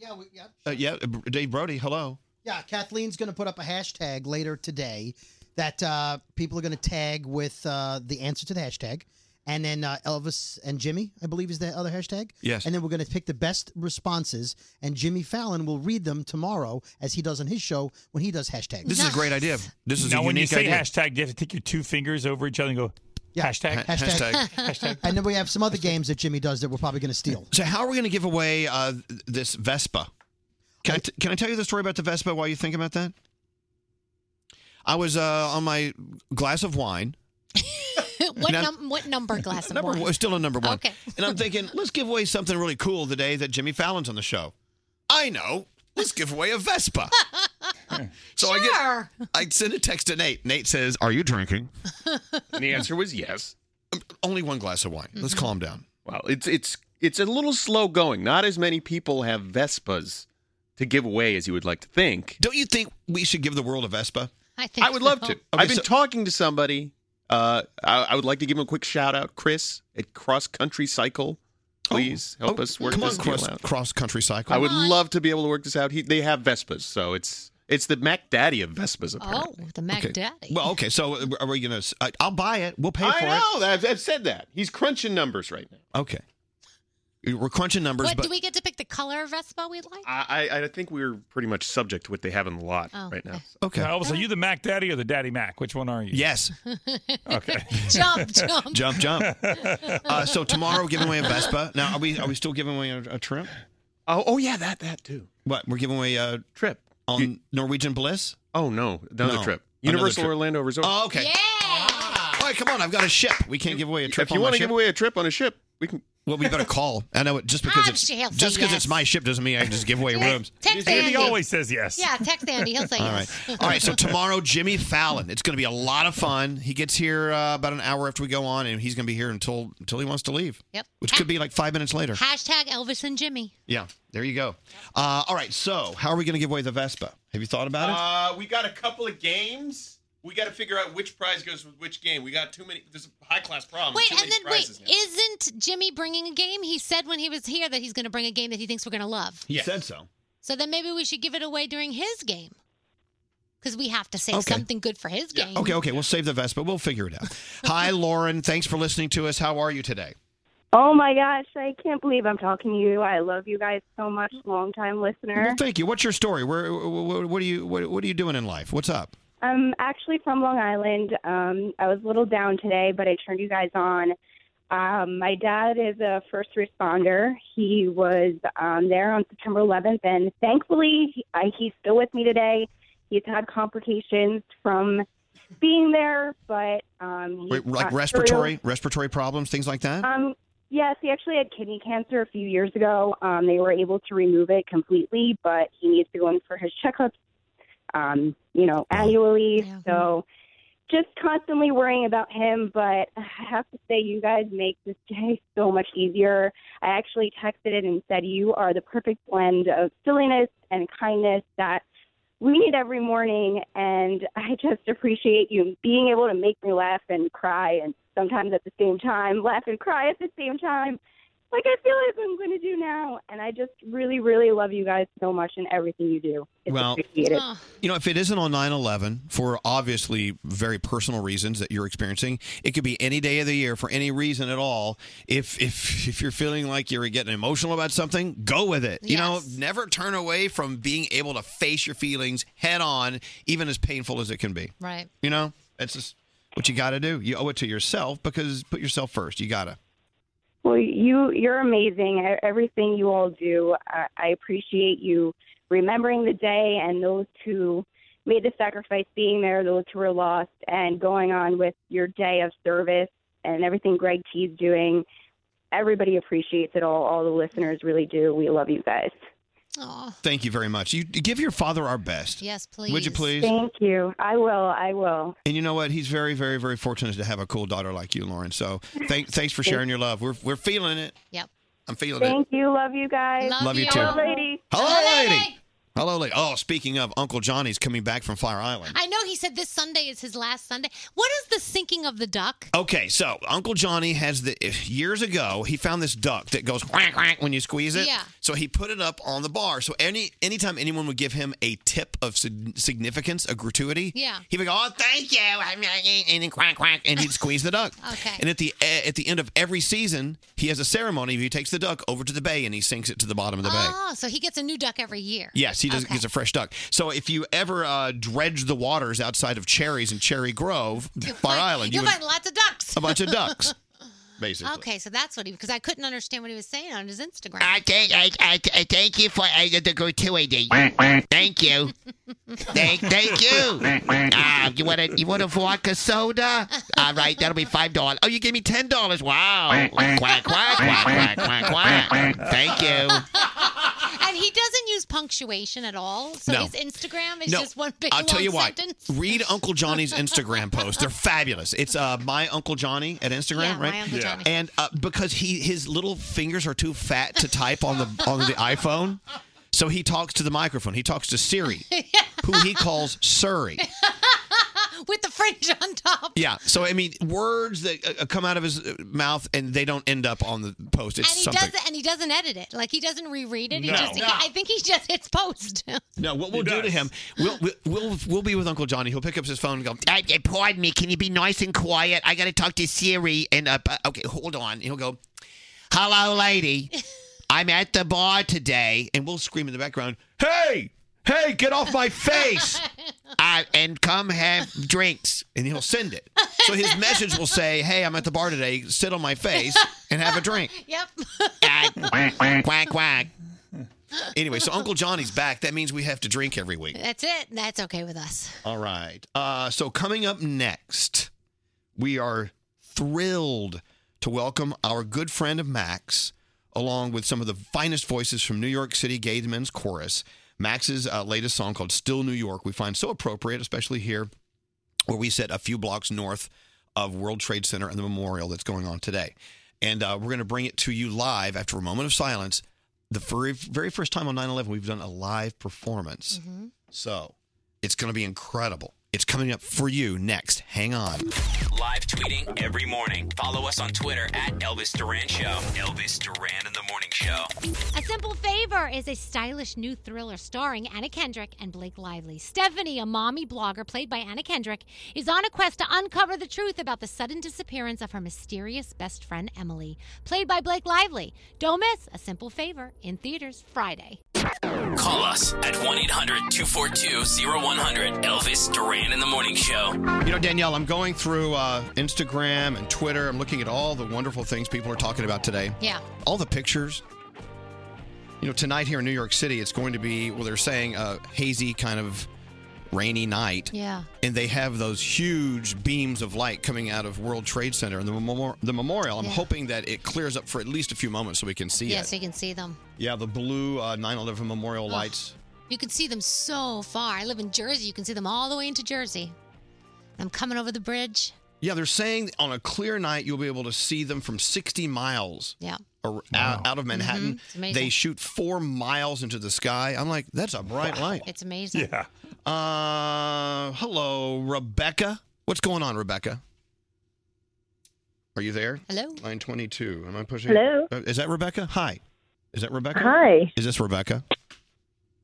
Speaker 25: Yeah, we, yeah,
Speaker 2: Uh, yeah, uh, Dave Brody, hello.
Speaker 25: yeah. Kathleen's going to put up a hashtag later today that uh, people are going to tag with uh, the answer to the hashtag, and then uh, Elvis and Jimmy, I believe, is the other hashtag.
Speaker 2: Yes.
Speaker 25: And then we're going to pick the best responses, and Jimmy Fallon will read them tomorrow as he does on his show when he does hashtags.
Speaker 2: This is a great idea. This is
Speaker 8: now,
Speaker 2: a
Speaker 8: when you
Speaker 2: unique
Speaker 8: say
Speaker 2: idea.
Speaker 8: hashtag, do you have to take your two fingers over each other and go hashtag?
Speaker 25: Hashtag. and then we have some other games that Jimmy does that we're probably going to steal.
Speaker 2: So, how are we going to give away uh, th- this Vespa? Can I, t- can I tell you the story about the Vespa while you think about that? I was uh, on my glass of wine.
Speaker 3: what,
Speaker 2: Now-
Speaker 3: num- what number glass of
Speaker 2: number
Speaker 3: wine?
Speaker 2: one, still a number one.
Speaker 3: Okay.
Speaker 2: And I'm thinking, let's give away something really cool the day that Jimmy Fallon's on the show. I know. Let's give away a Vespa. so I get, I send a text to Nate. Nate says, "Are you drinking?"
Speaker 5: And the answer was yes.
Speaker 2: Um, only one glass of wine. Let's
Speaker 5: Mhm.
Speaker 2: calm down.
Speaker 5: Well, it's it's it's a little slow going. Not as many people have Vespas to give away as you would like to think.
Speaker 2: Don't you think we should give the world a Vespa?
Speaker 3: I think
Speaker 5: I would
Speaker 3: so.
Speaker 5: love to. I've been
Speaker 2: so-
Speaker 5: talking to somebody. Uh, I, I would like to give him a quick shout out, Chris at Cross Country Cycle. Please help us work
Speaker 2: Oh, Come
Speaker 5: this
Speaker 2: on, cross,
Speaker 5: deal out.
Speaker 2: cross country cycle.
Speaker 5: I would love to be able to work this out. He, they have Vespas, so it's it's the Mac Daddy of Vespas. Apparently.
Speaker 3: Oh, the Mac
Speaker 2: Okay.
Speaker 3: Daddy.
Speaker 2: Well, okay. So uh, are we gonna? s- I- I'll buy it. We'll pay for
Speaker 5: I
Speaker 2: it.
Speaker 5: know. I've, I've said that. He's crunching numbers right now.
Speaker 2: Okay. We're crunching numbers,
Speaker 3: What
Speaker 2: but
Speaker 3: do we get to pick the color of Vespa we'd like?
Speaker 5: I, I I think we're pretty much subject to what they have in the lot
Speaker 3: Oh,
Speaker 5: right now.
Speaker 2: Okay.
Speaker 8: Elvis, are you the Mac Daddy or the Daddy Mac? Which one are you?
Speaker 2: Yes.
Speaker 8: Okay.
Speaker 3: jump, jump.
Speaker 2: jump, jump. uh, so tomorrow, we're giving away a Vespa. Now, are we are we still giving away a, a trip?
Speaker 5: Oh, oh yeah, that that too.
Speaker 2: What we're giving away a
Speaker 5: trip
Speaker 2: on Norwegian Bliss?
Speaker 5: Oh no, another
Speaker 2: No.
Speaker 5: trip.
Speaker 2: Another
Speaker 5: Universal
Speaker 2: trip.
Speaker 5: Orlando Resort.
Speaker 2: Oh, okay. All right, come on. I've got a ship. We can't give away a trip.
Speaker 5: if you
Speaker 2: want
Speaker 5: want to give away a trip on a ship, we can.
Speaker 2: Well, we better call. I know it just because
Speaker 3: I'm
Speaker 2: it's
Speaker 3: sure he'll say
Speaker 2: just because
Speaker 3: yes.
Speaker 2: it's my ship doesn't mean I can just give away rooms.
Speaker 3: Text Andy.
Speaker 8: says yes.
Speaker 3: Yeah, text Andy. He'll say
Speaker 2: All right.
Speaker 3: yes.
Speaker 2: All right. So tomorrow, Jimmy Fallon. It's going to be a lot of fun. He gets here uh, about an hour after we go on, and he's going to be here until until he wants to leave.
Speaker 3: Yep.
Speaker 2: Which could be like five minutes later.
Speaker 3: Hashtag Elvis and Jimmy.
Speaker 2: Yeah. There you go. Uh, all right. So how are we going to give away the Vespa? Have you thought about it?
Speaker 5: Uh, we got a couple of games. We got to figure out which prize goes with which game. We got too many. There's a high class
Speaker 2: Um,
Speaker 5: problem.
Speaker 3: Wait,
Speaker 5: too
Speaker 3: and
Speaker 5: many
Speaker 3: then wait,
Speaker 5: prizes now.
Speaker 3: isn't Jimmy bringing a game? He said when he was here that he's going to bring a game that he thinks we're going to love.
Speaker 2: He said so.
Speaker 3: So then maybe we should give it away during his game. Because we have to save
Speaker 2: Okay.
Speaker 3: something good for his game.
Speaker 2: Okay. Okay. We'll save the Vespa. We'll figure it out. Hi, Lauren. Thanks for listening to us. How are you today?
Speaker 33: Oh my gosh, I can't believe I'm talking to you. I love you guys so much, longtime listener.
Speaker 2: Well, thank you. What's your story? Where? What, what are you? What, what are you doing in life? What's up?
Speaker 33: I'm actually from Long Island. Um, I was a little down today, but I turned you guys on. Um, my dad is a first responder. He was um, there on September 11th, and thankfully, he- I, he's still with me today. He's had complications from being there, but um, he's
Speaker 2: Wait, like
Speaker 33: got through.
Speaker 2: respiratory, respiratory problems, things like that.
Speaker 33: Um, yes, he actually had kidney cancer a few years ago. Um, they were able to remove it completely, but he needs to go in for his checkups, um, you know, annually. So just constantly worrying about him. But I have to say, you guys make this day so much easier. I actually texted it and said, You are the perfect blend of silliness and kindness that we need every morning and i just appreciate you being able to make me laugh and cry and sometimes at the same time laugh and cry at the same time like i feel like i'm going to do now and i just really really love you guys so much and everything you do it's
Speaker 2: Well, uh,
Speaker 33: appreciated
Speaker 2: you know, if it isn't on 9 11 for obviously very personal reasons that you're experiencing, it could be any day of the year for any reason at all. If if if you're feeling like you're getting emotional about something, go with it. You know, never turn away from being able to face your feelings head on, even as painful as it can be.
Speaker 3: Right.
Speaker 2: You know, that's just what you got to do. You owe it to yourself because put yourself first. You got to.
Speaker 33: Well, you you're amazing. E- Everything you all do, I, I appreciate you remembering the day and those who made the sacrifice being there, those who were lost, and going on with your day of service and everything Greg T's doing. Everybody appreciates it all. All the listeners really do. We love you guys.
Speaker 3: Aw.
Speaker 2: Thank you very much. You you give your father our best.
Speaker 3: Yes, please.
Speaker 2: Would you please?
Speaker 33: Thank you. I will. I will.
Speaker 2: And you know what? He's very, very, very fortunate to have a cool daughter like you, Lauren. So thank, thanks for sharing your love. We're, we're feeling it.
Speaker 3: Yep.
Speaker 2: I'm feeling
Speaker 33: Thank you. Love you guys.
Speaker 2: Love Love you you. too.
Speaker 33: Hello, lady.
Speaker 2: it. Hello, lady. Hello, lady. Oh, speaking of, Uncle Johnny's coming back from Fire Island.
Speaker 3: I know he said this Sunday is his last Sunday. What is the sinking of the duck?
Speaker 2: Okay, so Uncle Johnny has the years ago he found this duck that goes quack quack when you squeeze it.
Speaker 3: Yeah.
Speaker 2: So he put it up on the bar. So any anytime anyone would give him a tip of sig- significance, a gratuity,
Speaker 20: Yeah.
Speaker 2: He would go, oh, thank you. I'm "Eh," and then quack quack, and he'd squeeze the duck.
Speaker 20: Okay.
Speaker 2: And at the eh, at the end of every season, he has a ceremony. He takes the duck over to the bay and he sinks it to the bottom of the bay.
Speaker 3: Oh, so he gets a new duck every year.
Speaker 2: Yes, he does, gets a fresh duck. So if you ever uh, dredge the waters outside of cherries and Cherry Grove, Fire Island,
Speaker 3: You'll
Speaker 2: you would-
Speaker 3: find lots of ducks.
Speaker 2: a bunch of ducks. basically.
Speaker 3: Okay, so that's what he because I couldn't understand what he was saying on his Instagram.
Speaker 18: I thank I, I, I thank you for I, the gratuity. Thank you. thank thank you. Ah, you want a you want a vodka soda? All right, that'll be five dollars. Oh, you gave me ten dollars. Wow. Quack quack quack quack quack quack. Thank you.
Speaker 3: and he doesn't use punctuation at all. So
Speaker 2: No.
Speaker 3: his Instagram is
Speaker 2: no,
Speaker 3: just one big
Speaker 2: I'll tell
Speaker 3: long
Speaker 2: you what.
Speaker 3: sentence.
Speaker 2: Read Uncle Johnny's Instagram post. They're fabulous. It's uh, my Uncle Johnny at Instagram,
Speaker 3: Yeah, My
Speaker 2: right?
Speaker 3: Uncle Yeah. Johnny.
Speaker 2: And uh, because he his little fingers are too fat to type on the on the iPhone, so he talks to the microphone. He talks to Siri, who he calls Siri.
Speaker 3: With the fringe on top.
Speaker 2: Yeah. So I mean, words that uh, come out of his uh, mouth and they don't end up on the post. It's
Speaker 3: And he
Speaker 2: something.
Speaker 3: does and he doesn't edit it. Like he doesn't reread it. He
Speaker 2: No.
Speaker 3: just
Speaker 2: No.
Speaker 3: I think he just hits post.
Speaker 2: No, what we'll do to him, we'll, we'll we'll we'll be with Uncle Johnny. He'll pick up his phone and go.
Speaker 18: I, I- pardon me. Can you be nice and quiet? I got to talk to Siri. And uh, bu- okay, hold on. And he'll go, "Hello, lady.
Speaker 2: I'm at the bar today, and we'll scream in the background, "Hey, hey, get off my face!" uh, and come have drinks, and he'll send it. So his message will say, "Hey, I'm at the bar today. Sit on my face and have a drink."
Speaker 3: Yep.
Speaker 2: quack quack quack. Anyway, so Uncle Johnny's back. That means we have to drink every week.
Speaker 3: That's it. That's okay with us.
Speaker 2: All right. Uh, so coming up next, we are thrilled to welcome our good friend of Max, along with some of the finest voices from New York City Gay Men's Chorus. Max's uh, latest song called "Still New York" we find so appropriate, especially here where we sit a few blocks north of World Trade Center and the memorial that's going on today. And uh, we're going to bring it to you live after a moment of silence. The very, very first time on 9 11, we've done a live performance. So it's going to be incredible. It's coming up for you next. Hang on.
Speaker 10: Live tweeting every morning. Follow us on Twitter at Elvis Duran Show. Elvis Duran in the Morning Show.
Speaker 3: A Simple Favor is a stylish new thriller starring Anna Kendrick and Blake Lively. Stephanie, a mommy blogger played by Anna Kendrick, is on a quest to uncover the truth about the sudden disappearance of her mysterious best friend Emily, played by Blake Lively. Don't miss A Simple Favor in theaters Friday.
Speaker 10: Call us at 1 800 242 0100. Elvis Duran in the Morning Show.
Speaker 2: You know, Danielle, I'm going through uh, Instagram and Twitter. I'm looking at all the wonderful things people are talking about today.
Speaker 3: Yeah.
Speaker 2: all the pictures. You know, tonight here in New York City, it's going to be, well, they're saying a hazy kind of rainy night.
Speaker 3: Yeah.
Speaker 2: And they have those huge beams of light coming out of World Trade Center and the, memor- the memorial. I'm
Speaker 3: Yeah.
Speaker 2: hoping that it clears up for at least a few moments so we can see
Speaker 3: yeah,
Speaker 2: it.
Speaker 3: so you can see them.
Speaker 2: yeah, the blue 9 11 memorial
Speaker 3: Ugh.
Speaker 2: lights.
Speaker 3: You can see them so far. I live in Jersey. You can see them all the way into Jersey. I'm coming over the bridge.
Speaker 2: Yeah, they're saying on a clear night, you'll be able to see them from 60 miles.
Speaker 3: Yeah.
Speaker 2: ar- Out, out of Manhattan,
Speaker 3: Mhm. It's amazing.
Speaker 2: they shoot four miles into the sky. I'm like, that's a bright light.
Speaker 3: It's amazing.
Speaker 2: Yeah. Uh, hello, Rebecca. What's going on, Rebecca? Are you there?
Speaker 3: Hello.
Speaker 2: Line 22. Am I pushing?
Speaker 17: Hello?
Speaker 2: Uh, Is that Rebecca? Hi. Is that Rebecca?
Speaker 17: Hi.
Speaker 2: Is this Rebecca?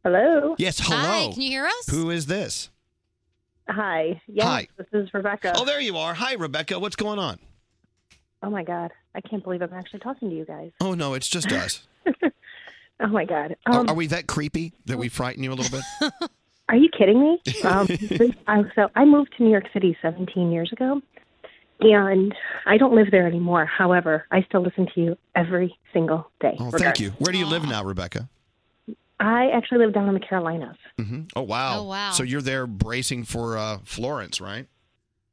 Speaker 17: Hello.
Speaker 2: Yes, hello.
Speaker 17: Hi, can you hear us?
Speaker 2: Who is this?
Speaker 17: Hi. Yes,
Speaker 2: Hi.
Speaker 17: this is Rebecca.
Speaker 2: Oh, there you are. Hi, Rebecca. What's going on?
Speaker 17: Oh my god. I can't believe I'm actually talking to you guys.
Speaker 2: Oh, no, it's just us.
Speaker 17: Oh my god.
Speaker 2: Are-
Speaker 17: Um,
Speaker 2: are, we that creepy that we frighten you a little bit?
Speaker 17: Are you kidding me? Um, this- I, so I moved to New York City 17 years ago, and I don't live there anymore. However, I still listen to you every single day.
Speaker 2: Oh, thank
Speaker 17: regardless.
Speaker 2: you. Where do you live now, Rebecca?
Speaker 17: I actually live down in the Carolinas.
Speaker 2: hmm Oh, wow.
Speaker 17: Oh, wow.
Speaker 2: So you're there bracing for uh, Florence, right?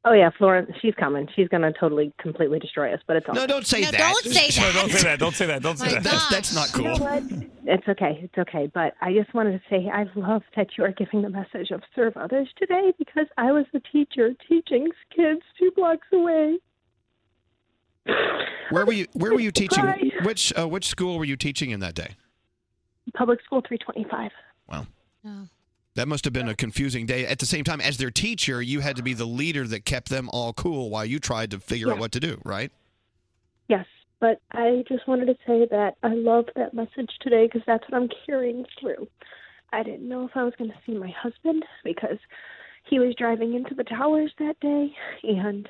Speaker 17: Oh yeah, Florence. She's coming. She's gonna totally, completely destroy us. But it's all
Speaker 2: No, don't say
Speaker 17: No,
Speaker 2: that.
Speaker 17: don't say
Speaker 8: No, don't say that. Don't say that. Don't say that.
Speaker 2: That's, that's not
Speaker 17: You know
Speaker 2: cool.
Speaker 17: what? It's okay. It's okay. But I just wanted to say I love that you are giving the message of serve others today because I was the teacher teaching kids two blocks away.
Speaker 2: Where were you? Where were you teaching?
Speaker 17: Right.
Speaker 2: Which uh, which school were you teaching in that day?
Speaker 17: Public School 325.
Speaker 2: Wow. That must have been a confusing day. At the same time, as their teacher, you had to be the leader that kept them all cool while you tried to figure out
Speaker 17: Yeah.
Speaker 2: what to do, right?
Speaker 17: Yes. But I just wanted to say that I love that message today because that's what I'm carrying through. I didn't know if I was going to see my husband because he was driving into the towers that day and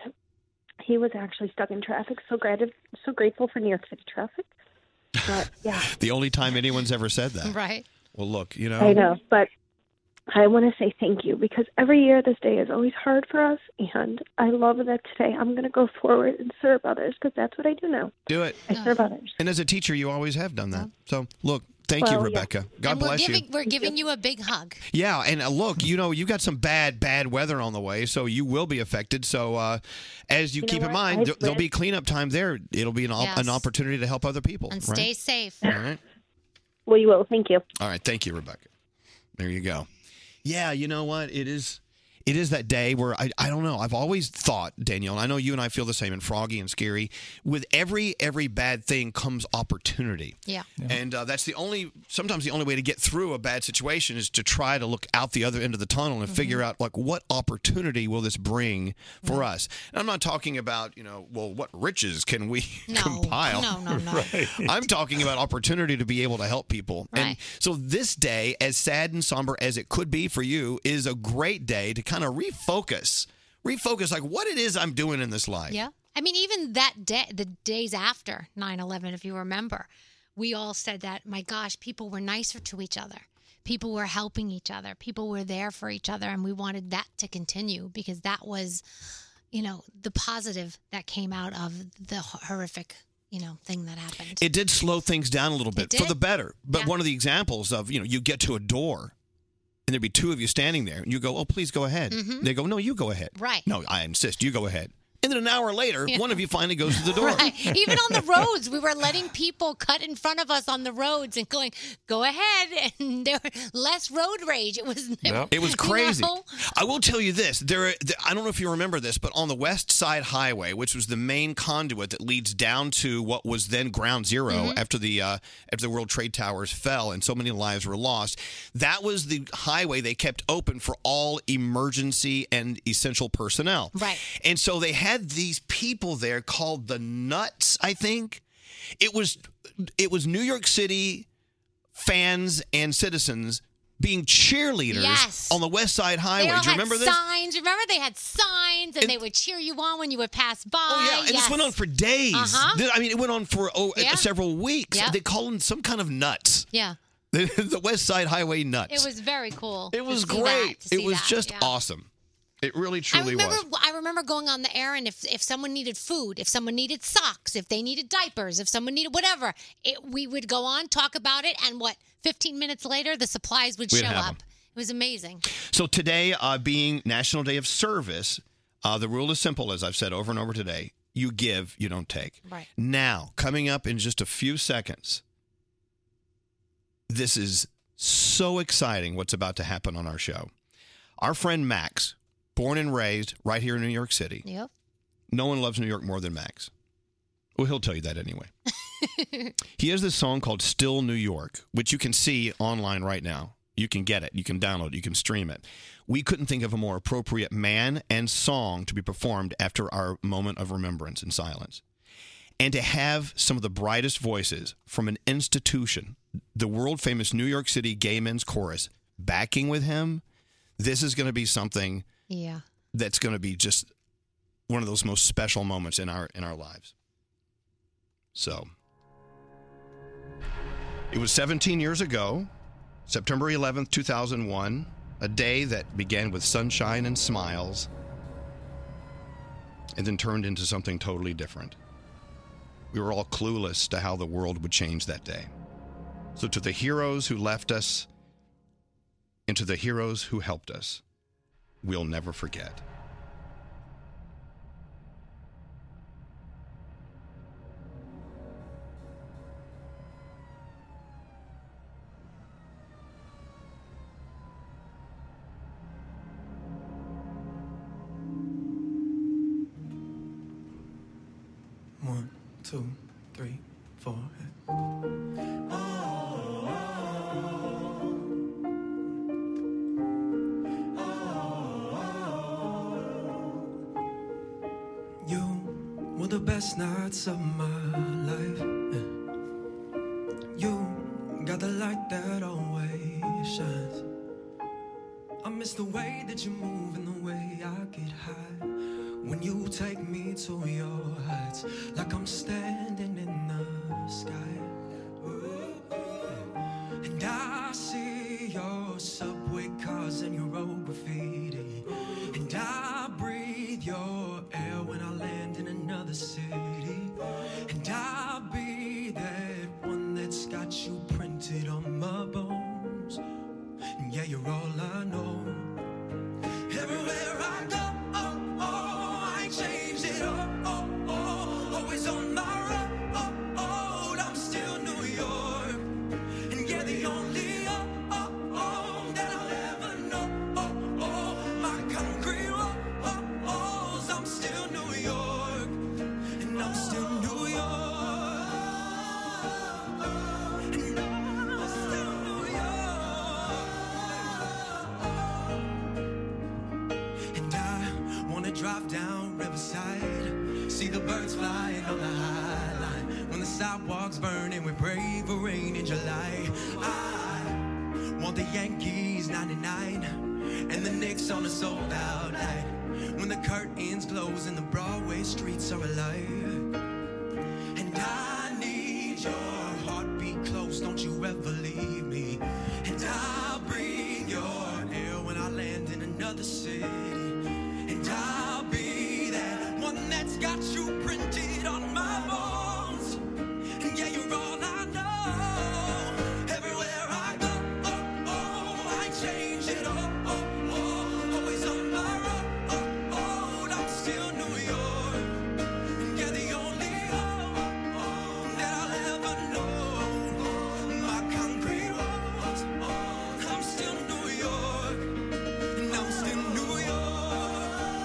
Speaker 17: he was actually stuck in traffic. So, grat- so grateful for New York City traffic. But yeah.
Speaker 2: The only time anyone's ever said that.
Speaker 17: Right.
Speaker 2: Well, look, you know.
Speaker 17: I know, but I want to say thank you because every year this day is always hard for us, and I love that today I'm going to go forward and serve others because that's what I do now.
Speaker 2: Do it.
Speaker 17: I serve others.
Speaker 2: And as a teacher, you always have done that. So, look, thank
Speaker 17: Well,
Speaker 2: you,
Speaker 17: yeah.
Speaker 2: Rebecca. God
Speaker 3: and we're
Speaker 2: bless
Speaker 3: giving,
Speaker 2: you.
Speaker 3: We're giving you a big hug.
Speaker 2: Yeah, and uh, look, you know, you got some bad, bad weather on the way, so you will be affected. So, uh, as you,
Speaker 3: You know
Speaker 2: keep in
Speaker 3: what?
Speaker 2: mind,
Speaker 3: I
Speaker 2: there, will
Speaker 3: live-
Speaker 2: be cleanup time there. It'll be an, op-
Speaker 3: Yes.
Speaker 2: an opportunity to help other people.
Speaker 3: And
Speaker 2: right?
Speaker 3: stay safe.
Speaker 2: All right.
Speaker 17: Well, you will. Thank you.
Speaker 2: All right, thank you, Rebecca. There you go. Yeah, you know what? It is it is that day where I, I don't know. I've always thought, Daniel, and I know you and I feel the same and Froggy and Scary, with every every bad thing comes opportunity.
Speaker 3: Yeah.
Speaker 2: And uh, that's the only sometimes the only way to get through a bad situation is to try to look out the other end of the tunnel
Speaker 11: Mm-hmm.
Speaker 2: and figure out like what opportunity will this bring for us. And I'm not talking about you know well what riches can we compile.
Speaker 11: No, no, no. Right.
Speaker 2: I'm talking about opportunity to be able to help people. And so this day, as sad and somber as it could be for you, is a great day to kind of refocus, refocus like what it is I'm doing in this life.
Speaker 3: Yeah. I mean, even that day, the days after 9 11, if you remember, we all said that, my gosh, people were nicer to each other. People were helping each other. People were there for each other. And we wanted that to continue because that was, you know, the positive that came out of the ho- horrific, you know, thing that happened.
Speaker 2: It did slow things down a little bit for the better. But one of the examples of, you know, you get to a door and there'd be two of you standing there and you go, oh, please go ahead.
Speaker 3: Mhm.
Speaker 2: They go, no, you go ahead.
Speaker 3: Right.
Speaker 2: No, I insist, you go ahead. And then an hour later,
Speaker 3: Yeah.
Speaker 2: one of you finally goes to the door.
Speaker 3: Right. Even on the roads, we were letting people cut in front of us on the roads and going, go ahead. And there were less road rage. It was,
Speaker 2: It was
Speaker 3: you
Speaker 2: crazy.
Speaker 3: know?
Speaker 2: I will tell you this: there, are- th- I don't know if you remember this, but on the West Side Highway, which was the main conduit that leads down to what was then Ground 0
Speaker 3: Mm-hmm.
Speaker 34: Mhm.
Speaker 2: after the uh, after the World Trade Towers fell and so many lives were lost, that was the highway they kept open for all emergency and essential personnel. Right. And so they had these people there called the Nuts, I think. It was it was New York City fans and citizens being cheerleaders
Speaker 3: Yes.
Speaker 2: on the West Side Highway.
Speaker 3: They all
Speaker 2: Do you
Speaker 3: had
Speaker 2: remember this?
Speaker 3: signs. Remember they had signs, and, they would cheer you on when you would pass by. Oh
Speaker 2: Yeah, and this went on for days.
Speaker 3: Uh-huh.
Speaker 2: Th- I mean, it went on for oh, uh,
Speaker 3: Yeah.
Speaker 2: several weeks.
Speaker 3: Yep.
Speaker 2: They call them some kind of nuts.
Speaker 3: Yeah,
Speaker 2: The, the West Side Highway nuts.
Speaker 3: it was very cool.
Speaker 2: It was
Speaker 3: to see that,
Speaker 2: great.
Speaker 3: to see
Speaker 2: it was
Speaker 3: that,
Speaker 2: just
Speaker 3: yeah.
Speaker 2: awesome. It really,
Speaker 3: I
Speaker 2: truly
Speaker 3: remember.
Speaker 2: was.
Speaker 3: I remember going on the air, and if if someone needed food, if someone needed socks, if they needed diapers, if someone needed whatever, it, we would go on talk about it, and what fifteen minutes later, the supplies would
Speaker 2: We'd
Speaker 3: show
Speaker 2: have
Speaker 3: up.
Speaker 2: 'em.
Speaker 3: It was amazing.
Speaker 2: So today, uh, being National Day of Service, uh, the rule is simple, as I've said over and over today: you give, you don't take.
Speaker 3: Right.
Speaker 2: Now, coming up in just a few seconds, this is so exciting what's about to happen on our show. Our friend Max, born and raised right here in New York City.
Speaker 3: Yep.
Speaker 2: No one loves New York more than Max. Well, he'll tell you that anyway. he has this song called Still New York, which you can see online right now. You can get it, you can download it, you can stream it. We couldn't think of a more appropriate man and song to be performed after our moment of remembrance and silence. And to have some of the brightest voices from an institution, the world famous New York City Gay Men's Chorus, backing with him, this is going to be something
Speaker 3: Yeah.
Speaker 2: that's going to be just one of those most special moments in our in our lives. So it was 17 years ago, September 11th, 2001, a day that began with sunshine and smiles and then turned into something totally different. We were all clueless to how the world would change that day. So to the heroes who left us and to the heroes who helped us, we'll never forget.
Speaker 15: One, two, three, four. You were the best nights of my life. You got the light that always shines. I miss the way that you move and the way I get high. When you take me to your heights, like I'm standing in the sky. And I see your subway cars and your old graffiti. And I breathe your air when I land in another city. And I'll be that one that's got you printed on my bones. And yeah, you're all I know. Everywhere I go, oh, oh, I ain't changed it up. Oh, oh, always on my road, I'm still New York. And yeah, the only oh, oh, oh that I'll ever know, oh, oh, my concrete oh, oh, ohs, I'm still New York. And I'm still New York. And I'm still New York. And I wanna drive down Riverside, see the birds flying on the high line. When the sidewalks burn and we pray for rain in July, I want the Yankees 99 and the Knicks on a sold out night. When the curtains close and the Broadway streets are alive. And I need your heartbeat close, don't you ever leave me. And I'll breathe your air when I land in another city. And I'll be that one that's got you printed on my bones. And yeah, you're all I know. Everywhere I go, oh, oh, I change it up. Oh, oh, always on my road, oh, oh, I'm still New York. And yeah, the only that I'll ever know. My concrete walls, I'm still New York, and I'm still New York,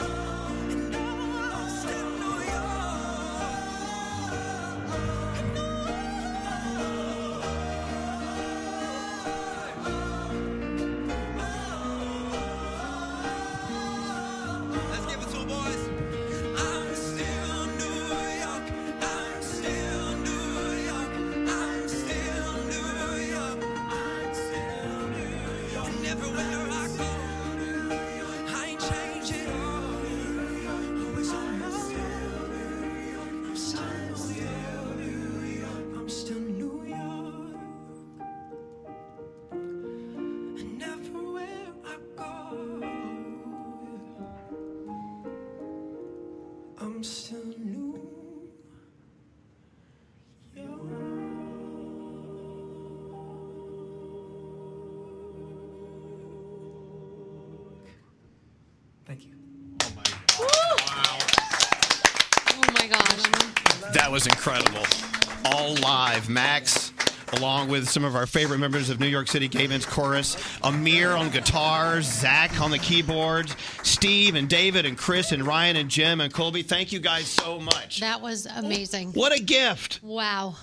Speaker 15: and I'm still New York. Let's give it to 'em, boys. I'm still New York. I'm still New York. I'm still New York. I'm still New York. And everywhere I go, I ain't changing. Always on my road. I'm still New York. I'm still New York. And everywhere I go. I'm still new. Thank you.
Speaker 3: Oh my gosh.
Speaker 2: That was incredible. All live, Max, along with some of our favorite members of New York City Gay Men's Chorus, Amir on guitars, Zach on the keyboards, Steve and David and Chris and Ryan and Jim and Colby. Thank you guys so much.
Speaker 3: That was amazing.
Speaker 2: What a gift!
Speaker 3: Wow.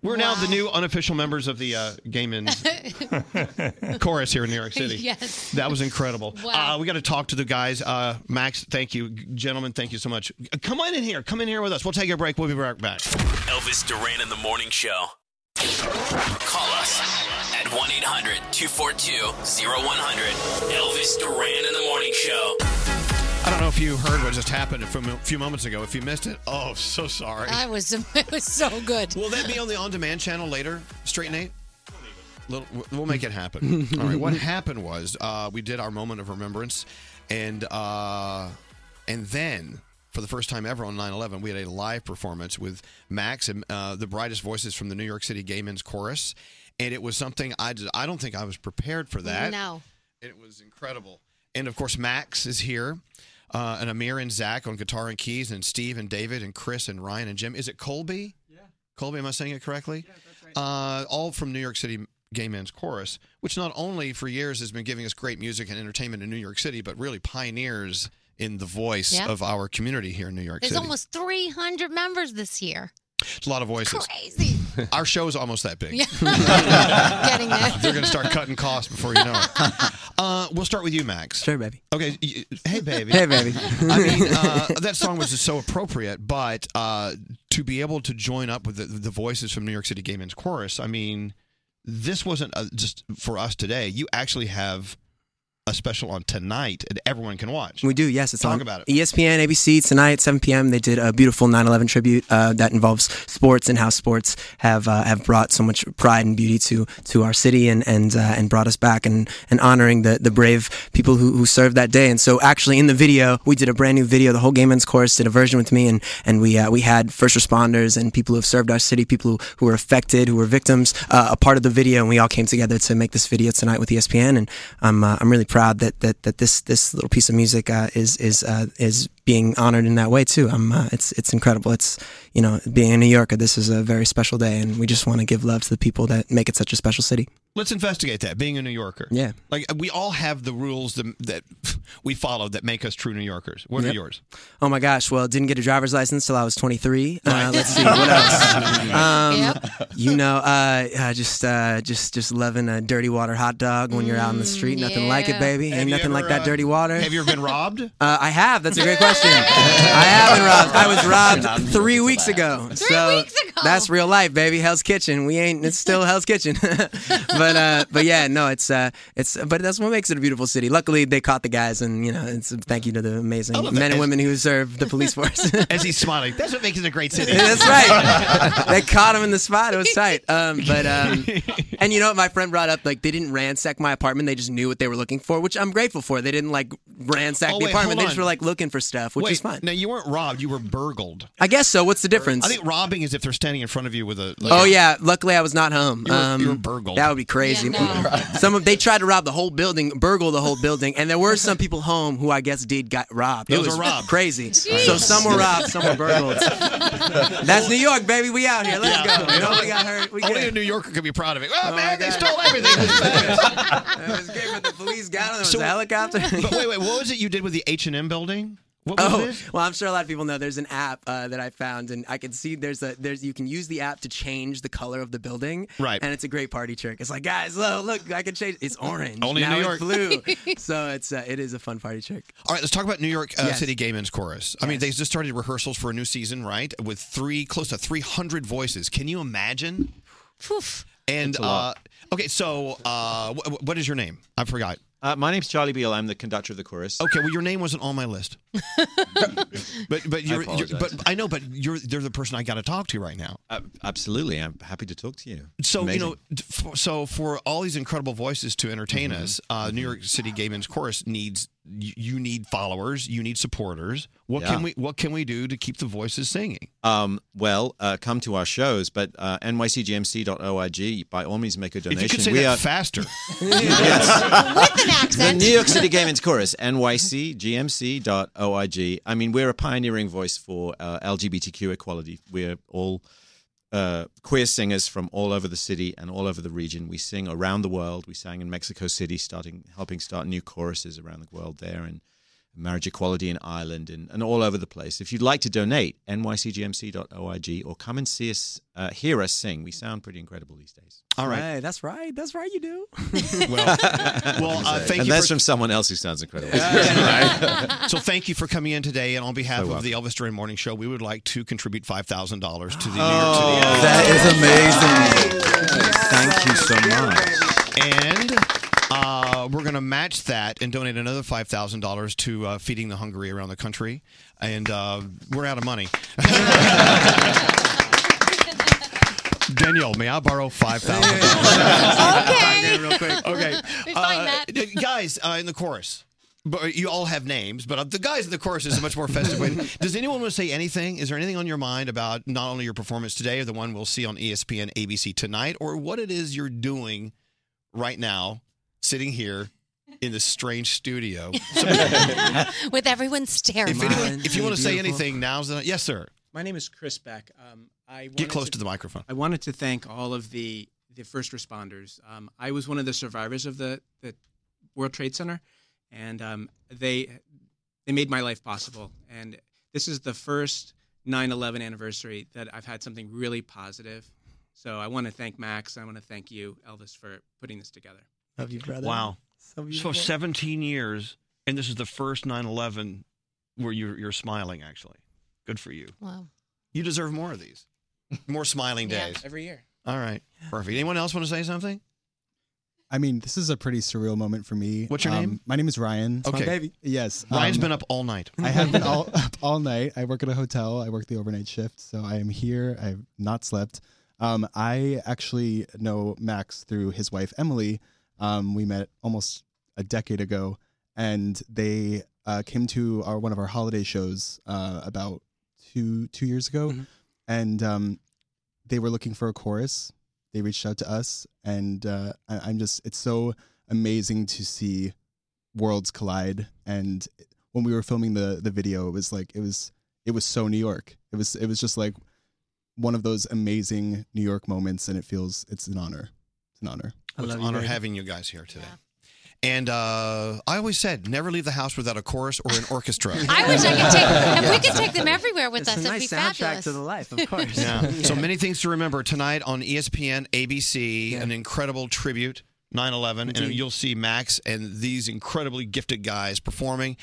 Speaker 2: We're now the new unofficial members of the uh, Gay Men's Chorus here in New York City.
Speaker 3: Yes.
Speaker 2: That was incredible.
Speaker 3: Wow.
Speaker 2: Uh, we got to talk to the guys. Uh, Max, thank you. Gentlemen, thank you so much. Uh, Come on in here. Come in here with us. We'll take a break. We'll be right back.
Speaker 10: Elvis Duran in the Morning Show. Call us at 1 800 242 0100. Elvis Duran in the Morning Show.
Speaker 2: I don't know if you heard what just happened a few- few moments ago. If you missed it, oh, so sorry.
Speaker 3: I was it was so good.
Speaker 2: Will that be on the on demand channel later, Straight Nate? Little, we'll make it happen. All right. What happened was uh, we did our moment of remembrance, and uh, and then for the first time ever on 9/11, we had a live performance with Max and uh, the brightest voices from the New York City Gay Men's Chorus, and it was something I did, I don't think I was prepared for that.
Speaker 3: No.
Speaker 2: It was incredible. And of course, Max is here. Uh, and Amir and Zach on guitar and keys, and Steve and David and Chris and Ryan and Jim. Is it Colby? Yeah. Colby, am I saying it correctly? Yeah, that's right. Uh, all from New York City Gay Men's Chorus, which not only for years has been giving us great music and entertainment in New York City, but really pioneers in the voice
Speaker 3: Yeah.
Speaker 2: of our community here in New York
Speaker 3: There's
Speaker 2: City.
Speaker 3: almost 300 members this year.
Speaker 2: It's a lot of voices.
Speaker 3: Crazy.
Speaker 2: Our show is almost that big.
Speaker 3: Yeah. Getting there.
Speaker 2: They're going to start cutting costs before you know it. Uh, we'll start with you, Max. Sure, baby. Okay. y- y- Hey, baby.
Speaker 11: Hey, baby.
Speaker 2: I mean, uh, that song was just so appropriate, but uh, to be able to join up with the, the voices from New York City Gay Men's Chorus, I mean, this wasn't uh just for us today. You actually have a special on tonight that everyone can watch.
Speaker 11: We do, yes. It's
Speaker 2: Talk
Speaker 11: on E
Speaker 2: about it.
Speaker 11: ESPN, ABC tonight, 7 p.m. They did a beautiful 9/11 tribute uh, that involves sports and how sports have uh, have brought so much pride and beauty to to our city and and uh, and brought us back and and honoring the the brave people who, who served that day. And so, actually, in the video, we did a brand new video. The whole Gay Men's Chorus did a version with me, and and we uh, we had first responders and people who have served our city, people who, who were affected, who were victims, uh, a part of the video, and we all came together to make this video tonight with E ESPN. And I'm uh, I'm really proud that that that this this little piece of music uh, is is uh, is being honored in that way too. I'm uh, it's it's incredible. It's you know being in New Yorker, this is a very special day, and we just want to give love to the people that make it such a special city.
Speaker 2: Let's investigate that. Being a New Yorker,
Speaker 11: Yeah.
Speaker 2: like we all have the rules that, that we follow that make us true New Yorkers. What are
Speaker 11: Yep.
Speaker 2: yours?
Speaker 11: Oh my gosh! Well, didn't get a driver's license till I was 23. Uh,
Speaker 2: Right.
Speaker 11: let's see what else.
Speaker 2: Right.
Speaker 11: Um,
Speaker 2: Yep.
Speaker 11: You know, uh, uh, just uh, just just loving a dirty water hot dog when you're out in the street. Nothing like it, baby. Ain't nothing like that dirty water.
Speaker 2: uh, Have you ever been robbed?
Speaker 11: Uh, I have. That's a great question. I have been robbed. I was robbed three weeks ago. so That's real life, baby. Hell's Kitchen. We ain't. It's still Hell's Kitchen. but uh, but yeah, no, it's uh, it's. But that's what makes it a beautiful city. Luckily, they caught the guys, and you know, it's thank you to the amazing
Speaker 2: I love
Speaker 11: men
Speaker 2: that.
Speaker 11: and women who serve the police force.
Speaker 2: As he's smiling, that's what makes it a great city.
Speaker 11: That's right. they caught him in the spot. It was tight. Um, but um, and you know what my friend brought up? Like they didn't ransack my apartment. They just knew what they were looking for, which I'm grateful for. They didn't like ransack
Speaker 2: Oh,
Speaker 11: the
Speaker 2: wait,
Speaker 11: apartment.
Speaker 2: hold
Speaker 11: They just
Speaker 2: on.
Speaker 11: were like looking for stuff, which
Speaker 2: Wait,
Speaker 11: is fine.
Speaker 2: Now you weren't robbed; you were burgled.
Speaker 11: I guess so. What's the difference?
Speaker 2: I think robbing is if they're standing in front of you with a. like
Speaker 11: Oh
Speaker 2: a-
Speaker 11: yeah! Luckily, I was not home.
Speaker 2: You were-
Speaker 11: um,
Speaker 2: you were burgled.
Speaker 11: That would be crazy. some of they tried to rob the whole building, burgle the whole building, and there were some people home who I guess did got robbed.
Speaker 2: Those
Speaker 11: it was
Speaker 2: were robbed.
Speaker 11: Crazy.
Speaker 2: Jeez.
Speaker 11: So some were robbed, some were burgled. That's New York, baby. We out here. Let's
Speaker 2: Yeah.
Speaker 11: go. You know, we got hurt. We
Speaker 2: Only
Speaker 11: good.
Speaker 2: a New Yorker could be proud of it.
Speaker 11: Oh
Speaker 2: Oh,
Speaker 11: my
Speaker 2: man, they
Speaker 11: God.
Speaker 2: stole everything.
Speaker 11: the police got him. There was
Speaker 2: So-
Speaker 11: a helicopter.
Speaker 2: but wait, wait, what was it you did with the H and M building? What was
Speaker 11: Oh,
Speaker 2: this?
Speaker 11: well, I'm sure a lot of people know there's an app uh, that I found, and I can see there's a there's you can use the app to change the color of the building,
Speaker 2: Right.
Speaker 11: And it's a great party trick. It's like, guys, look, look I can change. It's orange.
Speaker 2: Only in
Speaker 11: now
Speaker 2: New
Speaker 11: it's blue. so it's uh, it is a fun party trick.
Speaker 2: All right, let's talk about New York uh,
Speaker 11: Yes.
Speaker 2: City Gay Men's Chorus. I mean, they just started rehearsals for a new season, right? With three close to 300 voices. Can you imagine? And
Speaker 34: It's a lot.
Speaker 2: Uh, okay, so uh, wh- wh- what is your name? I forgot.
Speaker 34: Uh, my name's Charlie Beale. I'm the conductor of the chorus.
Speaker 2: Okay, well, your name wasn't on my list. but but you're, you're-
Speaker 34: apologize.
Speaker 2: but I know, but you're they're the person I got to talk to right now.
Speaker 34: Uh, absolutely. I'm happy to talk to you.
Speaker 2: So
Speaker 34: Amazing.
Speaker 2: you know, d- for, so for all these incredible voices to entertain
Speaker 34: Mm-hmm.
Speaker 2: us, uh, New York City Gay Men's Chorus needs you, you need followers, you need supporters. What
Speaker 34: Yeah.
Speaker 2: can we what can we do to keep the voices singing?
Speaker 34: Um, well, uh, come to our shows, but uh, nycgmc.org, by all means, make a donation.
Speaker 2: If you could say
Speaker 34: we
Speaker 2: that
Speaker 34: are
Speaker 2: faster.
Speaker 34: With
Speaker 3: an accent.
Speaker 34: the New York City Gay Men's Chorus, nycgmc.org. I mean, we're a pioneering voice for uh, LGBTQ equality. We're all uh, queer singers from all over the city and all over the region. We sing around the world. We sang in Mexico City, starting helping start new choruses around the world there, and marriage equality in Ireland and, and all over the place. If you'd like to donate, nycgmc.org or come and see us, uh, hear us sing. We sound pretty incredible these days.
Speaker 2: All right.
Speaker 11: that's right. That's right. You do.
Speaker 2: well, well uh, thank
Speaker 34: and
Speaker 2: you.
Speaker 34: that's
Speaker 2: For,
Speaker 34: from someone else who sounds incredible.
Speaker 2: so thank you for coming in today, and on behalf
Speaker 34: So
Speaker 2: of
Speaker 34: welcome.
Speaker 2: the Elvis Duran Morning Show, we would like to contribute five thousand dollars to the
Speaker 34: Oh,
Speaker 2: New York City.
Speaker 11: That is
Speaker 34: amazing. Thank you so much.
Speaker 2: And uh, we're going to match that and donate another five thousand dollars to uh, feeding the hungry around the country. And uh, we're out of money. Danielle, may I borrow five thousand?
Speaker 11: okay. Real quick.
Speaker 2: Okay. Uh, d- guys uh, in the chorus. But you all have names, but uh, the guys in the chorus is a much more festive way. Does anyone want to say anything? Is there anything on your mind about not only your performance today or the one we'll see on E ESPN ABC tonight or what it is you're doing right now sitting here in this strange studio? So,
Speaker 3: with everyone staring.
Speaker 2: if, anyone, if you want to say anything, now's the Yes, sir.
Speaker 21: My name is Chris Beck. Um, I
Speaker 2: Get
Speaker 21: wanted
Speaker 2: close to the microphone.
Speaker 21: I wanted to thank all of the the first responders. Um, I was one of the survivors of the, the World Trade Center, and um, they they made my life possible. And this is the first 9/11 anniversary that I've had something really positive. So I want to thank Max. I want to thank you, Elvis, for putting this together.
Speaker 11: Love you, brother.
Speaker 2: Wow. So
Speaker 11: So beautiful.
Speaker 2: 17 years, and this is the first 9 11 where you're, you're smiling, actually. Good for you.
Speaker 3: Wow.
Speaker 2: You deserve more of these, more smiling days.
Speaker 21: every year.
Speaker 2: All right. Perfect. Anyone else want to say something?
Speaker 7: I mean, this is a pretty surreal moment for me. What's
Speaker 2: your name?
Speaker 7: My name is Ryan.
Speaker 2: It's my Okay. baby.
Speaker 7: Yes. um,
Speaker 2: Ryan's been up all night.
Speaker 7: I have been all, up all night. I work at a hotel. I work the overnight shift, so I am here. I've not slept. Um, I actually know Max through his wife Emily. Um, we met almost a decade ago, and they uh, came to our one of our holiday shows uh, about two two years ago,
Speaker 2: Mm-hmm.
Speaker 7: and um, they were looking for a chorus. They reached out to us, and uh, I, I'm just it's so amazing to see worlds collide. And when we were filming the the video, it was like it was it was so New York. It was it was just like one of those amazing New York moments, and it feels it's an honor. It's an honor.
Speaker 2: It's an honor having you guys here today. And uh, I always said, never leave the house without a chorus or an orchestra.
Speaker 3: I wish I could take. If we could take them everywhere with
Speaker 6: It's
Speaker 3: us,
Speaker 6: a
Speaker 3: that'd be
Speaker 6: nice soundtrack
Speaker 3: fabulous.
Speaker 6: to the life, of course.
Speaker 2: Yeah. So many things to remember tonight on E ESPN, ABC, an incredible tribute. 9 11, and
Speaker 6: Indeed.
Speaker 2: you'll see Max and these incredibly gifted guys performing.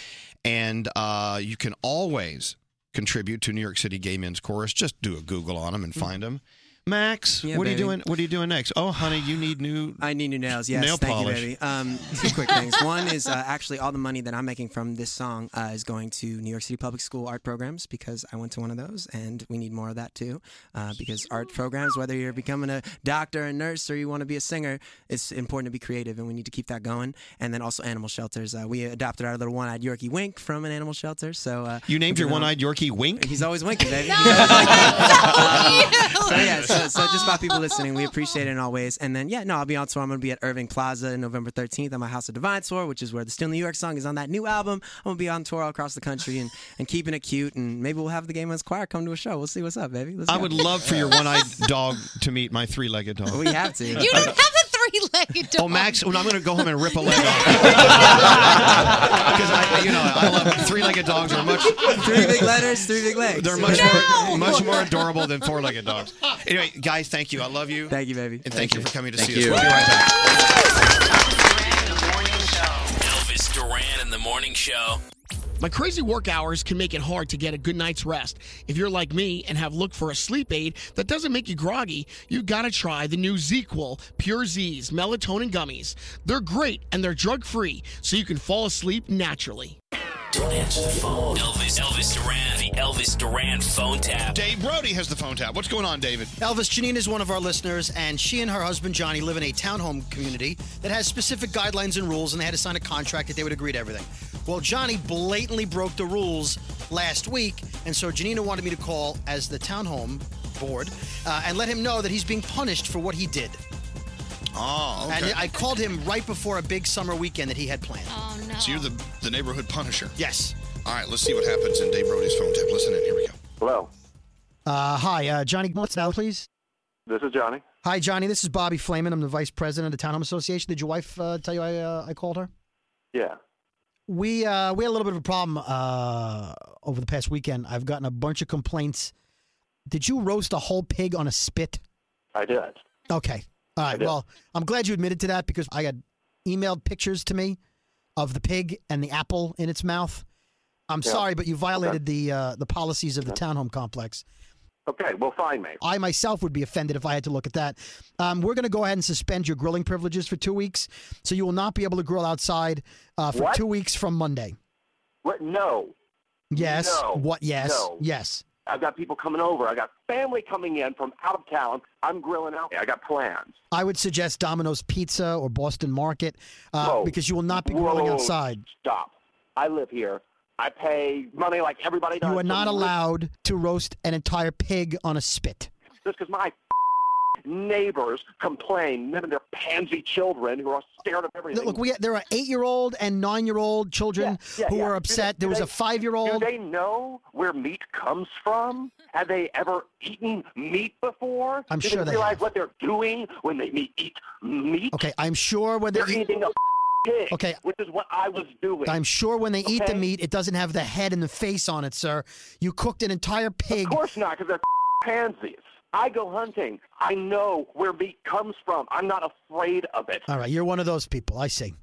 Speaker 2: And uh, you can always contribute to New York City Gay Men's Chorus. Just do a Google on them
Speaker 6: Mm.
Speaker 2: and find them. Max,
Speaker 11: Yeah,
Speaker 2: what are you
Speaker 11: baby.
Speaker 2: doing? What are you doing next? Oh, honey, you need new.
Speaker 11: I need new nails. Yes,
Speaker 2: nail
Speaker 11: thank
Speaker 2: polish.
Speaker 11: you, baby. Um, two quick things. One is uh, actually all the money that I'm making from this song uh, is going to New York City Public School art programs because I went to one of those, and we need more of that too. Uh, because art programs, whether you're becoming a doctor, a nurse, or you want to be a singer, it's important to be creative, and we need to keep that going. And then also animal shelters. Uh, we adopted our little one-eyed Yorkie Wink from an animal shelter. So uh,
Speaker 2: You named
Speaker 11: we're
Speaker 2: your
Speaker 11: doing all-
Speaker 2: one eyed Yorkie Wink?
Speaker 11: He's always winking, baby. He's always winking. Um, so yeah, so, so just by people listening, we appreciate it in all ways. And then yeah, no, I'll be on tour. I'm gonna be at Irving Plaza November 13th at my House of Divine tour, which is where the Still New York song is on that new album. I'm gonna be on tour all across the country and, and keeping it cute. And maybe we'll have the Game Men's Choir come to a show. We'll see what's up, baby. Let's
Speaker 2: I
Speaker 11: go.
Speaker 2: would love for your one eyed dog to meet my three legged dog.
Speaker 11: We have to.
Speaker 3: You don't have a three-legged dog.
Speaker 2: Oh, Max, well, I'm going to go home and rip a leg off. Because, I, you know, I love three legged dogs are much.
Speaker 11: Three big letters, three big legs.
Speaker 2: They're much, more, much more adorable than four legged dogs. Anyway, guys, thank you. I love you. Thank
Speaker 11: you, baby.
Speaker 2: And thank, you for coming to
Speaker 10: Thank
Speaker 2: see
Speaker 10: you.
Speaker 2: us. We'll be right back.
Speaker 10: Elvis Duran in the morning show.
Speaker 12: My crazy work hours can make it hard to get a good night's rest. If you're like me and have looked for a sleep aid that doesn't make you groggy, you gotta try the new ZQL Pure Z's melatonin gummies. They're great and they're drug free, so you can fall asleep naturally.
Speaker 10: Don't answer the phone. Elvis, Elvis Duran, the Elvis Duran phone tap.
Speaker 2: Dave Brody has the phone tap. What's going on, David?
Speaker 25: Elvis Janine is one of our listeners, and she and her husband Johnny live in a townhome community that has specific guidelines and rules, and they had to sign a contract that they would agree to everything. Well, Johnny blatantly broke the rules last week, and so Janina wanted me to call as the townhome board uh, and let him know that he's being punished for what he did.
Speaker 2: Oh,
Speaker 25: And I called him right before a big summer weekend that he had planned.
Speaker 3: Oh, no.
Speaker 2: So you're the, the neighborhood punisher.
Speaker 25: Yes.
Speaker 2: All right, let's see what happens in Dave Brody's phone tap. Listen in. Here we go.
Speaker 22: Hello,
Speaker 25: Uh, hi, uh, Johnny, what's now, please?
Speaker 22: this is Johnny.
Speaker 25: Hi, Johnny. This is Bobby Flamin. I'm the vice president of the Townhome Association. Did your wife uh, tell you I, uh, I called her?
Speaker 22: Yeah.
Speaker 25: We uh, we had a little bit of a problem uh, over the past weekend. I've gotten a bunch of complaints. Did you roast a whole pig on a spit?
Speaker 22: I did.
Speaker 25: Okay. All right. Well, I'm glad you admitted to that because I got emailed pictures to me of the pig and the apple in its mouth. I'm
Speaker 22: Yeah.
Speaker 25: sorry, but you
Speaker 22: Okay.
Speaker 25: violated the uh, the policies of the
Speaker 22: Okay.
Speaker 25: townhome complex.
Speaker 22: Okay, well, find me.
Speaker 25: I myself would be offended if I had to look at that. Um, we're going to go ahead and suspend your grilling privileges for two weeks, so you will not be able to grill outside uh, for
Speaker 22: What?
Speaker 25: two weeks from Monday.
Speaker 22: What? No.
Speaker 25: Yes.
Speaker 22: No.
Speaker 25: What? Yes.
Speaker 22: No.
Speaker 25: Yes.
Speaker 22: I've got people coming over. I got family coming in from out of town. I'm grilling out. I got plans.
Speaker 25: I would suggest Domino's Pizza or Boston Market uh, because you will not be grilling
Speaker 22: Whoa,
Speaker 25: outside.
Speaker 22: Stop. I live here. I pay money like everybody does.
Speaker 25: You are not
Speaker 22: to-
Speaker 25: allowed to roast an entire pig on a spit.
Speaker 22: Just because my neighbors complain, them and their pansy children who are scared of everything.
Speaker 25: Look, we there are eight-year-old and nine-year-old children
Speaker 22: Yeah,
Speaker 25: who
Speaker 22: yeah.
Speaker 25: are
Speaker 22: Do
Speaker 25: upset.
Speaker 22: they- do
Speaker 25: there was a
Speaker 22: they-
Speaker 25: five-year-old.
Speaker 22: Do they know where meat comes from? Have they ever eaten meat before?
Speaker 25: I'm
Speaker 22: do
Speaker 25: sure
Speaker 22: they
Speaker 25: they
Speaker 22: realize what they're doing when they me- eat meat.
Speaker 25: Okay, I'm sure when
Speaker 22: They're
Speaker 25: they eat,
Speaker 22: eating a pig,
Speaker 25: Okay.
Speaker 22: which is what I was doing.
Speaker 25: I'm sure when they eat the
Speaker 22: Okay?
Speaker 25: meat, it doesn't have the head and the face on it, sir. You cooked an entire pig.
Speaker 22: Of course not, because they're pansies. I go hunting. I know where meat comes from. I'm not afraid of it.
Speaker 25: All right, you're one of those people. I see.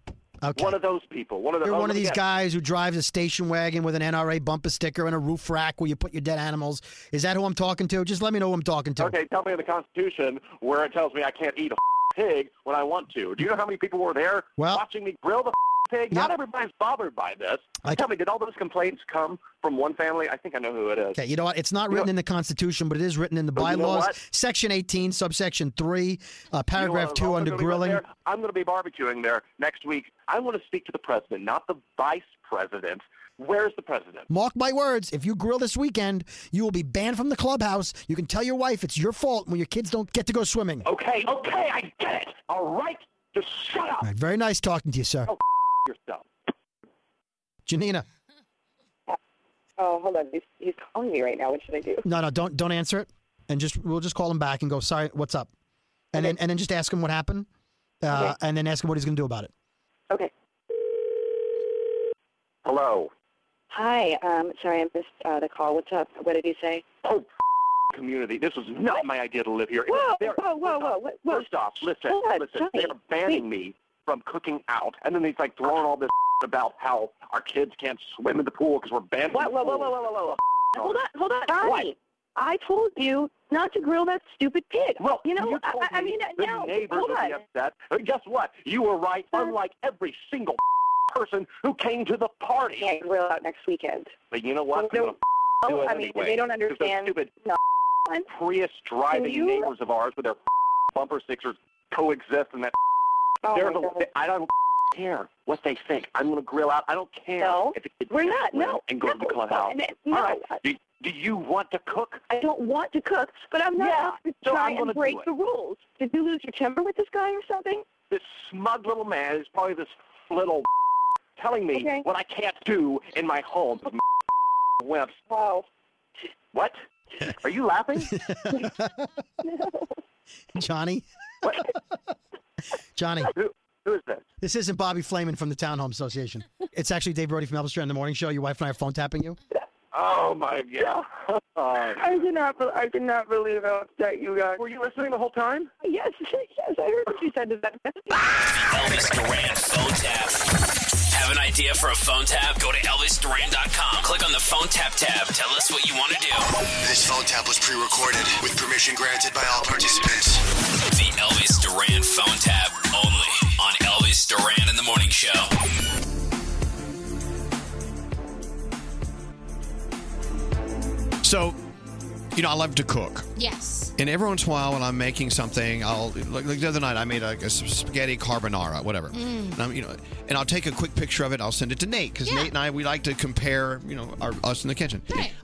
Speaker 25: Okay.
Speaker 22: One of those people. One of the,
Speaker 25: You're
Speaker 22: oh,
Speaker 25: one
Speaker 22: let
Speaker 25: of
Speaker 22: me
Speaker 25: these
Speaker 22: guess.
Speaker 25: guys who drives a station wagon with an NRA bumper sticker and a roof rack where you put your dead animals. Is that who I'm talking to? Just let me know who I'm talking to.
Speaker 22: Okay, tell me in the Constitution where it tells me I can't eat a pig when I want to. Do you know how many people were there
Speaker 25: Well-
Speaker 22: watching me grill the pig? Not everybody's bothered by this. Tell me, did all those complaints come from one family? I think I know who it is.
Speaker 25: Okay, you know what? It's not written in the Constitution, but it is written in the
Speaker 22: But you know
Speaker 25: bylaws,
Speaker 22: what?
Speaker 25: Section 18, subsection 3, uh,
Speaker 22: You know
Speaker 25: paragraph
Speaker 22: what?
Speaker 25: 2
Speaker 22: I'm
Speaker 25: under
Speaker 22: gonna be
Speaker 25: grilling.
Speaker 22: there. I'm going to be barbecuing there next week. I want to speak to the president, not the vice president. Where's the president?
Speaker 25: Mark my words, if you grill this weekend, you will be banned from the clubhouse. You can tell your wife it's your fault when your kids don't get to go swimming.
Speaker 22: Okay, okay, I get it. All right, just shut up.
Speaker 25: All right, very nice talking to you, sir.
Speaker 22: Oh, yourself.
Speaker 25: Janina.
Speaker 24: Oh, hold on. He's, he's calling me right now. What should I do?
Speaker 25: No, no, don't don't answer it, and just we'll just call him back and go. Sorry, what's up? And then and then just ask him what happened, uh, and then ask him what he's going to do about it.
Speaker 22: Hello.
Speaker 24: Hi. Um, sorry, I missed uh, the call. What's up? What did he say?
Speaker 22: Oh, community. This was not my idea to live here. It was
Speaker 24: Whoa,
Speaker 22: their-
Speaker 24: whoa, whoa, whoa, what- whoa.
Speaker 22: First off, listen,
Speaker 24: Hold on,
Speaker 22: listen. They're
Speaker 24: Johnny,
Speaker 22: banning me from cooking out, and then he's like throwing all this about how our kids can't swim in the pool because we're banned.
Speaker 24: Whoa,
Speaker 22: from
Speaker 24: whoa,
Speaker 22: the
Speaker 24: whoa,
Speaker 22: pool.
Speaker 24: whoa, whoa, whoa, whoa. Hold on, hold on, Johnny.
Speaker 22: What?
Speaker 24: I told you not to grill that stupid pig. Well, you know, I, I- I mean, uh,
Speaker 22: The
Speaker 24: no.
Speaker 22: neighbors
Speaker 24: Hold
Speaker 22: would
Speaker 24: on.
Speaker 22: be upset. And guess what? You were right. Unlike every single person who came to the party.
Speaker 24: Yeah, grill out next weekend.
Speaker 22: But you know what? I'm gonna do
Speaker 24: Oh,
Speaker 22: it
Speaker 24: I mean,
Speaker 22: anyway.
Speaker 24: they don't
Speaker 22: 'Cause those
Speaker 24: understand.
Speaker 22: stupid
Speaker 24: No.
Speaker 22: Prius driving
Speaker 24: you-
Speaker 22: neighbors of ours with their bumper stickers coexist in that.
Speaker 24: Oh,
Speaker 22: they're
Speaker 24: my
Speaker 22: the-
Speaker 24: God.
Speaker 22: I don't care what they think. I'm gonna grill out. I don't care.
Speaker 24: No,
Speaker 22: if the kids
Speaker 24: we're
Speaker 22: can't
Speaker 24: not.
Speaker 22: grill
Speaker 24: No,
Speaker 22: and go to the
Speaker 24: no,
Speaker 22: clubhouse.
Speaker 24: and it- no.
Speaker 22: All right. Do, do you want to cook?
Speaker 24: I don't want to cook, but I'm not
Speaker 22: Yeah,
Speaker 24: up to
Speaker 22: so
Speaker 24: try
Speaker 22: I'm gonna
Speaker 24: and
Speaker 22: do
Speaker 24: break
Speaker 22: it.
Speaker 24: the rules. Did you lose your temper with this guy or something?
Speaker 22: This smug little man is probably this little telling me
Speaker 24: Okay.
Speaker 22: what I can't do in my home. Wimps.
Speaker 24: Wow.
Speaker 22: What? Are you laughing?
Speaker 25: Johnny. Johnny.
Speaker 22: Who is this?
Speaker 25: This isn't Bobby Flamin from the Townhome Association. It's actually Dave Brody from Elvis Duran in the Morning Show. Your wife and I are phone tapping you.
Speaker 22: Oh my god.
Speaker 24: I did not. I did not believe how upset you got.
Speaker 22: Were you listening the whole time?
Speaker 24: Yes, yes, I heard what you said to that.
Speaker 10: Elvis Duran phone tap. Have an idea for a phone tap? Go to ElvisDuran.com. Click on the phone tap tab. Tell us what you want to do.
Speaker 6: This phone tap was pre recorded with permission granted by all participants.
Speaker 10: The Elvis Duran phone tap only on Elvis Duran in the Morning Show.
Speaker 2: So, you know, I love to cook.
Speaker 3: Yes.
Speaker 2: And every once in a while, when I'm making something, I'll like, like the other night I made like a s- spaghetti carbonara, whatever.
Speaker 3: Mm.
Speaker 2: And I'm, you know, and I'll take a quick picture of it. and I'll send it to Nate because Nate and I we like to compare, you know, our, us in the kitchen.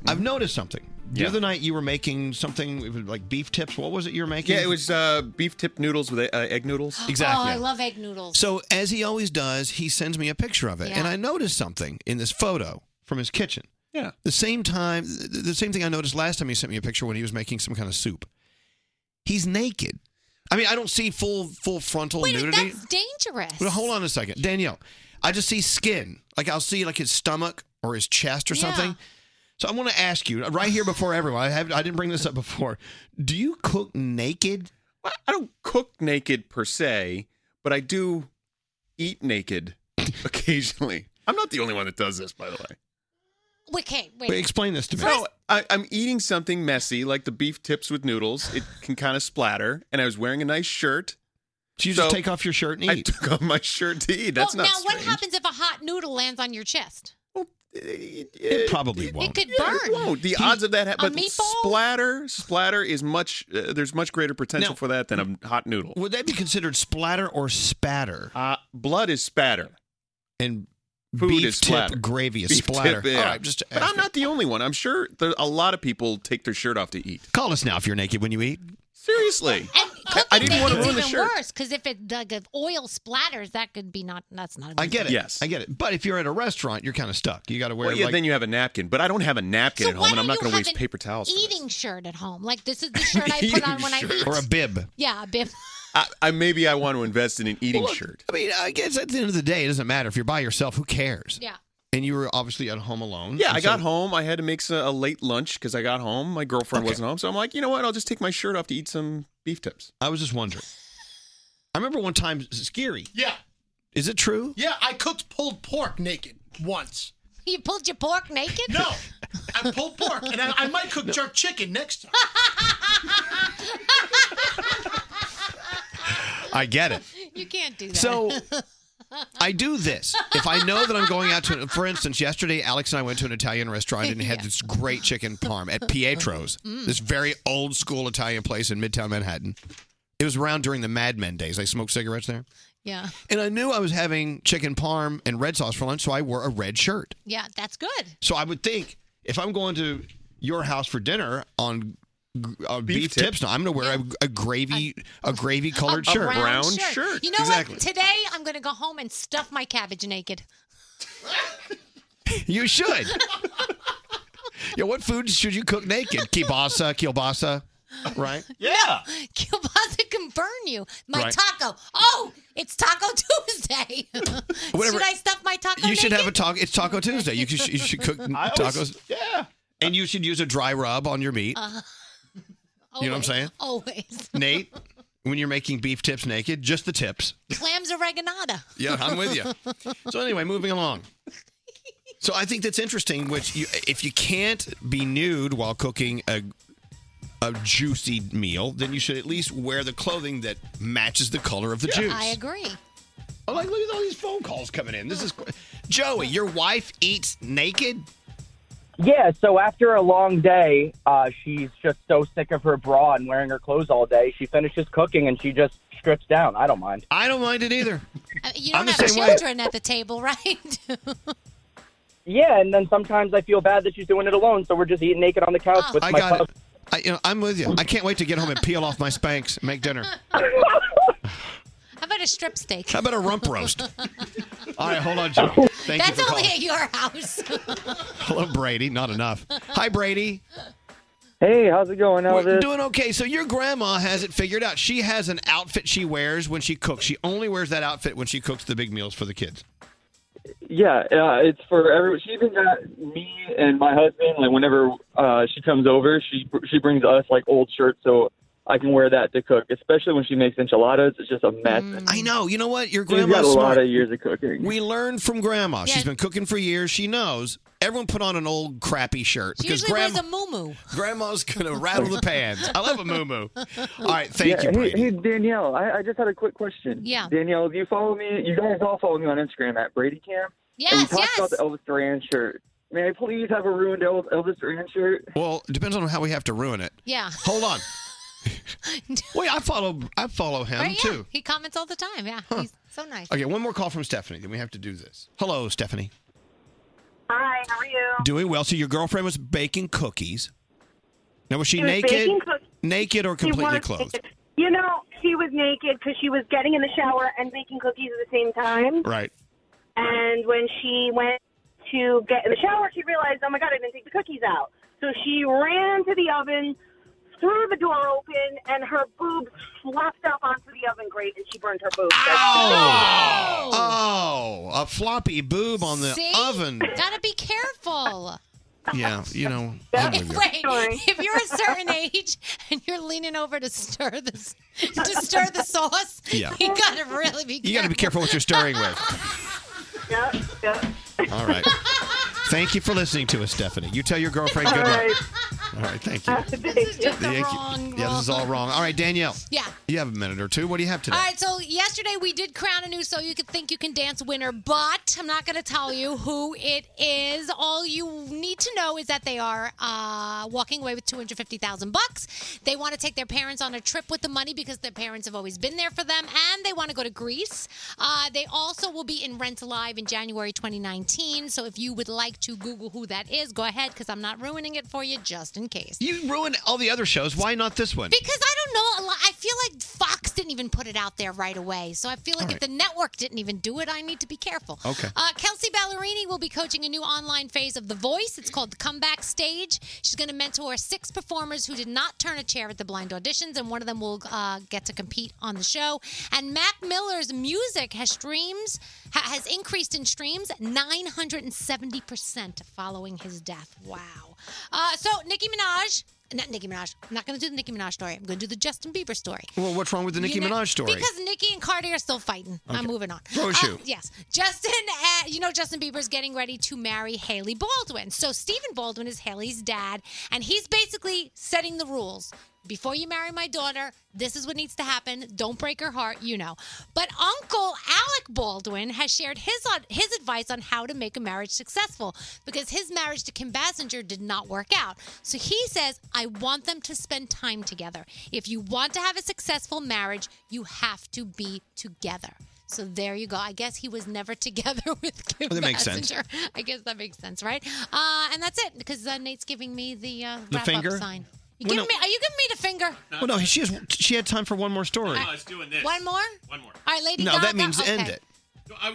Speaker 2: I've noticed something. The other night you were making something it was like beef tips. What was it you were making?
Speaker 5: Yeah, it was uh, beef tip noodles with uh, egg noodles.
Speaker 2: Exactly.
Speaker 3: Oh, I love egg noodles.
Speaker 2: So as he always does, he sends me a picture of it,
Speaker 3: Yeah.
Speaker 2: and I noticed something in this photo from his kitchen.
Speaker 5: Yeah.
Speaker 2: The same time, th- the same thing I noticed last time he sent me a picture when he was making some kind of soup. He's naked. I mean, I don't see full full frontal
Speaker 3: Wait, a minute,
Speaker 2: nudity.
Speaker 3: that's dangerous.
Speaker 2: Well, hold on a second, Danielle. I just see skin. Like I'll see like his stomach or his chest or something. So I want to ask you right here before everyone. I have I didn't bring this up before. Do you cook naked?
Speaker 5: I don't cook naked per se, but I do eat naked occasionally. I'm not the only one that does this, by the way.
Speaker 3: Okay, wait.
Speaker 2: this to
Speaker 3: me.
Speaker 5: No, I, I'm eating something messy, like the beef tips with noodles. It can kind of splatter, and I was wearing a nice shirt.
Speaker 2: So you just take off your shirt and
Speaker 5: eat. I took off my shirt to eat.
Speaker 3: Well,
Speaker 5: That's
Speaker 3: now
Speaker 5: not
Speaker 3: what
Speaker 5: strange.
Speaker 3: happens if a hot noodle lands on your chest?
Speaker 2: It probably won't.
Speaker 3: It could
Speaker 5: Yeah,
Speaker 3: burn.
Speaker 5: it won't. The odds of that
Speaker 3: a
Speaker 5: happen. But
Speaker 3: meatball?
Speaker 5: splatter, splatter is much. Uh, there's much greater potential for that than a hot noodle.
Speaker 2: Would that be considered splatter or spatter?
Speaker 5: Uh, blood is spatter,
Speaker 2: and
Speaker 5: food
Speaker 2: beef
Speaker 5: is
Speaker 2: tip
Speaker 5: splatter.
Speaker 2: gravy is
Speaker 5: Beef tip,
Speaker 2: splatter.
Speaker 5: yeah.
Speaker 2: All right, just
Speaker 5: but I'm not the only one. I'm sure there, a lot of people take their shirt off to eat.
Speaker 2: Call us now if you're naked when you eat.
Speaker 5: Seriously,
Speaker 3: I,
Speaker 5: I didn't want to
Speaker 3: it's
Speaker 5: ruin the
Speaker 3: even
Speaker 5: shirt.
Speaker 3: worse because if it like, if oil splatters, that could be not. That's not. a
Speaker 2: I
Speaker 3: good
Speaker 2: get it.
Speaker 3: thing.
Speaker 2: Yes, I get it. But if you're at a restaurant, you're kind of stuck. You got to wear.
Speaker 5: Well, yeah,
Speaker 2: like,
Speaker 5: then you have a napkin, but I don't have a napkin
Speaker 3: So
Speaker 5: at
Speaker 3: why
Speaker 5: home, and I'm
Speaker 3: don't
Speaker 5: not
Speaker 3: you
Speaker 5: going to
Speaker 3: have
Speaker 5: waste
Speaker 3: an
Speaker 5: paper towels.
Speaker 3: Eating shirt at home, like this is the shirt I put on when I eat.
Speaker 2: or a bib.
Speaker 3: Yeah, a bib.
Speaker 5: I, I maybe I want to invest in an eating
Speaker 2: Well, look,
Speaker 5: shirt.
Speaker 2: I mean, I guess at the end of the day, it doesn't matter if you're by yourself. Who cares?
Speaker 3: Yeah.
Speaker 2: And you were obviously at home alone.
Speaker 5: Yeah,
Speaker 2: and
Speaker 5: I got
Speaker 2: so-
Speaker 5: home. I had to make s- a late lunch because I got home. My girlfriend wasn't home, so I'm like, you know what? I'll just take my shirt off to eat some beef tips.
Speaker 2: I was just wondering. I remember one time, Scary.
Speaker 12: Yeah.
Speaker 2: Is it true?
Speaker 12: Yeah, I cooked pulled pork naked once.
Speaker 3: You pulled your pork naked?
Speaker 12: No, I pulled pork, and I, I might cook jerk chicken next time.
Speaker 2: I get it.
Speaker 3: You can't do that.
Speaker 2: So, I do this. If I know that I'm going out to, for instance, yesterday Alex and I went to an Italian restaurant and had this great chicken parm at Pietro's,
Speaker 9: Mm.
Speaker 2: this very old school Italian place in Midtown Manhattan. It was around during the Mad Men days. They smoked cigarettes there.
Speaker 3: yeah.
Speaker 2: And I knew I was having chicken parm and red sauce for lunch, so I wore a red shirt.
Speaker 3: Yeah, that's good.
Speaker 2: So I would think if I'm going to your house for dinner on g- uh, beef,
Speaker 5: tip.
Speaker 2: tips, now I'm going to wear a, a gravy a, gravy colored
Speaker 3: A
Speaker 2: shirt,
Speaker 3: You know
Speaker 2: exactly.
Speaker 3: what? Today I'm going to go home and stuff my cabbage naked.
Speaker 2: You should. yeah, what food should you cook naked? Kielbasa, kielbasa, right?
Speaker 8: Yeah.
Speaker 3: Kielbasa can burn you. My
Speaker 2: Right.
Speaker 3: taco. Oh, it's Taco Tuesday.
Speaker 2: Whatever.
Speaker 3: Should I stuff my taco?
Speaker 2: you should
Speaker 3: naked?
Speaker 2: have a taco. It's Taco Tuesday. You, should- you should cook
Speaker 3: I
Speaker 2: tacos.
Speaker 3: always-
Speaker 2: yeah. And you should use a dry rub on your meat.
Speaker 3: Uh,
Speaker 2: you know what I'm
Speaker 3: always,
Speaker 2: saying?
Speaker 3: Always.
Speaker 2: Nate, when you're making beef tips naked, just the tips.
Speaker 3: Clams oreganata.
Speaker 2: Yeah, I'm with you. So anyway, moving along. So I think that's interesting. Which you, if you can't be nude while cooking a a juicy meal, then you should at least wear the clothing that matches the color of the juice.
Speaker 3: I agree.
Speaker 2: I'm like, look at all these phone calls coming in. This is Joey. Your wife eats naked.
Speaker 14: Yeah, so after a long day, uh, she's just so sick of her bra and wearing her clothes all day. She finishes cooking and she just strips down. I don't mind.
Speaker 2: I don't mind it either.
Speaker 3: Uh, You don't
Speaker 14: I'm the
Speaker 3: have
Speaker 14: same way.
Speaker 3: children at the table, right?
Speaker 14: Yeah, and then sometimes I feel bad that she's doing it alone, so we're just eating naked on the couch with
Speaker 2: I
Speaker 14: my
Speaker 2: got it.
Speaker 14: pup.
Speaker 2: I, you know, I'm with you. I can't wait to get home and peel off my spanks and make dinner.
Speaker 3: How about a strip steak?
Speaker 2: How about a rump roast? All right, hold on, Joey. Thank
Speaker 3: That's
Speaker 2: you for
Speaker 3: only
Speaker 2: calling.
Speaker 3: at your house.
Speaker 2: Hello, Brady. Not enough. Hi, Brady.
Speaker 23: Hey, how's it going,
Speaker 2: We're
Speaker 23: Elvis?
Speaker 2: doing okay. So your grandma has it figured out. She has an outfit she wears when she cooks. She only wears that outfit when she cooks the big meals for the kids.
Speaker 23: Yeah, uh, it's for everyone. She even got me and my husband. Like whenever uh, she comes over, she she brings us like old shirts so I can wear that to cook. Especially when she makes enchiladas, it's just a mess.
Speaker 3: Mm.
Speaker 2: I know. You know what? Your
Speaker 23: She's got
Speaker 2: grandma's
Speaker 23: a
Speaker 2: smart.
Speaker 23: lot of years of cooking.
Speaker 2: We learned from grandma. She's been cooking for years. She knows. Everyone put on an old crappy shirt
Speaker 3: She
Speaker 2: because
Speaker 3: usually
Speaker 2: grandma,
Speaker 3: wears a moo
Speaker 2: grandma's gonna rattle the pans. I love a moo moo. All right, thank
Speaker 23: Yeah,
Speaker 2: you,
Speaker 23: Hey,
Speaker 2: Brady.
Speaker 23: hey Danielle, I, I just had a quick question.
Speaker 3: Yeah.
Speaker 23: Danielle, do you follow me? You guys all follow me on Instagram at Brady Camp. and we
Speaker 3: Yes,
Speaker 23: talked about the Elvis Duran shirt. May I please have a ruined El- Elvis Duran shirt?
Speaker 2: Well, depends on how we have to ruin it.
Speaker 3: Yeah.
Speaker 2: Hold on. Wait, I follow. I follow him
Speaker 3: Right, yeah.
Speaker 2: too.
Speaker 3: He comments all the time. Yeah. He's so nice.
Speaker 2: Okay, one more call from Stephanie. Then we have to do this. Hello, Stephanie.
Speaker 4: Hi, how are you?
Speaker 2: Doing well. So your girlfriend was baking cookies. Now was she,
Speaker 4: She was
Speaker 2: naked,
Speaker 4: baking cook-
Speaker 2: naked or
Speaker 4: She
Speaker 2: completely
Speaker 4: was
Speaker 2: clothed?
Speaker 4: naked. You know, she was naked because she was getting in the shower and baking cookies at the same time.
Speaker 2: Right.
Speaker 4: And when she went to get in the shower, she realized, oh my God, I didn't take the cookies out. So she ran to the oven, threw the door open, and her boobs flopped up onto the oven grate and she burned her boobs.
Speaker 2: Oh, oh, a floppy boob on the
Speaker 3: See?
Speaker 2: oven.
Speaker 3: Gotta be careful.
Speaker 2: Yeah, you know. I'm with you.
Speaker 3: Wait, if you're a certain age and you're leaning over to stir the to stir the sauce,
Speaker 2: Yeah.
Speaker 3: you gotta really be careful.
Speaker 2: You got to be careful what you're stirring with.
Speaker 4: Yep, yep.
Speaker 2: All right. Thank you for listening to us, Stephanie. You tell your girlfriend good
Speaker 4: All
Speaker 2: luck.
Speaker 4: right.
Speaker 2: All right, thank you.
Speaker 4: This is
Speaker 3: just the
Speaker 2: Thank you.
Speaker 3: wrong-
Speaker 2: Yeah, this is all wrong. All right, Danielle.
Speaker 3: Yeah.
Speaker 2: You have a minute or two. What do you have today?
Speaker 3: All right, so yesterday we did crown a new So You Could Think You Can Dance winner, but I'm not going to tell you who it is. All you need to know is that they are uh, walking away with 250000 bucks. They want to take their parents on a trip with the money because their parents have always been there for them, and they want to go to Greece. Uh, they also will be in Rent Live in January 2019, so if you would like to Google who that is, go ahead because I'm not ruining it for you just in case.
Speaker 2: You ruined all the other shows. Why not this one?
Speaker 3: Because I don't know. a lot- I feel like Fox didn't even put it out there right away. So I feel like
Speaker 2: All right.
Speaker 3: if the network didn't even do it, I need to be careful.
Speaker 2: Okay.
Speaker 3: Uh, Kelsey Ballerini will be coaching a new online phase of The Voice. It's called the Comeback Stage. She's going to mentor six performers who did not turn a chair at the blind auditions, and one of them will uh, get to compete on the show. And Mac Miller's music has streams ha- has increased in streams 970 percent following his death. Wow. Uh, so Nicki Minaj. Not Nicki Minaj. I'm not going to do the Nicki Minaj story. I'm going to do the Justin Bieber story.
Speaker 2: Well, what's wrong with the Nicki
Speaker 3: You know,
Speaker 2: Minaj story?
Speaker 3: Because Nicki and Cardi are still fighting. I'm
Speaker 2: Okay.
Speaker 3: moving on.
Speaker 2: Throw a
Speaker 3: Uh,
Speaker 2: shoe.
Speaker 3: yes. Justin, uh, you know, Justin Bieber's getting ready to marry Haley Baldwin. So Stephen Baldwin is Haley's dad, and he's basically setting the rules. before you marry my daughter, this is what needs to happen. Don't break her heart, you know. But Uncle Alec Baldwin has shared his on, his advice on how to make a marriage successful because his marriage to Kim Basinger did not work out. So he says, "I want them to spend time together. If you want to have a successful marriage, you have to be together." So there you go. I guess he was never together with Kim
Speaker 2: Well, that makes sense.
Speaker 3: Basinger. I guess that makes sense, right? Uh, and that's it because uh, Nate's giving me the uh,
Speaker 2: The
Speaker 3: wrap-up
Speaker 2: finger?
Speaker 3: sign. You
Speaker 2: Well,
Speaker 3: giving me? Are you giving me the finger?
Speaker 2: Well, no, she has. She had time for one more story.
Speaker 8: doing
Speaker 3: One more.
Speaker 8: One more.
Speaker 3: All right, Uh, Lady
Speaker 2: no,
Speaker 3: Gaga.
Speaker 2: that means
Speaker 3: okay.
Speaker 2: end it.
Speaker 8: I,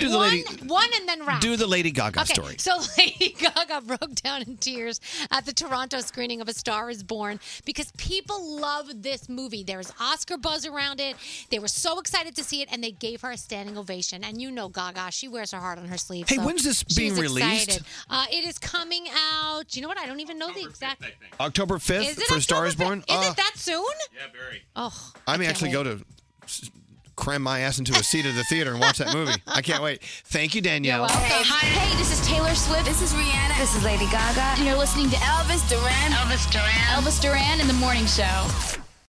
Speaker 2: Do the
Speaker 3: one,
Speaker 2: lady.
Speaker 3: one and then wrap.
Speaker 2: Do the Lady Gaga
Speaker 3: okay,
Speaker 2: story.
Speaker 3: So Lady Gaga broke down in tears at the Toronto screening of A Star Is Born because people love this movie. There was Oscar buzz around it. They were so excited to see it, and they gave her a standing ovation. And you know Gaga, she wears her heart on her sleeve.
Speaker 2: Hey,
Speaker 3: so
Speaker 2: when's this
Speaker 3: she
Speaker 2: being
Speaker 3: was
Speaker 2: released?
Speaker 3: excited. Uh, it is coming out. You know what? I don't even know the exact.
Speaker 2: October
Speaker 3: Is
Speaker 2: fifth
Speaker 3: it
Speaker 2: for Star Is Born.
Speaker 3: Is
Speaker 2: Uh,
Speaker 3: it that soon?
Speaker 8: Yeah, very.
Speaker 3: Oh,
Speaker 2: I may
Speaker 3: can't
Speaker 2: actually go
Speaker 3: wait.
Speaker 2: to s- cram my ass into a seat at the theater and watch that movie. I can't wait. Thank you, Danielle.
Speaker 33: Hi. Hey, this is Taylor Swift. This is Rihanna. This is Lady Gaga. And you're listening to Elvis Duran. Elvis Duran. Elvis Duran in the morning show.